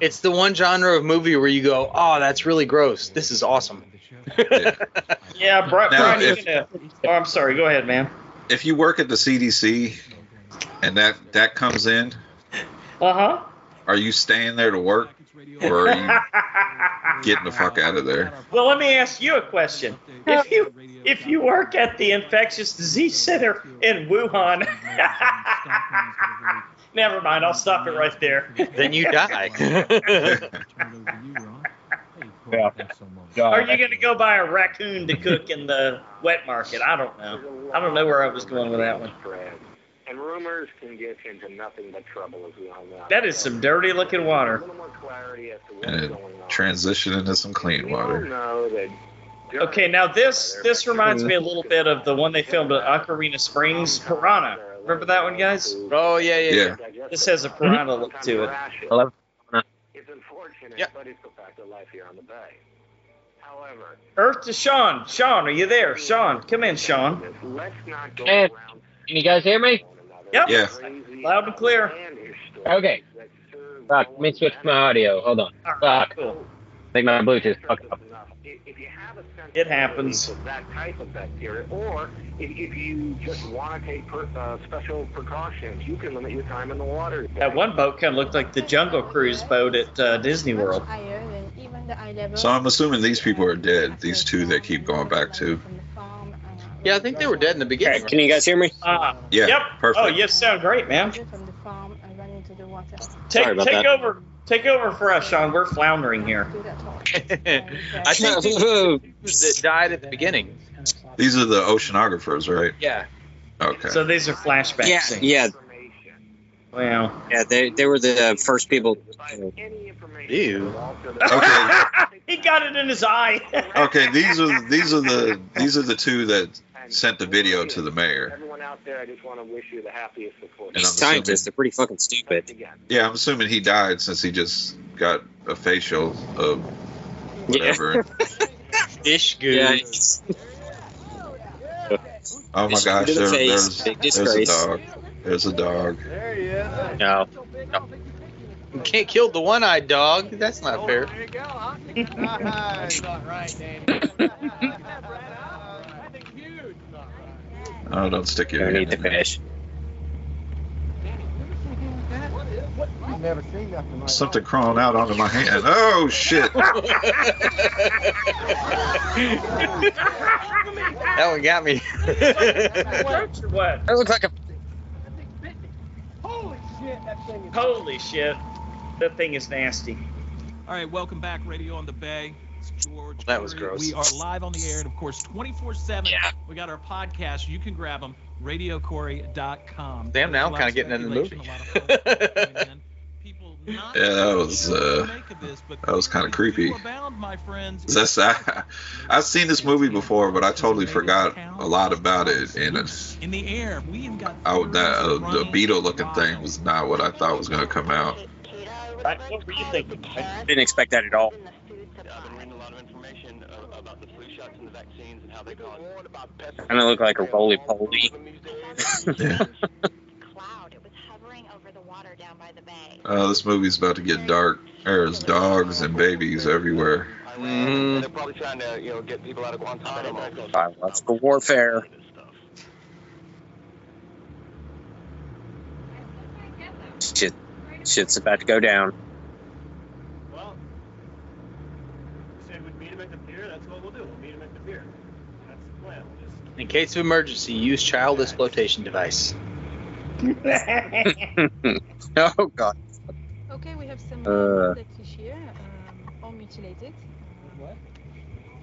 It's the one genre of movie where you go, "Oh, that's really gross. This is awesome."
Yeah, Bri-
Now,
Brian,
if-
you're gonna. Oh, I'm sorry. Go ahead, man.
If you work at the CDC and that that comes in,
Uh
are you staying there to work or are
huh.
you getting the fuck out of there?
well, let me ask you a question. If you if you work at the infectious disease center in Wuhan, never mind. I'll stop it right there.
then you die.
Yeah.
Are you gonna go buy a raccoon to cook in the wet market? I don't know. I don't know where I was going with that one.
And rumors can get into nothing but trouble, as we all know.
That is some dirty looking
A
water.
little more clarity as to what's
And
going on.
transition into some clean
We all
water?
know that during
Okay, now this this reminds me a little bit of the one they filmed at Ocarina Springs, Piranha. Remember that one, guys?
oh yeah, yeah, yeah.
Yeah.
digestive
This has a piranha look to it.
rations,
I love-
It's unfortunate,
Yep.
but it's the fact of life here on the bay. However,
Earth to Sean. Sean, are you there? Sean, come in, Sean.
let's not go
Hey.
around
Can you guys hear me?
Yep.
Yeah.
crazy
Loud and clear.
man-ish stories
Okay.
that serve
Fuck.
no
Let me
one
switch my audio. Hold on.
All right,
Fuck.
cool.
I think my Bluetooth fucked up.
It
It happens.
That type of bacteria, or if, if you just want to take per, uh, special precautions, you can limit your time in the water.
That one boat kind of looked like the Jungle Cruise boat at uh, Disney World.
So I'm assuming these people are dead, these two that keep going back to.
Yeah, I think they were dead in the beginning.
Can you guys hear me?
Ah,
Yeah,
yep.
perfect.
Oh, you sound great, man. Take
Sorry about
take
that.
over. Take over for us, Sean. We're floundering here.
I think these are the dudes that died at the beginning.
These are the oceanographers, right?
Yeah.
Okay.
So these are flashback
Yeah,
scenes.
yeah,
Wow.
yeah. They, they were the first people.
Any information.
Ew.
Okay.
he got it in his eye.
Okay, these are these are the these are the two that sent the video to the mayor.
Everyone out there, I just want to wish you the happiest of fortune.
And
These
I'm assuming-
scientists are pretty fucking
Once
stupid.
again,
Yeah, I'm assuming he died since he just got a facial of whatever.
Ish goo.
Yeah.
Oh my gosh, there, there's
Big
there's a
disgrace.
dog. There's a dog.
No. no. You can't kill the one-eyed dog. That's not fair.
Oh, don't stick your
Don't
hand
eat the
in there.
fish.
I've never seen nothing like
Something crawling out onto my hand. Oh shit!
That one got me.
what?
That looks like a.
Holy shit, that thing is. Holy shit, that thing is nasty.
All right, welcome back, Radio on the Bay. It's George.
That was
Curry.
gross.
We are live on the air, and of course, 24 7. We got our podcast. You can grab them, radiocorey.com.
Damn, now I'm
There's a lot
kinda getting into the
speculation,
movie.
a lot of folks coming in. People not
Yeah, that
sure
was,
what to
uh,
make of this, but
that was kinda
clearly
creepy.
do abound, my friends.
That's I, I've seen this movie before, but I totally forgot a lot about it. And it's,
In the air, we even got
I, would- that uh, the beetle looking thing was not what I thought was gonna come out.
Right, what were you thinking?
I didn't expect that at all. Kind of look like a roly poly.
Yeah. Uh, this movie's about to get dark. There's dogs and babies everywhere.
Mm.
Biological warfare. Shit, shit's about to go down.
Well, said we'd meet him at the pier. That's what we'll do. We'll meet him at the pier. That's the plan. We'll just
In case of emergency, use child exploitation device.
oh god.
Okay, we have some
Uh.
uh, that is here, um, all mutilated. What?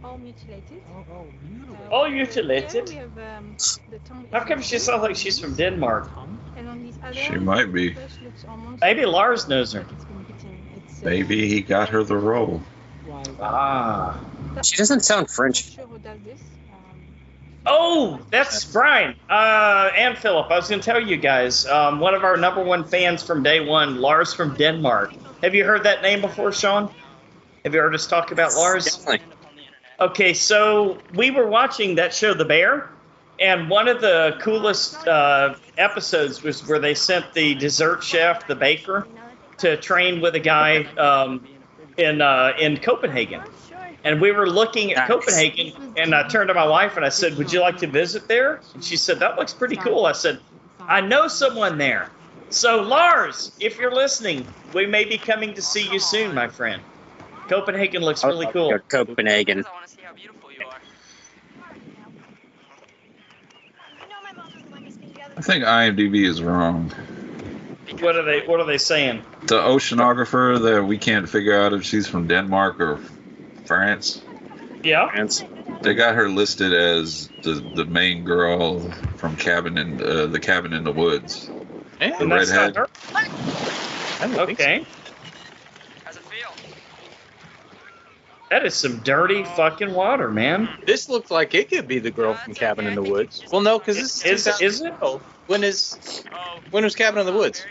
All mutilated. Oh, oh mutilated.
All mutilated?
we have um, the tongue.
How come she sounds like she's from E Denmark?
And on this other,
She might be.
flesh looks almost
Maybe Lars knows her.
uh,
Maybe he got her the role.
Ah.
She doesn't sound French.
um,
Oh, that's Brian uh, and Philip. I was going to tell you guys, um, one of our number one fans from day one, Lars from Denmark. Have you heard that name before, Sean? Have you heard us talk about Lars? Okay, so we were watching that show, The Bear, and one of the coolest uh, episodes was where they sent the dessert chef, the baker, to train with a guy um, in uh, in Copenhagen. And we were looking at Copenhagen, and I turned to my wife and I said, "Would you like to visit there?" And she said, "That looks pretty cool." I said, "I know someone there." So Lars, if you're listening, we may be coming to see you soon, my friend. Copenhagen looks really cool.
Go to Copenhagen.
I think IMDb is wrong.
What are they? What are they saying?
The oceanographer that we can't figure out if she's from Denmark or France.
Yeah.
They got her listed as the, the main girl from Cabin in uh, the Cabin in the Woods. The
And that's not
redhead.
her? Okay. That is some dirty fucking water, man.
This looks like it could be the girl from Cabin in the Woods. Well, no, because this
Is-
is
is
it? When is
Oh,
when was Cabin in the Woods?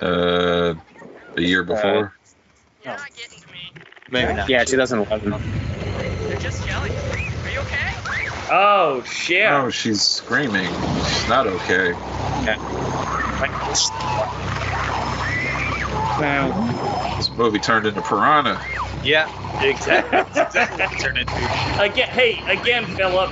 Uh, a year before.
Uh, Maybe not.
Yeah, 2011.
They're just yelling. Are you okay?
Oh shit!
Oh, she's screaming. She's not okay. This movie turned into Piranha.
Yeah, exactly. exactly what it turned into.
Again, hey, again, Philip.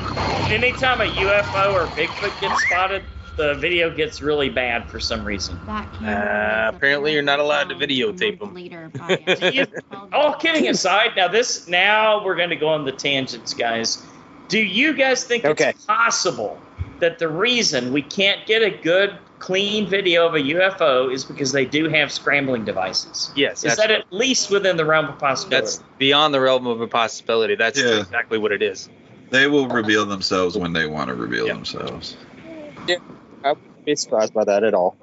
Anytime a UFO or Bigfoot gets spotted, the video gets really bad for some reason.
Uh, apparently, you're not allowed to videotape them.
All kidding aside, now this now we're going to go on the tangents, guys. Do you guys think it's possible that the reason we can't get a good, clean video of a UFO is because they do have scrambling devices?
Yes,
Is that at least within the realm of possibility?
That's beyond the realm of a possibility. That's
Yeah.
exactly what it is.
They will reveal themselves when they want to reveal themselves.
I wouldn't be surprised by that at all.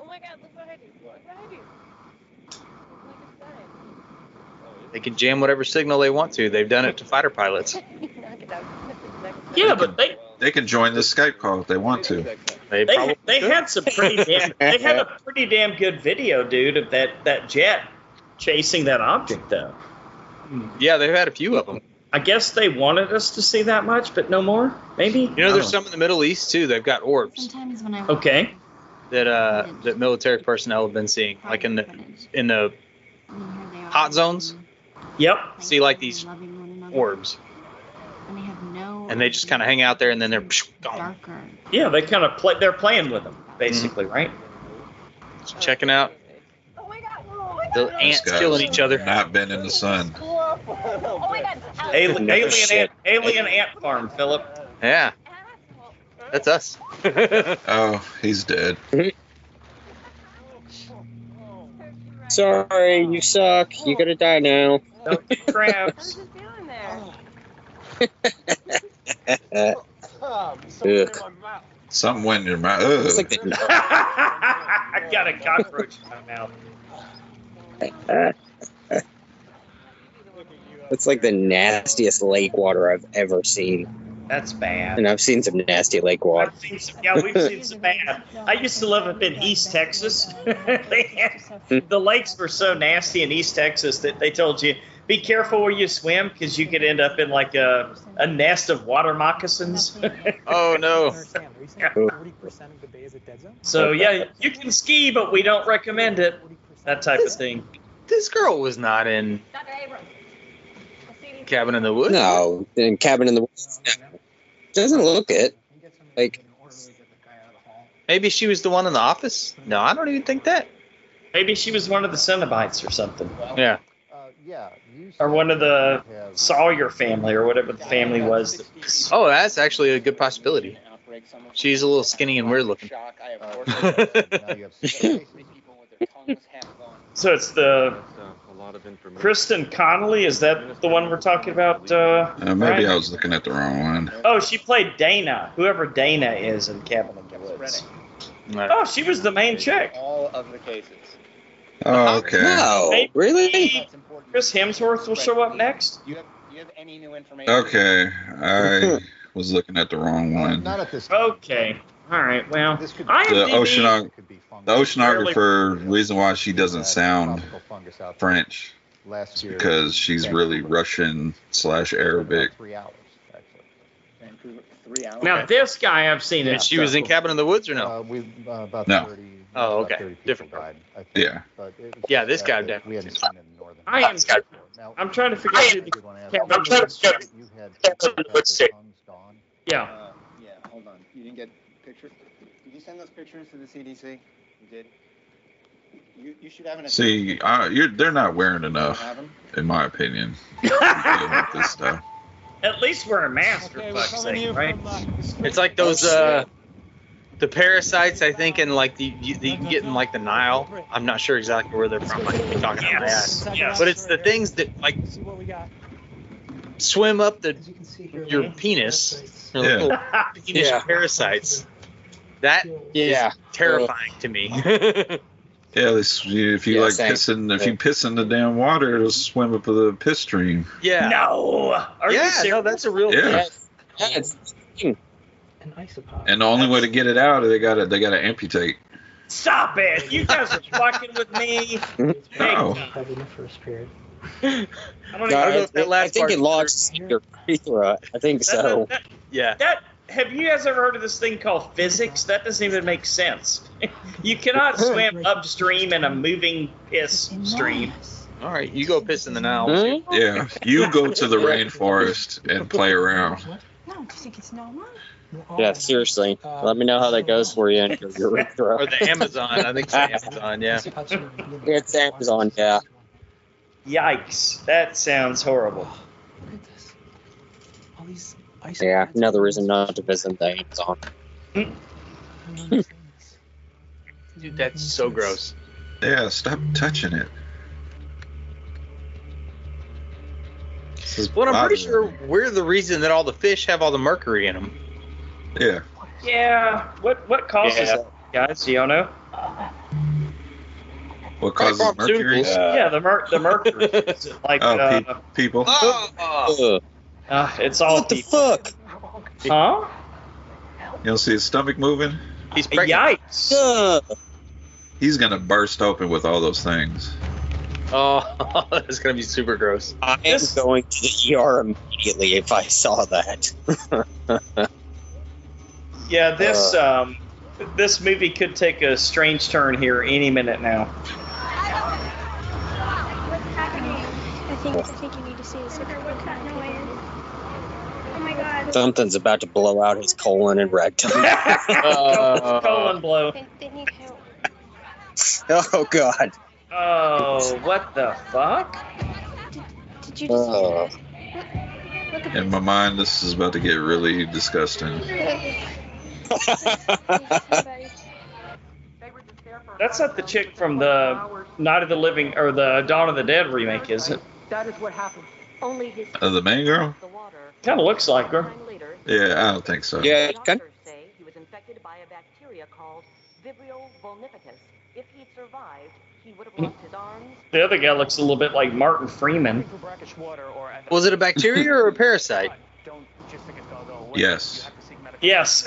They can jam whatever signal they want to. They've done it to fighter pilots.
yeah, but they
They can join this Skype call if they want to.
They
they, they had some pretty damn they had a pretty damn good video, dude, of that that jet chasing that object though.
Yeah, they've had a few of them.
I guess they wanted us to see that much, but no more. Maybe
You know, there's some in the Middle East too. They've got orbs
Sometimes when I
Okay.
that uh, that military personnel have been seeing, like in the in the hot zones.
Yep.
See like these orbs.
And they have no
and they just kind of hang out there, and then they're psh, gone.
darker.
Yeah, they kind of play. They're playing with them, basically, right?
Just checking out.
Oh
The ants
Guys,
killing each other.
Not been in the sun.
Alien,
No
alien,
shit.
ant, alien ant farm, Philip.
Yeah, that's us.
Oh, he's dead.
Sorry, you suck. You're gonna die now.
Don't get cramps. uh,
Ugh. Something went in your mouth. Ugh.
I got a cockroach in my mouth.
It's like the nastiest lake water I've ever seen,
That's bad.
and I've seen some nasty lake water.
I've seen some, yeah, we've seen some bad. I used to live up in East Texas. They
Hmm.
had- the lakes were so nasty in East Texas that they told you be careful where you swim because you could end up in like a, a nest of water moccasins.
Oh no.
percent of the bay is a dead zone.
so yeah, you can ski, but we don't recommend it. That type of thing.
This girl was not in Cabin in the Woods.
No, in cabin in the woods. No. Doesn't look it. Like
Maybe she was the one in the office. No, I don't even think that.
Maybe she was one of the Cenobites or something,
Yeah.
or one of the Sawyer family or whatever the family was. that was-
Oh, that's actually a good possibility. She's a little skinny and weird looking.
So it's the Kristen Connolly. Is that the one we're talking about? Uh,
Uh, maybe
Brian?
I was looking at the wrong one.
Uh-huh.
Oh, she played Dana. Whoever Dana is in Cabin in the Woods. Oh, she was the main chick.
All of the cases.
Oh, okay.
no,
Maybe
really?
Chris Hemsworth will show up next.
Okay, I was looking at the wrong one.
Not at this.
Okay. All right. Well,
The
IMDb.
oceanog- the oceanographer reason why she doesn't sound French
Last year.
because she's really Russian slash Arabic.
Three hours, actually. Vancouver, three hours.
Now this guy I've seen.
And
it.
she was in Cabin in the Woods or no?
Uh, we, uh, about
No.
30. about
Oh, okay.
30 people
Different.
died, I think.
Yeah.
But it was
Yeah,
just
this
that-
guy
that
definitely.
We hadn't seen it in northern.
I am.
Now,
I'm trying to figure out who the
I did wanna ask you
Cabin in the Woods
about
chick-
You had
Cabin in the Woods chick.
tongues gone.
Yeah.
Uh, yeah, hold on. You didn't get pictures? Did you send those pictures to the CDC? You did? You, you should have an.
See, uh, you're, they're not wearing enough,
Have 'em?
in my opinion. This stuff.
At least wear a mask for fuck's sake, right?
uh, It's like those uh, the parasites. I think in like the you, that you can get in like the Nile. I'm not sure exactly where they're from. I could be talking out of my ass.
Yes. Yes.
But it's the things that like
See what we got.
swim up the
As you can see here,
your
like,
penis, your
Yeah.
little penis
Yeah.
parasites. That
Yeah.
terrifying to me.
Yeah, this, if you
Yeah,
like
same.
pissing, if
Yeah.
you piss in the damn water, it'll swim up the piss stream.
yeah.
No. Are
yeah.
you serious?
No, that's a real
Yeah.
thing.
Yes. Yeah, it's-
An isopod.
And the only way to get it out, they got to they got to amputate.
Stop it! You guys are fucking with me.
No.
Probably in the first period.
I don't
No, I
even
don't know if that
I
last
think
part
it
is
launched your urethra. I think
That-
so.
that-
Yeah.
that- have you guys ever heard of this thing called physics? That doesn't even make sense. you cannot swim upstream in a moving piss stream.
All right, you go piss in the Nile.
Hmm?
Yeah, you go to the rainforest and play around.
No, do you think it's normal?
Yeah, seriously. Let me know how that goes for you and your
Or
urethra.
the Amazon. I think it's the Amazon. Yeah.
It's Amazon, yeah.
Yikes! That sounds horrible.
Look at this. All these isopods.
Yeah, another reason not to visit the Amazon.
I don't understand this.
Dude, that's so gross.
Yeah, stop touching it. This is
Well, I'm pretty sure
bothering
we're the reason that all the fish have all the mercury in them.
me. Yeah,
Yeah. What what causes
Yeah.
that, guys? Do y'all know?
what causes mercury?
pharmaceuticals. Uh,
yeah, the mer- the mercury. Is it like
oh,
uh,
pe- people.
Oh.
Ugh.
uh, it's all
What the
people.
fuck?
Huh?
You don't see his stomach moving?
He's pregnant.
Yikes!
Ugh.
He's gonna burst open with all those things.
Oh, that's gonna be super gross.
I am
This-
going to the ER immediately if I saw that.
Yeah, this
Uh.
um, this movie could take a strange turn here any minute
I
now.
think I think you need to see this. Oh my god.
Something's about to blow out his colon and rectum.
Uh.
colon blow.
They, they need help.
Oh God.
Oh, what the fuck?
Did you just
Oh.
look at
In my mind, this is about to get really disgusting.
That's not the chick from the Night of the Living or the Dawn of the Dead remake, is it?
That is what happened. Only his
Uh, the main girl?
Kind of looks like her.
Yeah, I don't think so.
Yeah.
doctors say he was infected by a bacteria called Vibrio vulnificus. If he'd survived, he would have lost his arms.
The other guy looks a little bit like Martin Freeman.
Was it a bacteria or a parasite?
Yes.
Yes.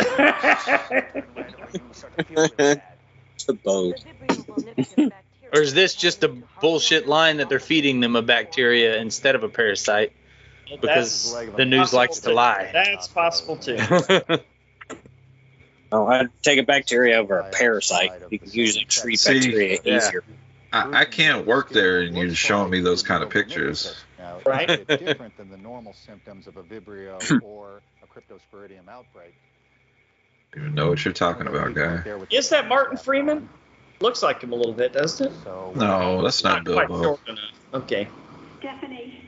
To both.
Or is this just a bullshit line that they're feeding them a bacteria instead of a parasite? Because
That's
the news
possible
likes to
too.
lie.
That's possible too.
Oh, I'd take a bacteria over a parasite. You can usually treat
See,
bacteria
yeah.
easier.
I, I can't work there and you showing me those kind of pictures.
Now, it's
Right.
a bit different than the normal symptoms of a Vibrio or a Cryptosporidium outbreak.
I don't even know what you're talking about, guy.
Is that Martin Freeman? Looks like him a little bit, doesn't it?
No, that's not
Quite
Bilbo.
short enough. Okay.
Stephanie,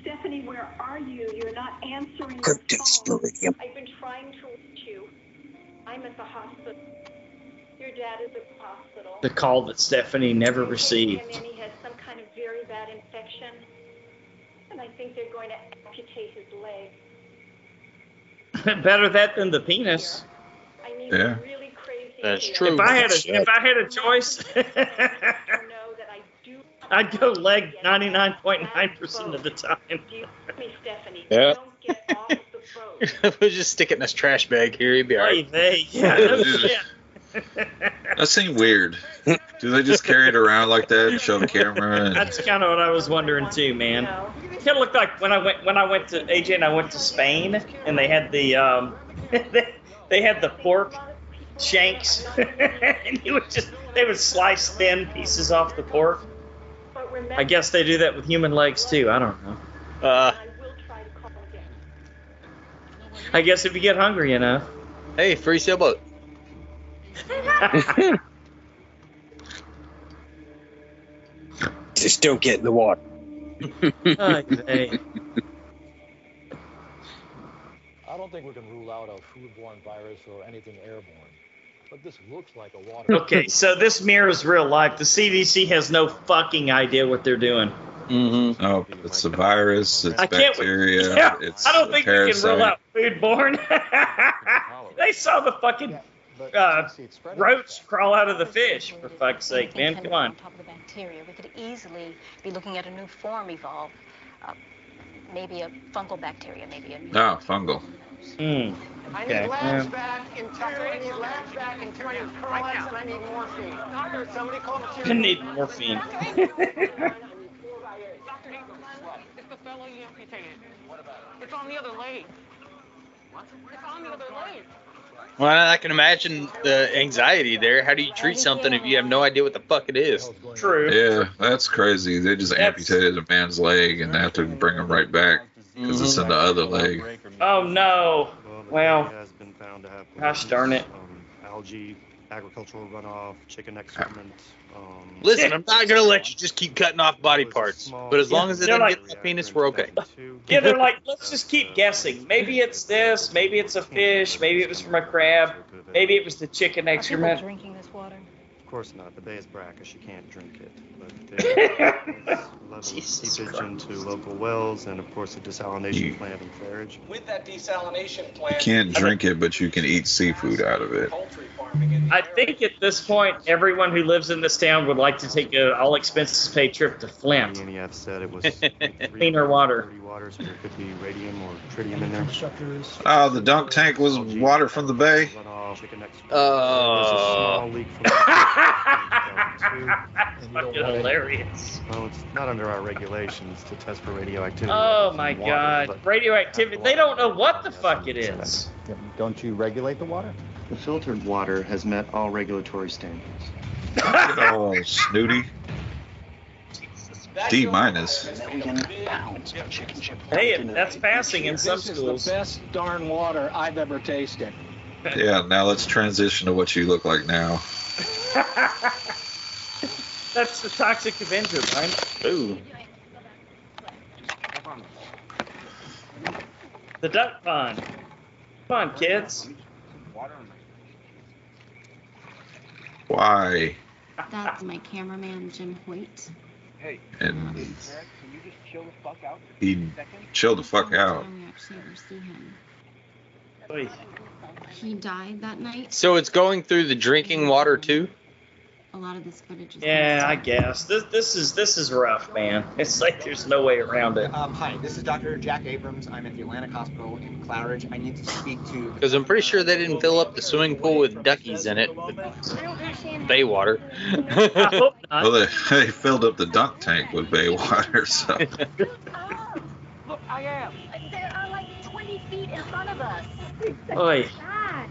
Stephanie, where are you? You're not answering.
Cryptosporidium.
I've been trying to reach you. I'm at the hospital. Your dad is at the hospital.
The call that Stephanie never received.
And he has some kind of very bad infection. And I think they're going to amputate his leg.
Better that than the penis.
I mean,
Yeah.
really crazy.
That's
here.
If I had a if I had a choice, I'd go leg 99.9% of the time.
Me, Stephanie.
Yeah.
Don't get off the boat.
we'll just stick it in this trash bag here. You'd be all right.
Hey, yeah, no shit.
That seemed weird. Do they just carry it around like that and show the camera? And,
That's kind of what I was wondering too, man. Kind of looked like when I went when I went to AJ and I went to Spain and they had the um, they had the pork shanks and you would just they would slice thin pieces off the pork. I guess they do that with human legs too. I don't know.
Uh,
I guess if you get hungry enough.
Hey, free sailboat.
Just don't get in the water.
Okay.
I don't think we can rule out a foodborne virus or anything airborne, but this looks like a water.
Okay, so this mirrors real life. The CDC has no fucking idea what they're doing.
Mm-hmm. Oh, it's a virus. It's
I can't wait-
bacteria.
Yeah,
it's
I don't think
a
we can rule
parasite.
out foodborne. they saw the fucking uh, roach crawl out of the fish, for fuck's sake, man. Come on.
top of the bacteria. We could easily be looking at a new form evolve. Uh, maybe a fungal bacteria, maybe a.
Ah, fungal.
Hmm.
I
Okay,
need labs
Um,
yeah.
back in Tucker. I need labs back in Tucker. Right now. I need morphine. Doctor, somebody call
I
material.
need morphine.
Doctor, it's the fellow you amputated. What about it? It's on the other leg. What? It's on the other leg.
Well, I can imagine the anxiety there. How do you treat something if you have no idea what the fuck it is?
True.
Yeah, that's crazy. They just amputated a man's leg and have to bring him right back because it's in the other leg.
Oh no. Well,
has been found to have um,
gosh darn it. Uh,
algae, agricultural runoff, chicken excrement. Um,
Listen, I'm not gonna let you just keep cutting off body parts, but as long as it
They're
doesn't
like-
get my penis, we're okay.
Yeah, they're like, let's just keep guessing. Maybe it's this. Maybe it's a fish. Maybe it was from a crab. Maybe it was the chicken excrement.
drinking this water?
Of course not. The bay is brackish. You can't drink it. But uh, there is level of seepage into local wells, and of course, a desalination plant and carriage.
With that desalination
You
plant,
can't drink it, but you can eat seafood out of it.
I think at this point, everyone who lives in this town would like to take an all expenses paid trip to Flint.
ENEF said it was
cleaner water.
Dirty waters where there could be radium or tritium in there.
Oh, the dunk tank was water from the bay.
Runoff, chicken
Uh,
excrement. There's a
Oh.
Uh.
small leak from the
Fucking hilarious.
Well, it's not under our regulations to test for radioactivity.
Oh
in
my
water,
god.
but
Radioactivity. They don't know what the fuck it is.
Don't you regulate the water? The filtered water has met all regulatory standards.
Oh, snooty.
Jesus
D minus.
Hey, it- that's passing in some schools.
best darn water I've ever tasted.
Yeah, now let's transition to what you look like now.
That's the Toxic Avenger, right? Ooh. The duck pond. Come on, kids.
Why?
That's my cameraman, Jim Hoyt. Hey.
And
Can you just chill the fuck out?
he chilled the fuck out.
We actually ever see him. He died that night.
So it's going through the drinking water too.
A lot of this footage is.
Yeah, I guess this this is this is rough, man. It's like there's no way around it.
Um, hi, this is Dr. Jack Abrams. I'm at the Atlantic Hospital in Claridge. I need to speak to.
Because I'm pretty sure they didn't fill up the swimming pool with duckies in it, with bay water.
Well, they, they filled up the dunk tank with bay water, so
Look, I am. There are like 20 feet in front of us.
Oi.
God.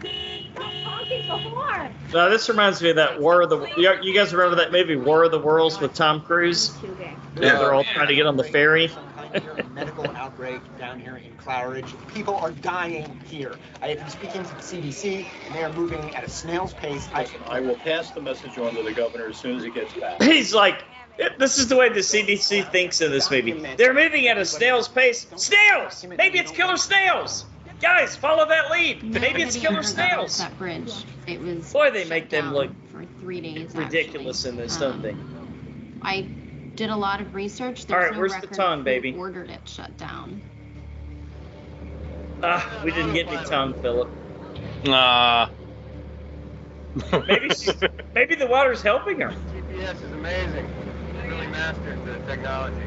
Stop honking the horn.
Now this reminds me of that War of the you you guys remember that movie War of the Worlds with Tom Cruise?
Yeah.
They're all trying to get on the ferry.
medical outbreak down here in Claridge. People are dying here. I have been speaking to the CDC, and they are moving at a snail's pace. I, I will pass the message on to the governor as soon as he gets back.
He's like, this is the way the CDC thinks in this movie. They're moving at a snail's pace. Snails! Maybe it's killer snails. Guys, follow that lead. Maybe it's killer snails.
That bridge. It was.
Boy, they make them look
for three days. Um,
ridiculous in this, don't they?
I did a lot of research. There's
All right,
no
where's the
record of
tongue,
who
baby?
Ordered it shut down.
Ah, we didn't get any Tom Phillip.
Ah.
maybe she's, maybe the water's helping her.
GPS is amazing. It really mastered the technology.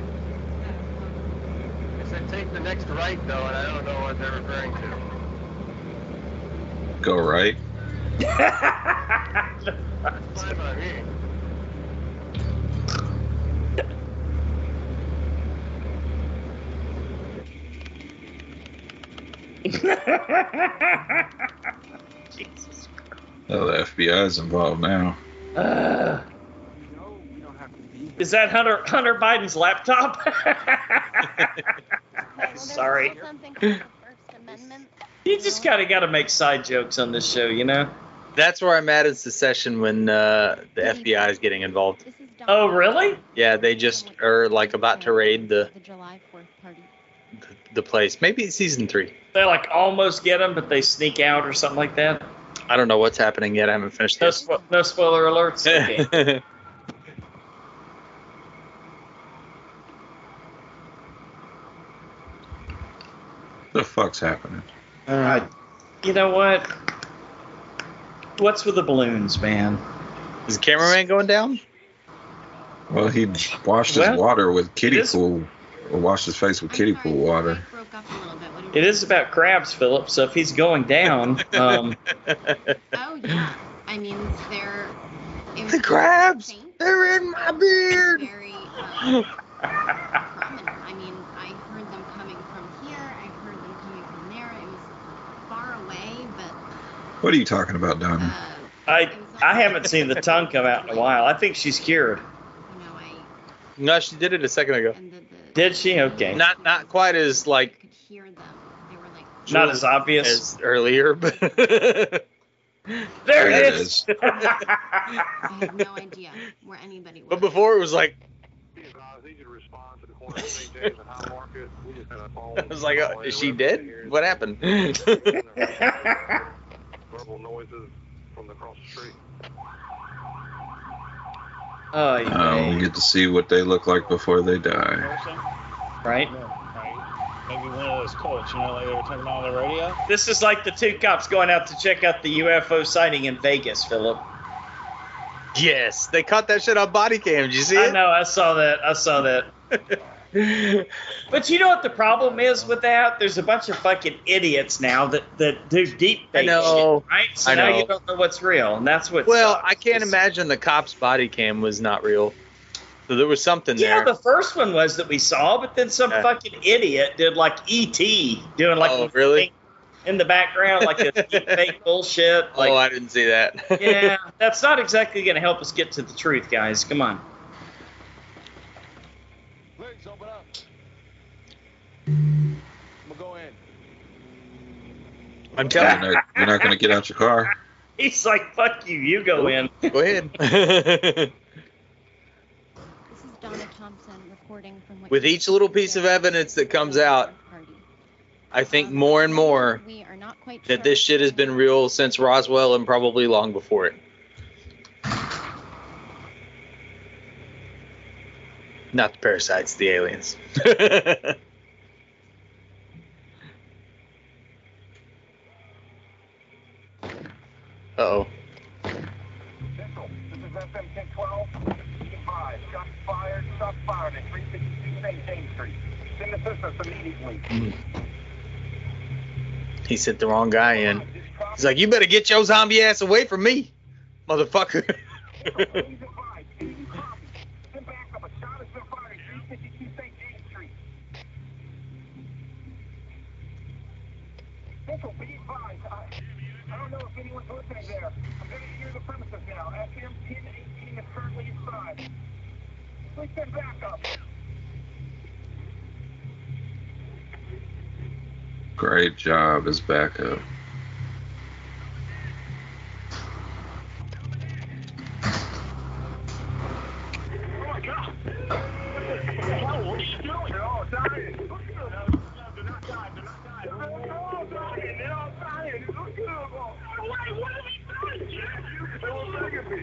It said take the next right though, and I don't know what they're referring to.
go right.
That's fine by me.
Jesus.
Oh, the FBI's involved now.
Uh, is that Hunter Hunter Biden's laptop? Sorry. You just kind of got to make side jokes on this show, you know?
That's where I'm at in secession when uh, the FBI is getting involved.
Oh, really?
Yeah, they just are like about to raid the the place. Maybe it's season three.
They like almost get him, but they sneak out or something like that.
I don't know what's happening yet. I haven't finished this.
Well, no spoiler alerts. Okay.
The fuck's happening?
you know what? What's with the balloons, man?
Is the cameraman going down?
Well, he washed his
Well,
water with
it
kiddie
is-
pool, or washed his face with kiddie pool water.
It is about crabs, Philip. So if he's going down, um,
Oh yeah. I mean, they're. It was
The crabs! They're in my beard!
Very um, prominent. I mean, I heard them coming from here. I heard them coming from there. It was far away, but uh,
What are you talking about, Donna?
Um.
I I haven't seen the tongue come out in a while. I think she's cured.
No, she did it a second ago.
Did she? Okay.
Not not quite as like
Not as obvious
as earlier, but there
There
it
it
is.
I have no idea where anybody was.
But before it was like I was like, oh, is she dead? What happened?
Verbal noises from across the street.
Oh,
Uh, we get to see what they look like before they die.
Right?
Maybe one of those cults, you know, like they were talking about on the radio.
This is like the two cops going out to check out the UFO sighting in Vegas, Philip.
Yes, they caught that shit on body cam. Did you see
I know. I saw that. I saw that.
it?
But you know what the problem is with that? There's a bunch of fucking idiots now that, that do deep
I
fake
know.
shit, right? So
I
now
know.
you don't know what's real, and that's what.
Well,
sucks.
I can't imagine the cop's body cam was not real. So there was something
Yeah,
there.
the first one was that we saw, but then some
Yeah.
fucking idiot did like E.T. doing like
Oh, really?
in the background, like a deep fake bullshit. Like,
oh, I didn't see that.
yeah, that's not exactly going to help us get to the truth, guys. Come on.
I'm telling
You're not, you're not going to get out your car.
He's like, fuck you, you go in.
Go ahead.
This is Donna Thompson reporting from what
With each little piece of evidence that comes out, I think more and more
we are not quite sure.
that this shit has been real since Roswell and probably long before it. Not the parasites, the aliens. Uh oh. He sent the wrong guy in. He's like, you better get your zombie ass away from me, motherfucker.
Mitchell, be advised. I, I don't know if anyone's listening there. I'm going to hear the premises now. FM 1018 is currently inside. Please send backup.
Great job as backup.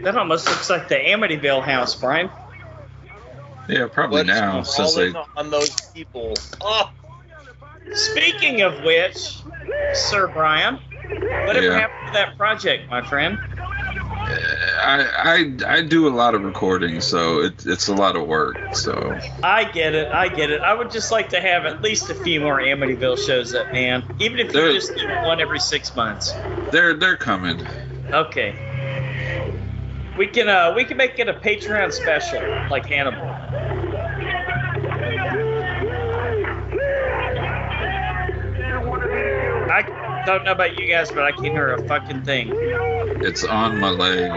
That almost looks like the Amityville house, Brian.
Yeah, probably
Let's
now
all
since
in
they
on those people. Oh.
Speaking of which, Sir Brian, whatever
Yeah.
happened to that project, my friend?
I, I I do a lot of recording, so it, it's a lot of work. So
I get it. I get it. I would just like to have at least a few more Amityville shows up, man. Even if you
There-
just do one every six months.
they're they're coming.
Okay. We can uh we can make it a Patreon special like Hannibal. I don't know about you guys, but I can't hear a fucking thing.
It's on my leg.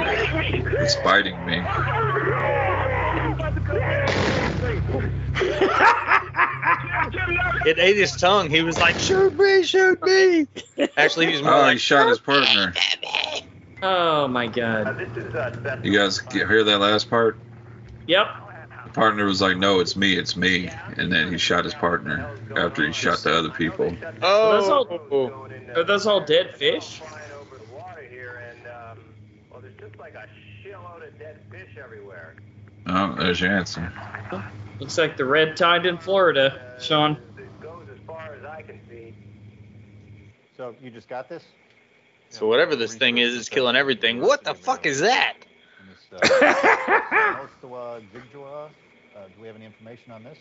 It's biting me.
It ate his tongue. He was like, shoot me, shoot me. Actually, he was more
Oh, he
like,
shot his partner.
Oh my god.
You guys get- hear that last part?
Yep.
The partner was like, "No, it's me, it's me," and then he shot his partner after he shot the other people.
Are those
oh.
all, are those all dead fish?
Oh, there's your answer.
Looks like the red tide in Florida, Sean.
So you just got this?
So whatever this thing is, it's killing everything. What the fuck is that?
Nostua Zigzua. Uh, do we have any information on this?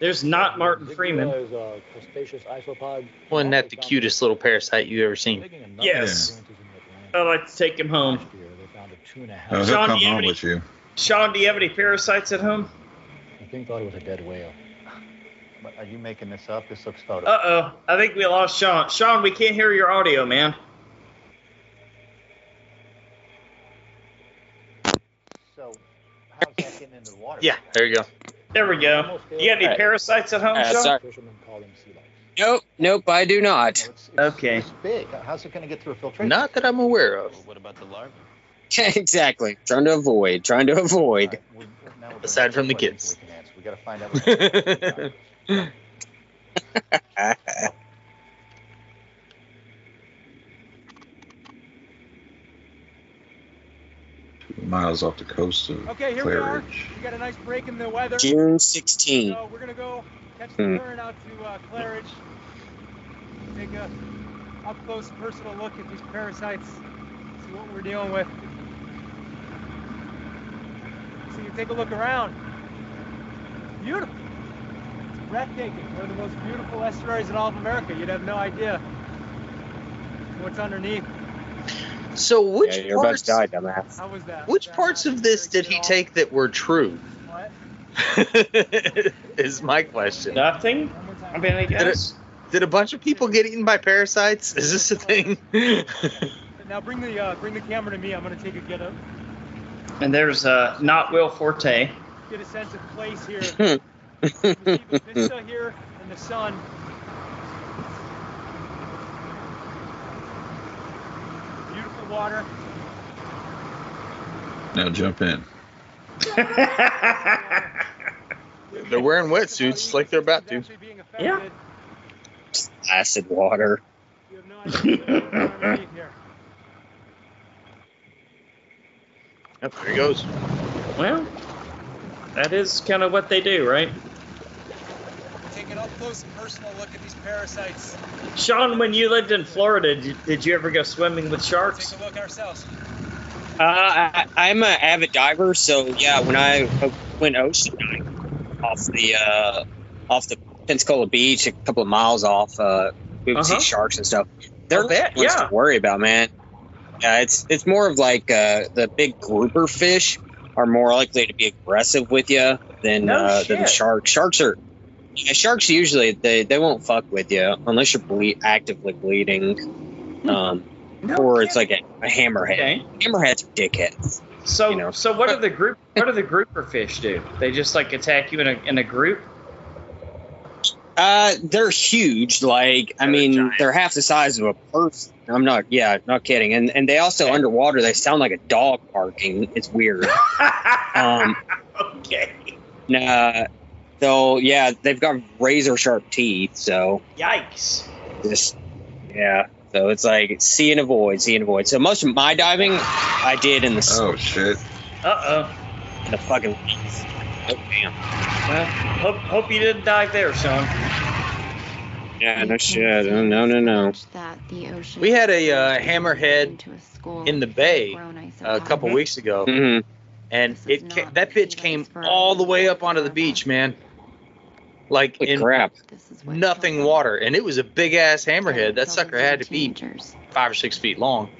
There's not Martin Freeman.
Is a crustaceous isopod.
Wasn't that the cutest little parasite you ever seen?
Digging enough
Yes. I'd like to take him home.
here, they found a two and a half.
Oh, he'll
Sean,
come
do you have
home
any-
with you.
Sean, do you have any parasites at home?
I think thought it was a dead whale.
But are you making this up? This looks photo.
Uh oh. I think we lost Sean. Sean, we can't hear your audio, man.
so how's that getting into the water?
Yeah, there you go.
There we go. You got any
Alright.
parasites at home,
Uh,
Sean?
sorry.
Fishermen call them sea lions.
Nope, nope, I do not.
Okay.
Big. How's it going to get through a filtration?
Not that I'm aware of.
What about the larvae?
exactly. Trying to avoid. Trying to
All
avoid.
right, we're- we're- now we're
Aside
bringing
from the
questions
kids.
We, can answer. we got to find out. What
Miles off the coast of
Okay, here we are.
Claridge.
We got a nice break in the weather.
June 16.
So we're gonna go catch
Hmm.
the current out to uh, Claridge. Take a up close personal look at these parasites. See what we're dealing with. So you take a look around. Beautiful. It's breathtaking. One of the most beautiful estuaries in all of America. You'd have no idea what's underneath.
So which
yeah, you're about to
parts,
die, dumbass.
How was that? Was
which
that
parts
not
of this
very
did
good at
he
all?
take that were true?
What?
is my question.
Nothing?
One more time.
I mean, I guess.
Did a bunch of people get eaten by parasites? Is this a thing?
Now bring the uh, bring the camera to me. I'm gonna take a get a
And there's uh, not Will Forte.
get a sense of place here.
Hmm.
It's still here in the sun.
water.
Now jump in.
They're wearing wetsuits like they're about to.
Yeah.
Just acid water.
yep,
there he goes.
Well, that is kind of what they do, right?
Take an up close and personal look at these parasites.
Sean, when you lived in Florida, did, did you ever go swimming with sharks?
Take a look ourselves.
Uh, I, I'm an avid diver, so yeah, when I went ocean diving off the uh, off the Pensacola beach, a couple of miles off, uh, we would
Uh-huh.
see sharks and stuff. They're
I'll bet,
not ones
yeah.
to worry about, man. Yeah, it's it's more of like uh, the big grouper fish are more likely to be aggressive with you than
No
uh, than
shit.
sharks. Sharks are yeah, sharks usually they, they won't fuck with you unless you're ble- actively bleeding,
Hmm.
um, or it's like a, a hammerhead.
Okay.
Hammerheads are dickheads.
So, so what do the group? What do the grouper fish do? They just like attack you in a in a group?
Uh, they're huge. Like, I mean, they're half the size of a person. I'm not, yeah, not kidding. And and they also underwater, they sound like a dog barking. It's weird. um,
okay.
nah, so yeah, they've got razor sharp teeth. So
Yikes.
just yeah. So it's like see and avoid, see and avoid. So most of my diving, I did in the
oh shit,
Uh
in the fucking. Oh damn.
oh. Well, hope hope you didn't dive there, Sean.
Yeah, no shit. No, no, no, no.
That the ocean.
We had a uh, hammerhead
school
in the bay
grown ice
a couple weeks ago,
Mhm.
and it ca- that bitch came all the way up onto the beach, man. Like in
crap,
nothing water, and it was a big ass hammerhead. That sucker had to be five or six feet long.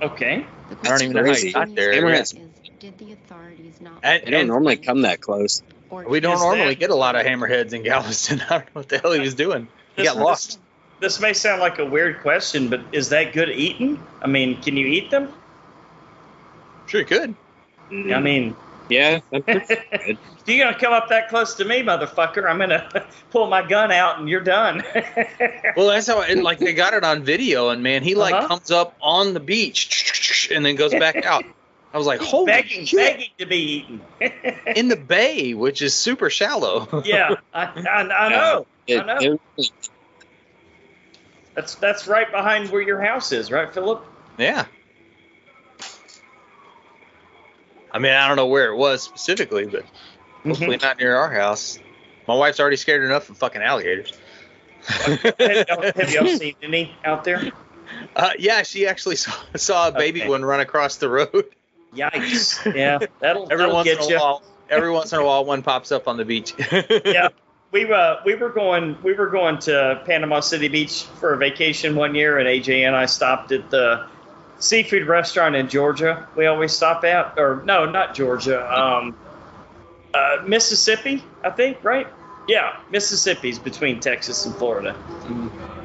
Okay.
I don't even know how he
Crazy.
got there.
Hammerheads,
Did the authorities not?
And-
they don't
and-
normally come that close.
We don't
Is
normally
that-
get a lot of hammerheads in Galveston. I don't know what the hell he was doing. He got lost.
This may sound like a weird question, but is that good eating? I mean, can you eat them?
Sure, you could.
I mean,
yeah.
you're gonna come up that close to me, motherfucker. I'm gonna pull my gun out and you're done.
Well, that's how it, like they got it on video, and man, he like
Uh-huh.
comes up on the beach and then goes back out. I was like, holy
begging,
shit.
begging to be eaten.
in the bay, which is super shallow.
yeah, I, I, I know. I know. That's that's right behind where your house is, right, Philip?
Yeah. I mean, I don't know where it was specifically, but hopefully not near our house. My wife's already scared enough of fucking alligators.
have, y'all, have y'all seen any out there?
Uh, yeah, she actually saw, saw a baby
Okay.
one run across the road.
Yikes! Yeah, that'll,
Every
that'll
once
get
in a
you.
while, every once in a while, one pops up on the beach.
yeah, we uh, we were going we were going to Panama City Beach for a vacation one year, and AJ and I stopped at the seafood restaurant in Georgia. We always stop at, or no, not Georgia, um, uh, Mississippi, I think, right? Yeah, Mississippi's between Texas and Florida,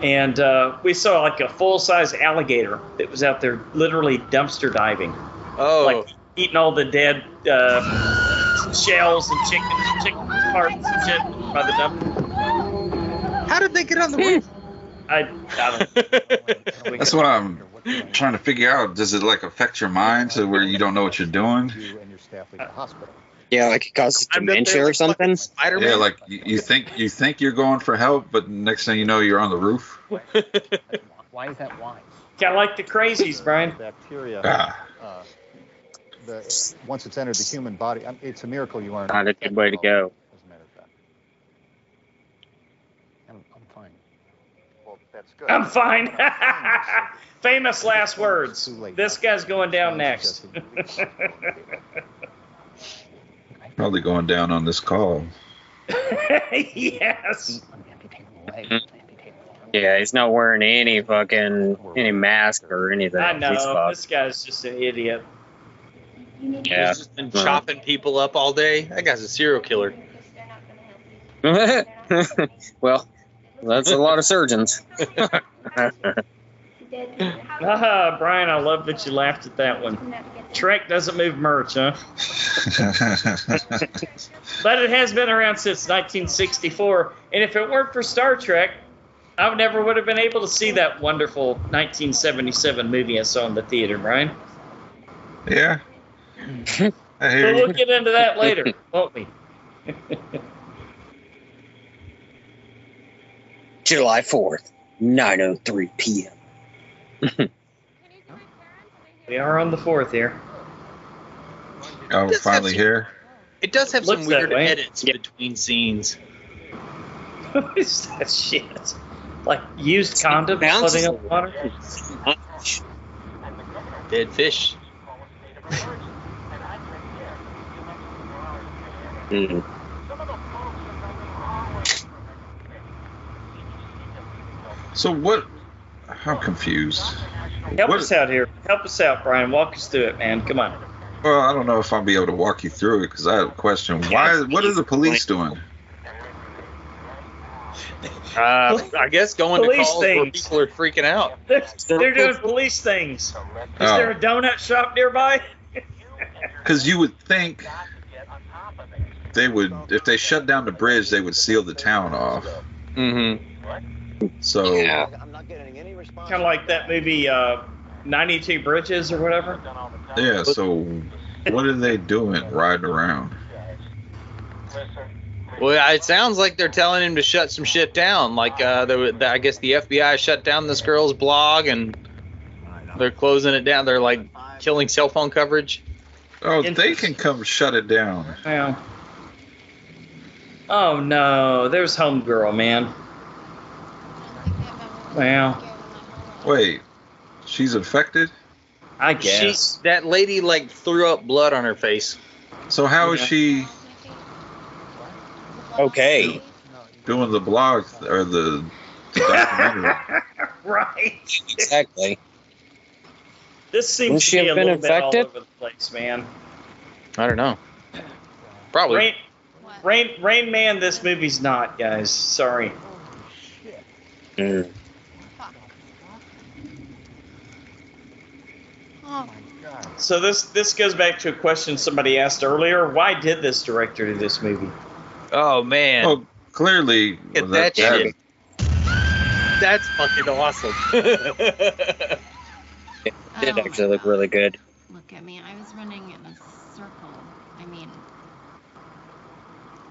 and uh, we saw like a full size alligator that was out there literally dumpster diving
Oh,
like eating all the dead uh, shells and chicken, chicken parts and shit by the dump.
how did they get on the roof?
I, I don't.
that's what I'm trying to figure out. Does it like affect your mind to where you don't know what you're doing?
You and your staff leave the hospital.
Yeah, like it causes
I bet they
dementia
look
or something.
Spider-Man.
Yeah, like you, you think you think you're going for help, but next thing you know, you're on the roof.
Why is that wise?
kind of like the crazies, Brian.
Bacteria.
Ah.
Uh, the, once it's entered the human body, I mean, it's a miracle you aren't.
Not a good way to go.
As a matter of fact. I'm, I'm fine. Well, that's good.
I'm fine. Famous last words. This guy's going down next.
Probably going down on this call.
yes.
Mm-hmm.
Yeah, he's not wearing any fucking any mask or anything.
I
He's
know.
fucked.
This guy's just an idiot.
Yeah.
He's just been chopping people up all day. That guy's a serial killer.
well, that's a lot of surgeons.
Haha, Ah, Brian, I love that you laughed at that one. Trek doesn't move merch, huh? But it has been around since 1964, and if it weren't for Star Trek, I never would have been able to see that wonderful 1977 movie I saw in the theater, Brian.
Yeah. I
But
hear
we'll
you.
get into that later, won't we?
July oh 4th, 9.03 p.m.
We are on the fourth here.
Oh,
This
finally
has-
here.
It does have
Looks
some
that
weird
way.
edits between scenes.
What is that shit? Like used condom floating on water?
Dead fish.
Mm-hmm.
So what? I'm confused.
Help
What-
us out here. Help us out, Brian. Walk us through it, man. Come on.
Well, I don't know if I'll be able to walk you through it because I have a question. Why? What are the police doing?
Uh, I guess going to
Police
calls where
things.
people are freaking out.
They're, they're doing police things. Is
Oh.
there a donut shop nearby?
Because you would think they would, if they shut down the bridge, they would seal the town off.
Mm-hmm.
So
Kind of like that movie, uh, 92 Bridges or whatever.
yeah, so what are they doing riding around?
Well, it sounds like they're telling him to shut some shit down. Like, uh, the, the, I guess the FBI shut down this girl's blog and they're closing it down. They're like killing cell phone coverage.
Oh, they can come shut it down.
Yeah. Oh no, there's Homegirl, man. Wow.
Wait, she's infected?
I
She,
guess.
that lady like threw up blood on her face.
So how is she
Okay.
doing the blog or the, the documentary?
right.
Exactly.
This
Wouldn't
seems
she
to be a
have been
little bit
infected?
all over the place, man.
I don't know. Probably.
Rain, Rain, Rain Man, this movie's not, guys. Sorry.
Mm,
Oh,
So this this goes back to a question somebody asked earlier. Why did this director do this movie?
Oh man,
Well, clearly
Get that
that, that,
shit. that's fucking awesome.
It did actually look really good.
Oh look at me. I was running in a circle. I mean,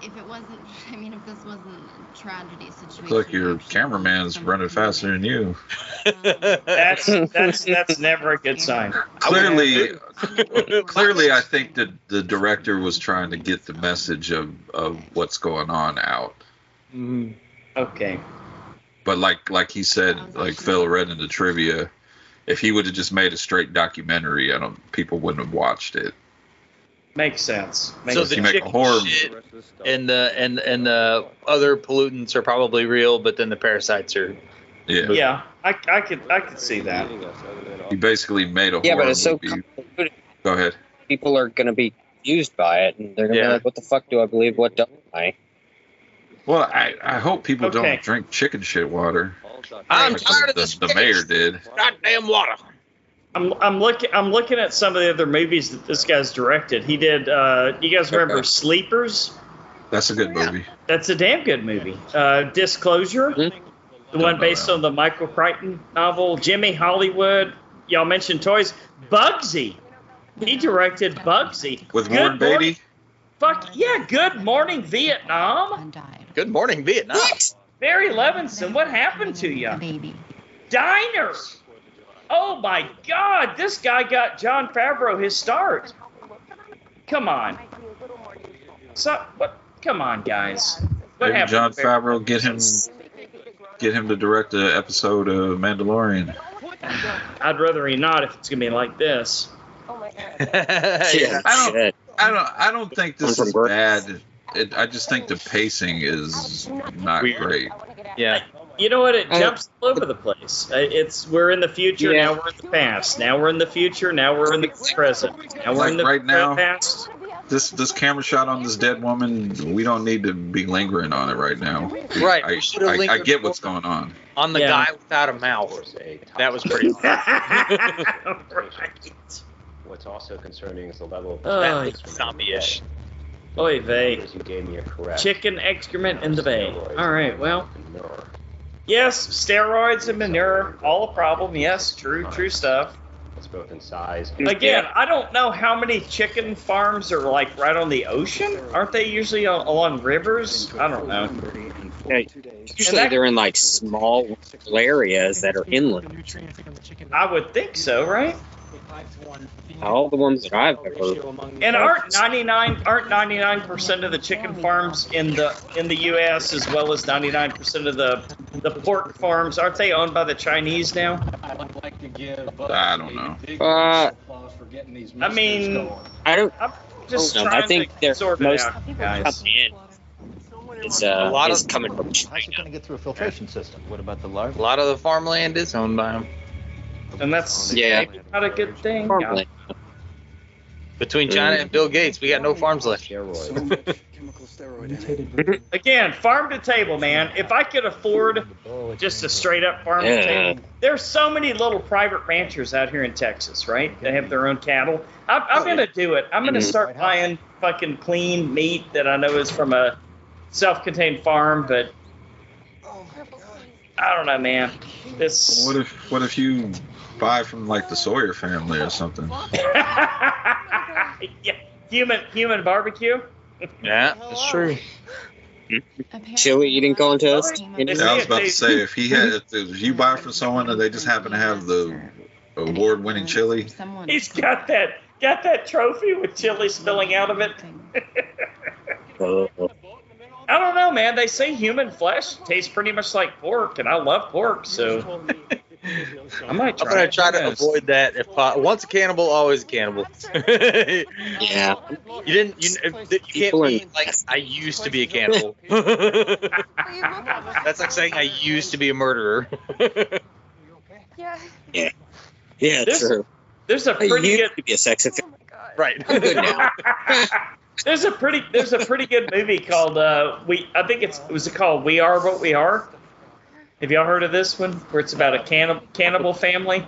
if it wasn't, I mean, if this wasn't a tragedy situation.
It's like your cameraman's running faster than you.
Um,
That's that's that's never a good sign.
Oh,
Clearly, clearly, I think the the director was trying to get the message of of what's going on out.
Mm-hmm. Okay.
But like like he said, like Phil read in the trivia, if he would have just made a straight documentary, I don't people wouldn't have watched it.
Makes sense. Makes
so
sense.
the
You make a
chicken
horror-
shit and the and and the other pollutants are probably real, but then the parasites are.
Yeah,
Yeah, I, I could I could see that.
he basically made a
Yeah,
horror
but it's so
movie.
convoluted.
Go ahead.
People are going to be used by it, and they're going to
Yeah.
be like, what the fuck do I believe? What don't I?
Well, I, I hope people
Okay.
don't drink chicken shit water.
I'm
Like
tired of
the,
this
the, the mayor did.
goddamn water.
I'm I'm looking I'm looking at some of the other movies that this guy's directed. He did. Uh, you guys remember Sleepers?
That's a good movie.
That's a damn good movie. Uh, Disclosure,
Mm-hmm.
the one based on the Michael Crichton novel. Jimmy Hollywood. Y'all mentioned toys. Bugsy. He directed Bugsy
With
Good
Warren
Morning-
Beatty?
Fuck yeah! Good morning Vietnam.
Good morning, Vietnam.
Barry Levinson, what happened to you?
Baby.
Diner. Oh my God! This guy got John Favreau his start. Come on. So, what? Come on, guys. What
Didn't
happened?
John
to Barry?
Favreau get him get him to direct an episode of Mandalorian?
I'd rather he not if it's gonna be like this.
Yeah, I don't, I don't, I don't think this is bad. It, I just think the pacing is not great.
Yeah.
You know what? It
I-
jumps all over the place. Uh, It's we're in the future.
Yeah.
Now we're in the past. Now we're in the future. Now we're in the present. Now we're in
Like
the
right now,
past.
this this camera shot on this dead woman, we don't need to be lingering on it right now. We-
Right, we should've
I, I, I
lingered
get what's going on.
On the
Yeah.
guy without a mouth. That was pretty.
What's also concerning is the level of
Oh,
zombie-ish.
Oy vey.
You gave me a correct.
Chicken excrement in the bay. All right. Well, Yes, steroids and manure, all a problem. Yes, true, true stuff.
It's both in size. and-
Again, I don't know how many chicken farms are like right on the ocean. Aren't they usually on, along rivers? I don't know.
Yeah, usually they're in like small areas that are inland.
I would think so, right?
All the ones that I've ever
And aren't 99 aren't 99% of the chicken farms in the in the US as well as 99% of the the pork farms aren't they owned by the Chinese now?
I would like to give.
I don't know.
Uh,
I mean,
I don't.
I'm just
I don't know.
trying
I think
to
they're
sort it
most
out, guys.
coming in is, uh,
A lot
is
of-
coming from China.
How's it going to get through a filtration system? What about the larvae?
A lot of the farmland is owned by them.
And that's
Yeah.
maybe not a good thing.
Farmland. Between China and Bill Gates, we got no farms left.
Again, farm to table, man. If I could afford just a straight up farm
Yeah.
to table, there's so many little private ranchers out here in Texas, right? They have their own cattle. I'm, I'm gonna do it. I'm gonna
Mhm.
start buying fucking clean meat that I know is from a self-contained farm, but I don't know, man. This
What if what if you buy from like the Sawyer family or something?
yeah, human human barbecue.
Yeah, that's true.
Chili eating contest.
Yeah, I was about to say if he had if it was you buy from someone and they just happen to have the award winning chili.
He's got that got that trophy with chili spilling out of it. I don't know, man. They say human flesh tastes pretty much like pork, and I love pork, so I might
I'm gonna
try.
try to avoid that if po- once a cannibal, always a cannibal.
yeah.
You didn't. You, uh, you can't be like I used to be a cannibal. That's like saying I used to be a murderer.
Yeah.
Yeah,
This-
true.
There's a
I
pretty good
used to be a sex offender.
Right.
I'm good now.
there's a pretty there's a pretty good movie called uh, we I think it's was it called We Are What We Are. Have y'all heard of this one? Where it's about a cannibal cannibal family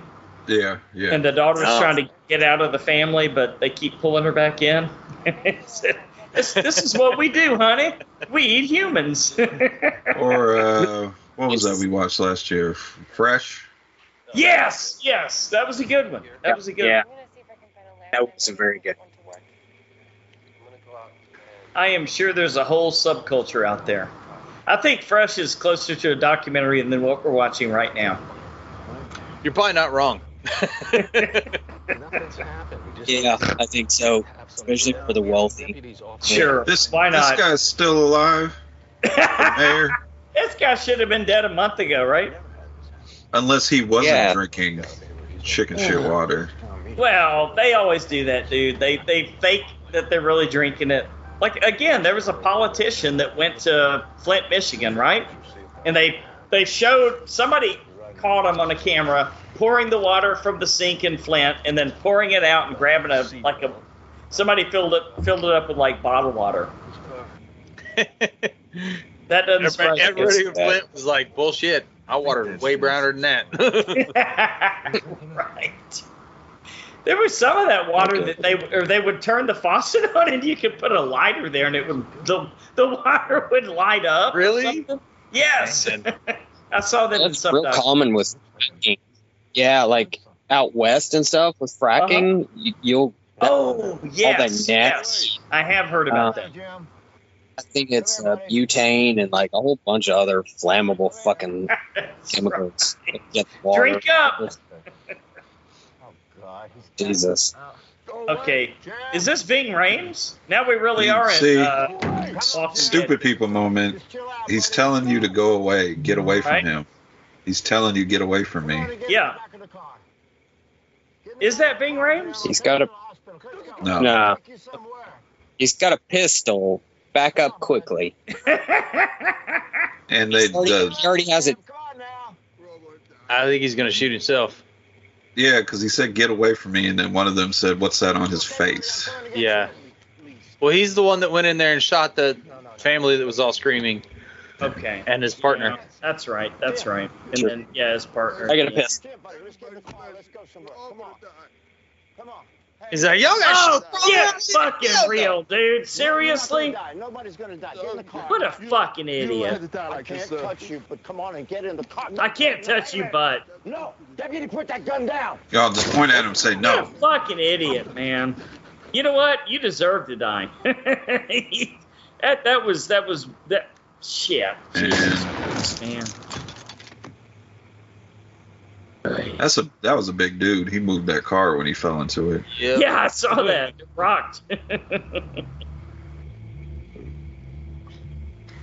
Yeah, yeah.
and the daughter's
Oh.
trying to get out of the family, but they keep pulling her back in. this, this is what we do, honey. We eat humans.
or uh, what was that we watched last year? F- Fresh.
yes, yes, that was a good one. That was a good
Yeah.
one.
That wasn't very good.
I am sure there's a whole subculture out there. I think Fresh is closer to a documentary than what we're watching right now.
You're probably not wrong.
Yeah, I think so. Especially for the wealthy.
Sure.
This
Why not?
This guy's still alive. the mayor,
This guy should have been dead a month ago, right?
unless he wasn't
Yeah.
drinking chicken shit water.
Well, they always do that, dude. They they fake that they're really drinking it. Like again, there was a politician that went to Flint, Michigan, right? And they they showed somebody caught him on a camera pouring the water from the sink in Flint and then pouring it out and grabbing a like a somebody filled it filled it up with like bottled water. that doesn't surprise
Everybody,
me.
everybody who went was like, bullshit. My water's way browner than that.
right. There was some of that water that they or they would turn the faucet on and you could put a lighter there and it would the the water would light up. or
Really?
something. Yes. I saw that in
That's
some
real
doc-
common with fracking. Yeah, like out west and stuff with
Uh-huh.
fracking, you, you'll.
Oh yes,
that nasty. Uh,
yes. I have heard about that.
I think it's uh, butane and like a whole bunch of other flammable fucking chemicals. that Get the water.
Drink up.
Jesus.
Okay. Is this Ving Rames? Now we really
You
are in
see,
uh, Walking
Stupid people moment. He's telling you to go away, get away from
Right.
him. He's telling you get away from me.
Dead. Yeah. Is that Ving Rames?
He's got a
No.
Nah. He's got a pistol. Back up quickly.
uh,
And they
He already,
the
he already has it.
I think he's gonna shoot himself.
yeah, because he said get away from me, and then one of them said, "What's that on his face?"
Yeah. Well, he's the one that went in there and shot the family that was all screaming
Okay.
and his partner.
Yeah, that's right. That's right. And
Sure.
then yeah, his partner.
I got a piss.
Come on.
He's like, yo,
Oh,
guys,
get fucking real, dude. Seriously?
Nobody's gonna die. Get in the car.
What a fucking idiot.
I can't touch you, but come on and get in the car.
I can't touch you, but.
No, deputy, put that gun down.
Y'all just point at him and say
What a
no.
fucking idiot, man. You know what? You deserve to die. that that was that was that shit. Man.
That's a that was a big dude. He moved that car when he fell into it.
Yeah, I saw that. It rocked.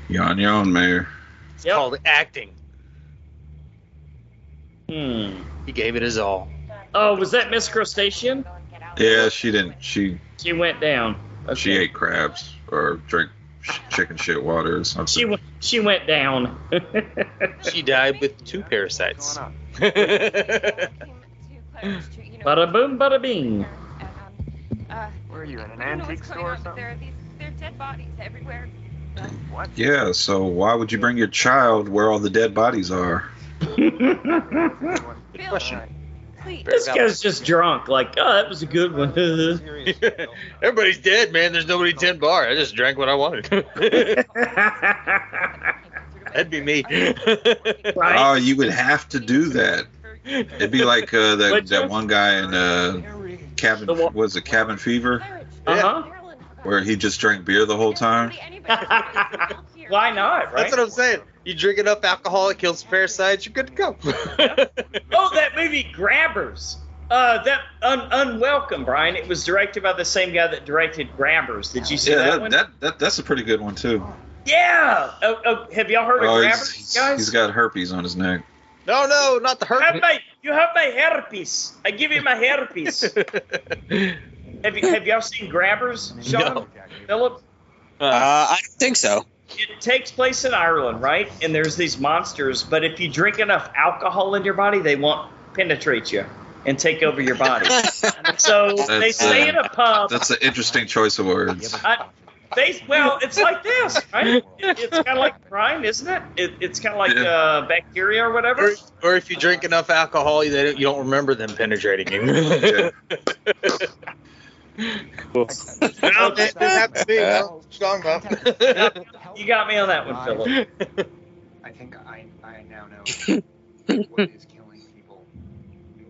You on your own, Mayor.
It's called acting.
Hmm.
He gave it his all.
oh, was that Miss Crustacean?
Yeah, she didn't. She
She went down.
she ate crabs or drank sh- chicken shit water or something.
She went she went down.
She died with two parasites.
bada boom, bada bing.
Uh,
Where are you, at an
I don't know
antique
what's going
store or
on, but
something?
there are these, there are dead bodies everywhere. What?
Yeah, so why would you bring your child where all the dead bodies are?
Bill, Please.
This guy's just drunk. Like, oh, that was a good one.
Everybody's dead, man. There's nobody ten bar. I just drank what I wanted. That'd be me.
Oh, you would have to do that. It'd be like uh, that that one guy in uh, cabin was it cabin fever
Uh
where he just drank beer the whole time.
huh. Why not? Right?
That's what I'm saying. You drink enough alcohol, it kills parasites. You're good to go.
oh, that movie Grabbers. Uh, that un- unwelcome, Brian. It was directed by the same guy that directed Grabbers. Did you see
Yeah,
that,
that,
one?
that, that that's a pretty good one too.
Yeah. Oh, oh, have y'all heard
Oh,
of
he's,
Grabbers,
he's,
guys?
he's got herpes on his neck.
No, no, not the herpes.
Have my, you have my herpes. I give you my herpes. have, you, have y'all seen Grabbers, Sean?
No.
Philip?
Uh, I don't think so.
it takes place in Ireland, right? And there's these monsters, but if you drink enough alcohol in your body, they won't penetrate you and take over your body. so they
That's,
stay
uh,
in a pub.
That's an interesting choice of words.
I, they well, it's like this, right? It- it's kind of like brine, isn't it? it it's kind of like
Yeah.
uh, bacteria or whatever.
Or, or if you drink enough alcohol, you, they don't, you don't remember them penetrating you.
Well,
that- that happened to me. That was strong enough.
you got me on that one, Philip.
I think I, I now know what is killing people.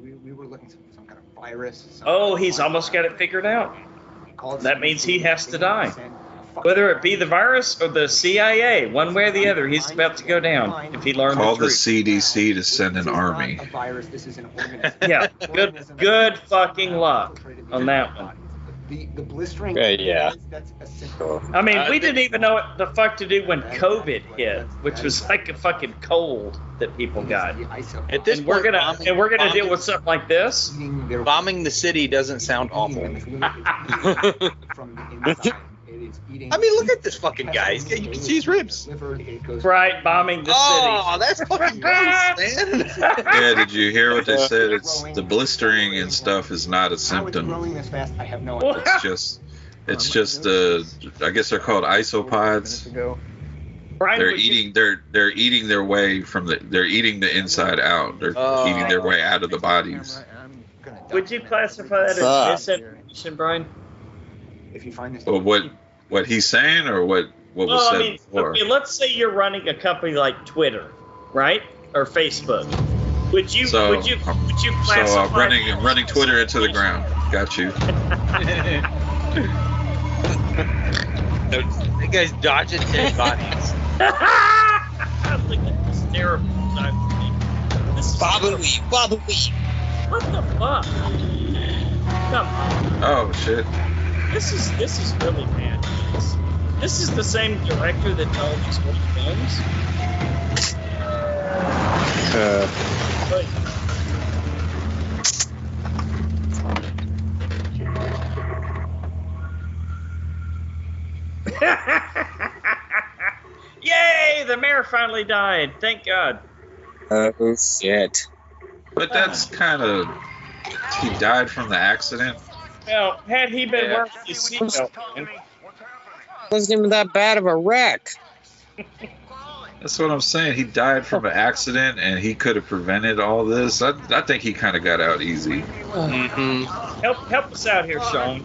We, we were looking for some kind of virus. Some
Oh, he's almost got it figured out. That means he has to die. Whether it be the virus or the CIA, one way or the other, he's about to go down if he learns
Call
the
the
truth.
CDC to send an army.
a virus. This is an organism.
Yeah, good, good fucking luck on that one.
The, the blistering.
Yeah, yeah.
That's a symptom.
I mean, we didn't even know what the fuck to do when COVID hit, which was like a fucking cold that
Oh,
people got.
At this
and we're
point,
gonna
bombing-
and we're gonna
bombing-
deal with something like this.
Bombing the city doesn't sound awful.
From
the inside. I mean, look at this fucking guy. He's, you can see his ribs.
Right, bombing the
Oh, that's fucking gross, man.
Yeah, did you hear what they said? It's the blistering and stuff is not a symptom.
Growing this fast, I have no
Well,
idea.
It's just, it's just uh, I guess they're called isopods.
Ago.
Brian,
They're
would you-
eating, they're they're eating their way from the, they're eating the inside out. They're
Oh.
eating their way out of the bodies.
would you classify that
Fuck.
as misinformation, Brian?
If you find this.
But what what he's saying or what what was
well,
said
I mean,
before?
okay, let's say you're running a company like Twitter, right, or Facebook. Would you
So,
would you would you
So uh,
classify?
running running Twitter into the ground. Got you.
That guy's dodging dead bodies.
I'm like, this is terrible. I'm- This is
Baba Wee, Baba Wee.
What the fuck? Come on.
Oh shit.
This is this is really bad. This, this is the same director that did all these old films. But Yay! The mayor finally died. Thank God.
Oh shit.
But that's kind of he died from the accident.
Well, had he been
Yeah.
wearing his seatbelt, man,
Wasn't even that bad of a wreck.
That's what I'm saying. He died from an accident, and he could have prevented all this. I, I think he kind of got out easy.
Mm-hmm.
Help help us out here, Sean.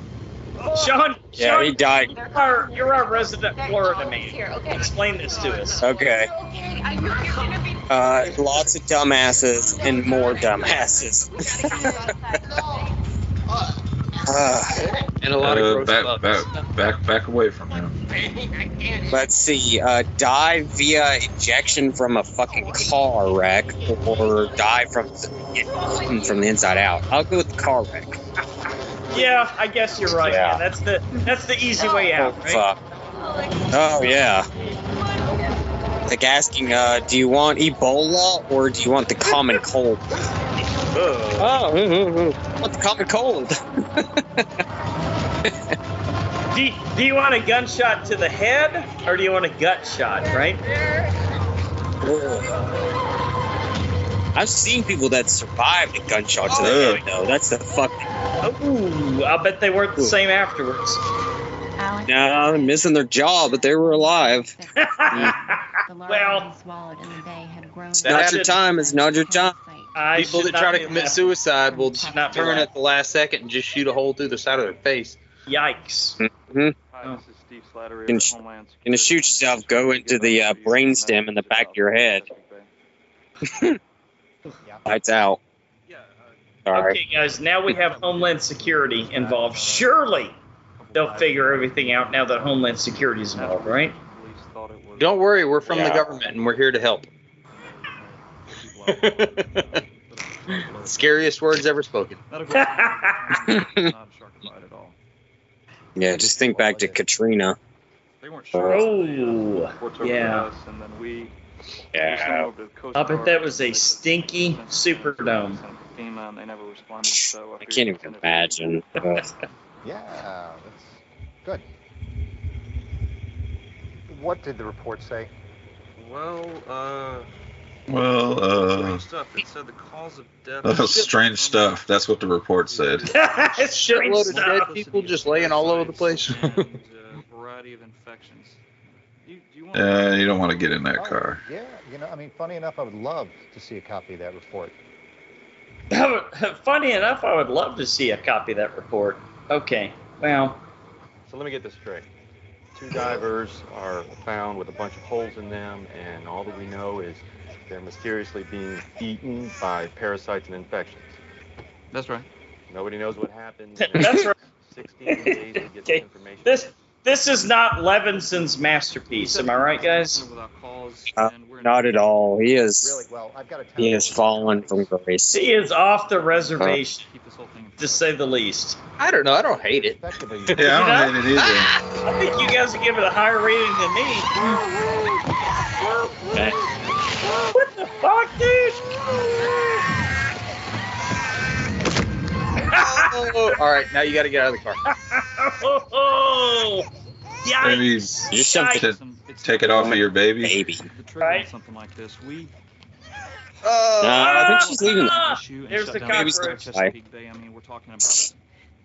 Sean,
Yeah,
Sean,
he died.
You're our, you're our resident Florida man. Explain this to us.
Okay. Uh, lots of dumbasses and more dumbasses. Uh,
And a lot of gross
back, back, back, back away from him.
let's see. Uh, die via ejection from a fucking car wreck, or die from the, from the inside out. I'll go with the car wreck.
Yeah, I guess you're right.
Yeah.
man. That's the that's the easy way
Oh,
out, right?
fuck. Oh, yeah. Like asking, uh, do you want Ebola or do you want the common cold? Oh, ooh, ooh, ooh. I want the common cold.
Do you, do you want a gunshot to the head or do you want a gut shot, right?
I've seen people that survived a gunshot to the head, though. That's the fucking.
Ooh, I bet they weren't the same afterwards.
No, they're missing their jaw, but they were alive.
Mm.
well,
It's not your time. It's not your time.
I
People
should
that
not
try to
do
commit
that.
suicide will just
Not do
turn
that.
at the last second and just shoot a hole through the side of their face.
Yikes.
Mhm.
Hi, this
is Steve Slattery
Can sh- gonna shoot yourself, go into the uh, brain stem in the back of your head. Lights out. Sorry.
Okay, guys, now we have Homeland Security involved. Surely they'll figure everything out now that Homeland Security is involved, right?
Don't worry, we're from the
Yeah.
government and we're here to help. Scariest words ever spoken.
Yeah, just think back to Katrina.
Oh, yeah.
And then we
Yeah. I bet that was a stinky Superdome.
FEMA and they never responded. So
I can't even imagine. Ugh.
Yeah, that's good. What did the report say?
Well, uh.
Well, uh,
Strange stuff. It said the cause of death.
uh, strange stuff. That's what the report said.
Shitload of dead people just laying all over the place.
and a variety of infections. You, you want
Uh, you don't want to get in that car.
Yeah, you know, I mean, funny enough, I would love to see a copy of that report.
Funny enough, I would love to see a copy of that report. Okay, well,
So let me get this straight. Two divers are found with a bunch of holes in them, and all that we know is they're mysteriously being eaten by parasites and infections. That's right. Nobody knows what happened.
That's right.
16 days to get
Okay.
this information.
this this is not Levinson's masterpiece. Am I right, guys?
Uh, not at all. He is.
Well, I've got to
He has fallen from grace.
He is off the reservation, to say the least.
I don't know. I don't hate it.
effectively.
Yeah, I don't hate it either.
I think you guys are giving a higher rating than me. What the fuck,
Oh, all right, now you got to get out of the car.
dude?
Maybe
Yikes.
you
just
have
to take it off of your baby.
Baby.
Right?
Something like this. We
Oh,
No, Uh, I think she's leaving.
Ah,
issue and
There's
shut
the
down
Baby's
cockroach.
gonna die.
Chesapeake Bay. I mean, we're talking about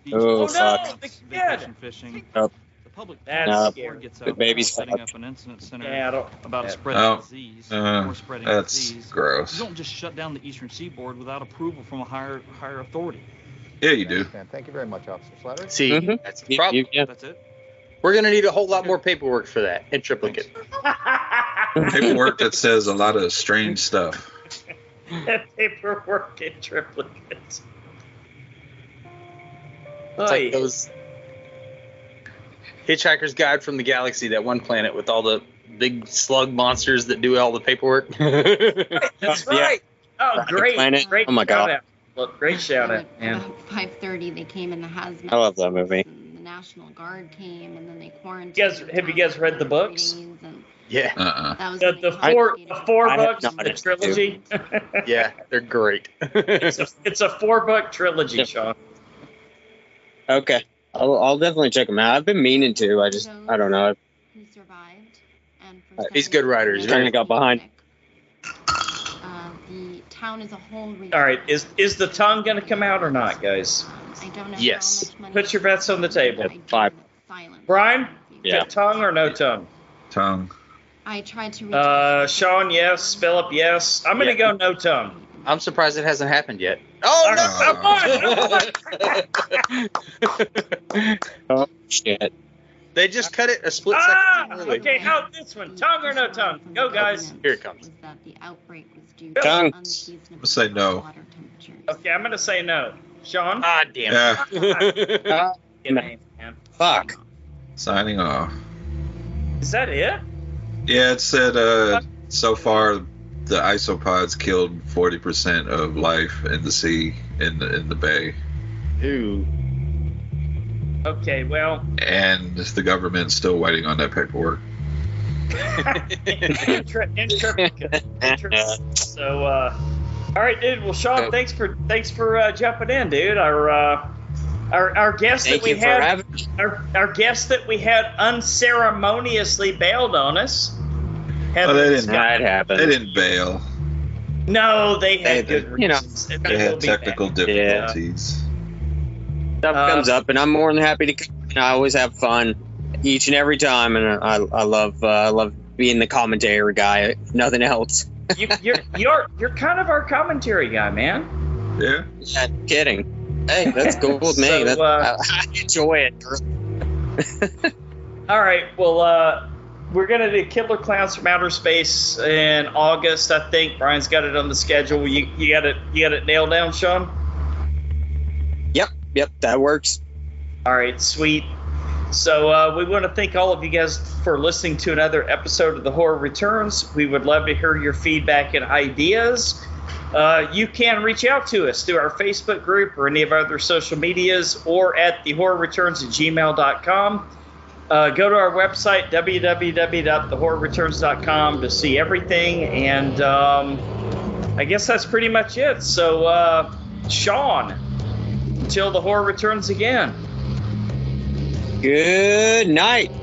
beach
Oh,
Oh
fuck.
no, the
vacation
kid.
fishing.
Nope.
The public
That's
No.
scary.
gets
The
out
baby's
setting
fucked.
up an incident center
Yeah, I don't.
about a
yeah.
spreading
Oh,
disease
uh,
or spreading
That's
disease. You
gross.
don't just shut down the Eastern Seaboard without approval from a higher higher authority.
Yeah, you do.
Understand. Thank you very much, Officer Slatter.
See,
Mhm.
that's the
You-
problem.
you- yeah.
That's it.
We're going to need a whole lot more paperwork for that in triplicate.
Paperwork that says a lot of strange stuff.
paperwork in triplicate.
It's
Oy.
like those Hitchhiker's Guide from the Galaxy, that one planet with all the big slug monsters that do all the paperwork.
That's
Yeah.
right. Oh,
Rocket
great.
Planet.
Great
Oh my God.
shout out. Look, great shout out, man.
About 5:30, they came in the hazmat.
I love that movie.
and The National Guard came, and then they quarantined.
You guys- have you guys read the books?
days, and
yeah,
Uh-uh.
That was
The,
when
the
they
four,
confiscated
the four
I have
books
not
in the
as
trilogy.
yeah, they're great.
it's, a, it's a four book trilogy,
Yeah.
Sean.
Okay. I'll, I'll definitely check him out. I've been meaning to. I just, I don't know.
who survived. And for
Uh, he's
some
good
reason,
writer. He's
another
kinda got
people
behind.
sick. Uh, the town as a whole.
All right, is is the tongue gonna come out or not, guys?
I don't know
Yes.
How much money
Put your bets on the table.
I
Five.
Silent.
Brian?
Yeah.
Tongue or no tongue?
Tongue.
I tried to reach
Uh, Sean, yes. Philip, yes. I'm gonna go no tongue.
I'm surprised it hasn't happened yet. Oh no! oh shit! They just cut it a split
Ah,
second. early.
okay, out this one. Tongue or no tongue? Go, guys.
Here it comes.
that the outbreak was due
Tongue.
to unseasonable
Let's say no.
water temperatures.
Okay, I'm gonna say no. Sean?
Uh,
Ah, damn
Ah,
it. Yeah.
damn it, man.
Fuck.
Signing off.
Is that it?
Yeah, it said uh, so far the isopods killed 40% of life in the sea in the, in the bay,
Who? Okay, well,
and the government's still waiting on that paperwork.
intra- intra- intra- so uh, all right, dude. Well, Sean, thanks for thanks for uh, jumping in, dude. Our uh, our our guest
Thank
that we
you for
had
having
our, our guest that we had unceremoniously bailed on us. Had
Oh, they
this
didn't.
guy-
They didn't bail.
No, they had
They-
good
you know,
reasons. and
They
will
had
be
technical
back.
difficulties.
Stuff
Uh,
comes up, and I'm more than happy to. come. And I always have fun each and every time, and I, I love uh, I love being the commentator guy. If nothing else.
you, you're you're you're kind of our commentary guy, man.
Yeah.
Not kidding. Hey, that's cool with me.
So,
That's-
uh,
I, I enjoy it.
All right. Well, uh, we're gonna do Killer Clowns from Outer Space in August, I think. Brian's got it on the schedule. You you got it you got it nailed down, Sean.
Yep, yep, that works.
All right, sweet. So uh, we want to thank all of you guys for listening to another episode of The Horror Returns. We would love to hear your feedback and ideas. Uh, you can reach out to us through our Facebook group or any of our other social medias or at thehorrorreturns at gmail.com. Uh, go to our website, www.thehorrorreturns.com, to see everything. And um, I guess that's pretty much it. So, uh, Sean, until the horror returns again.
Good night.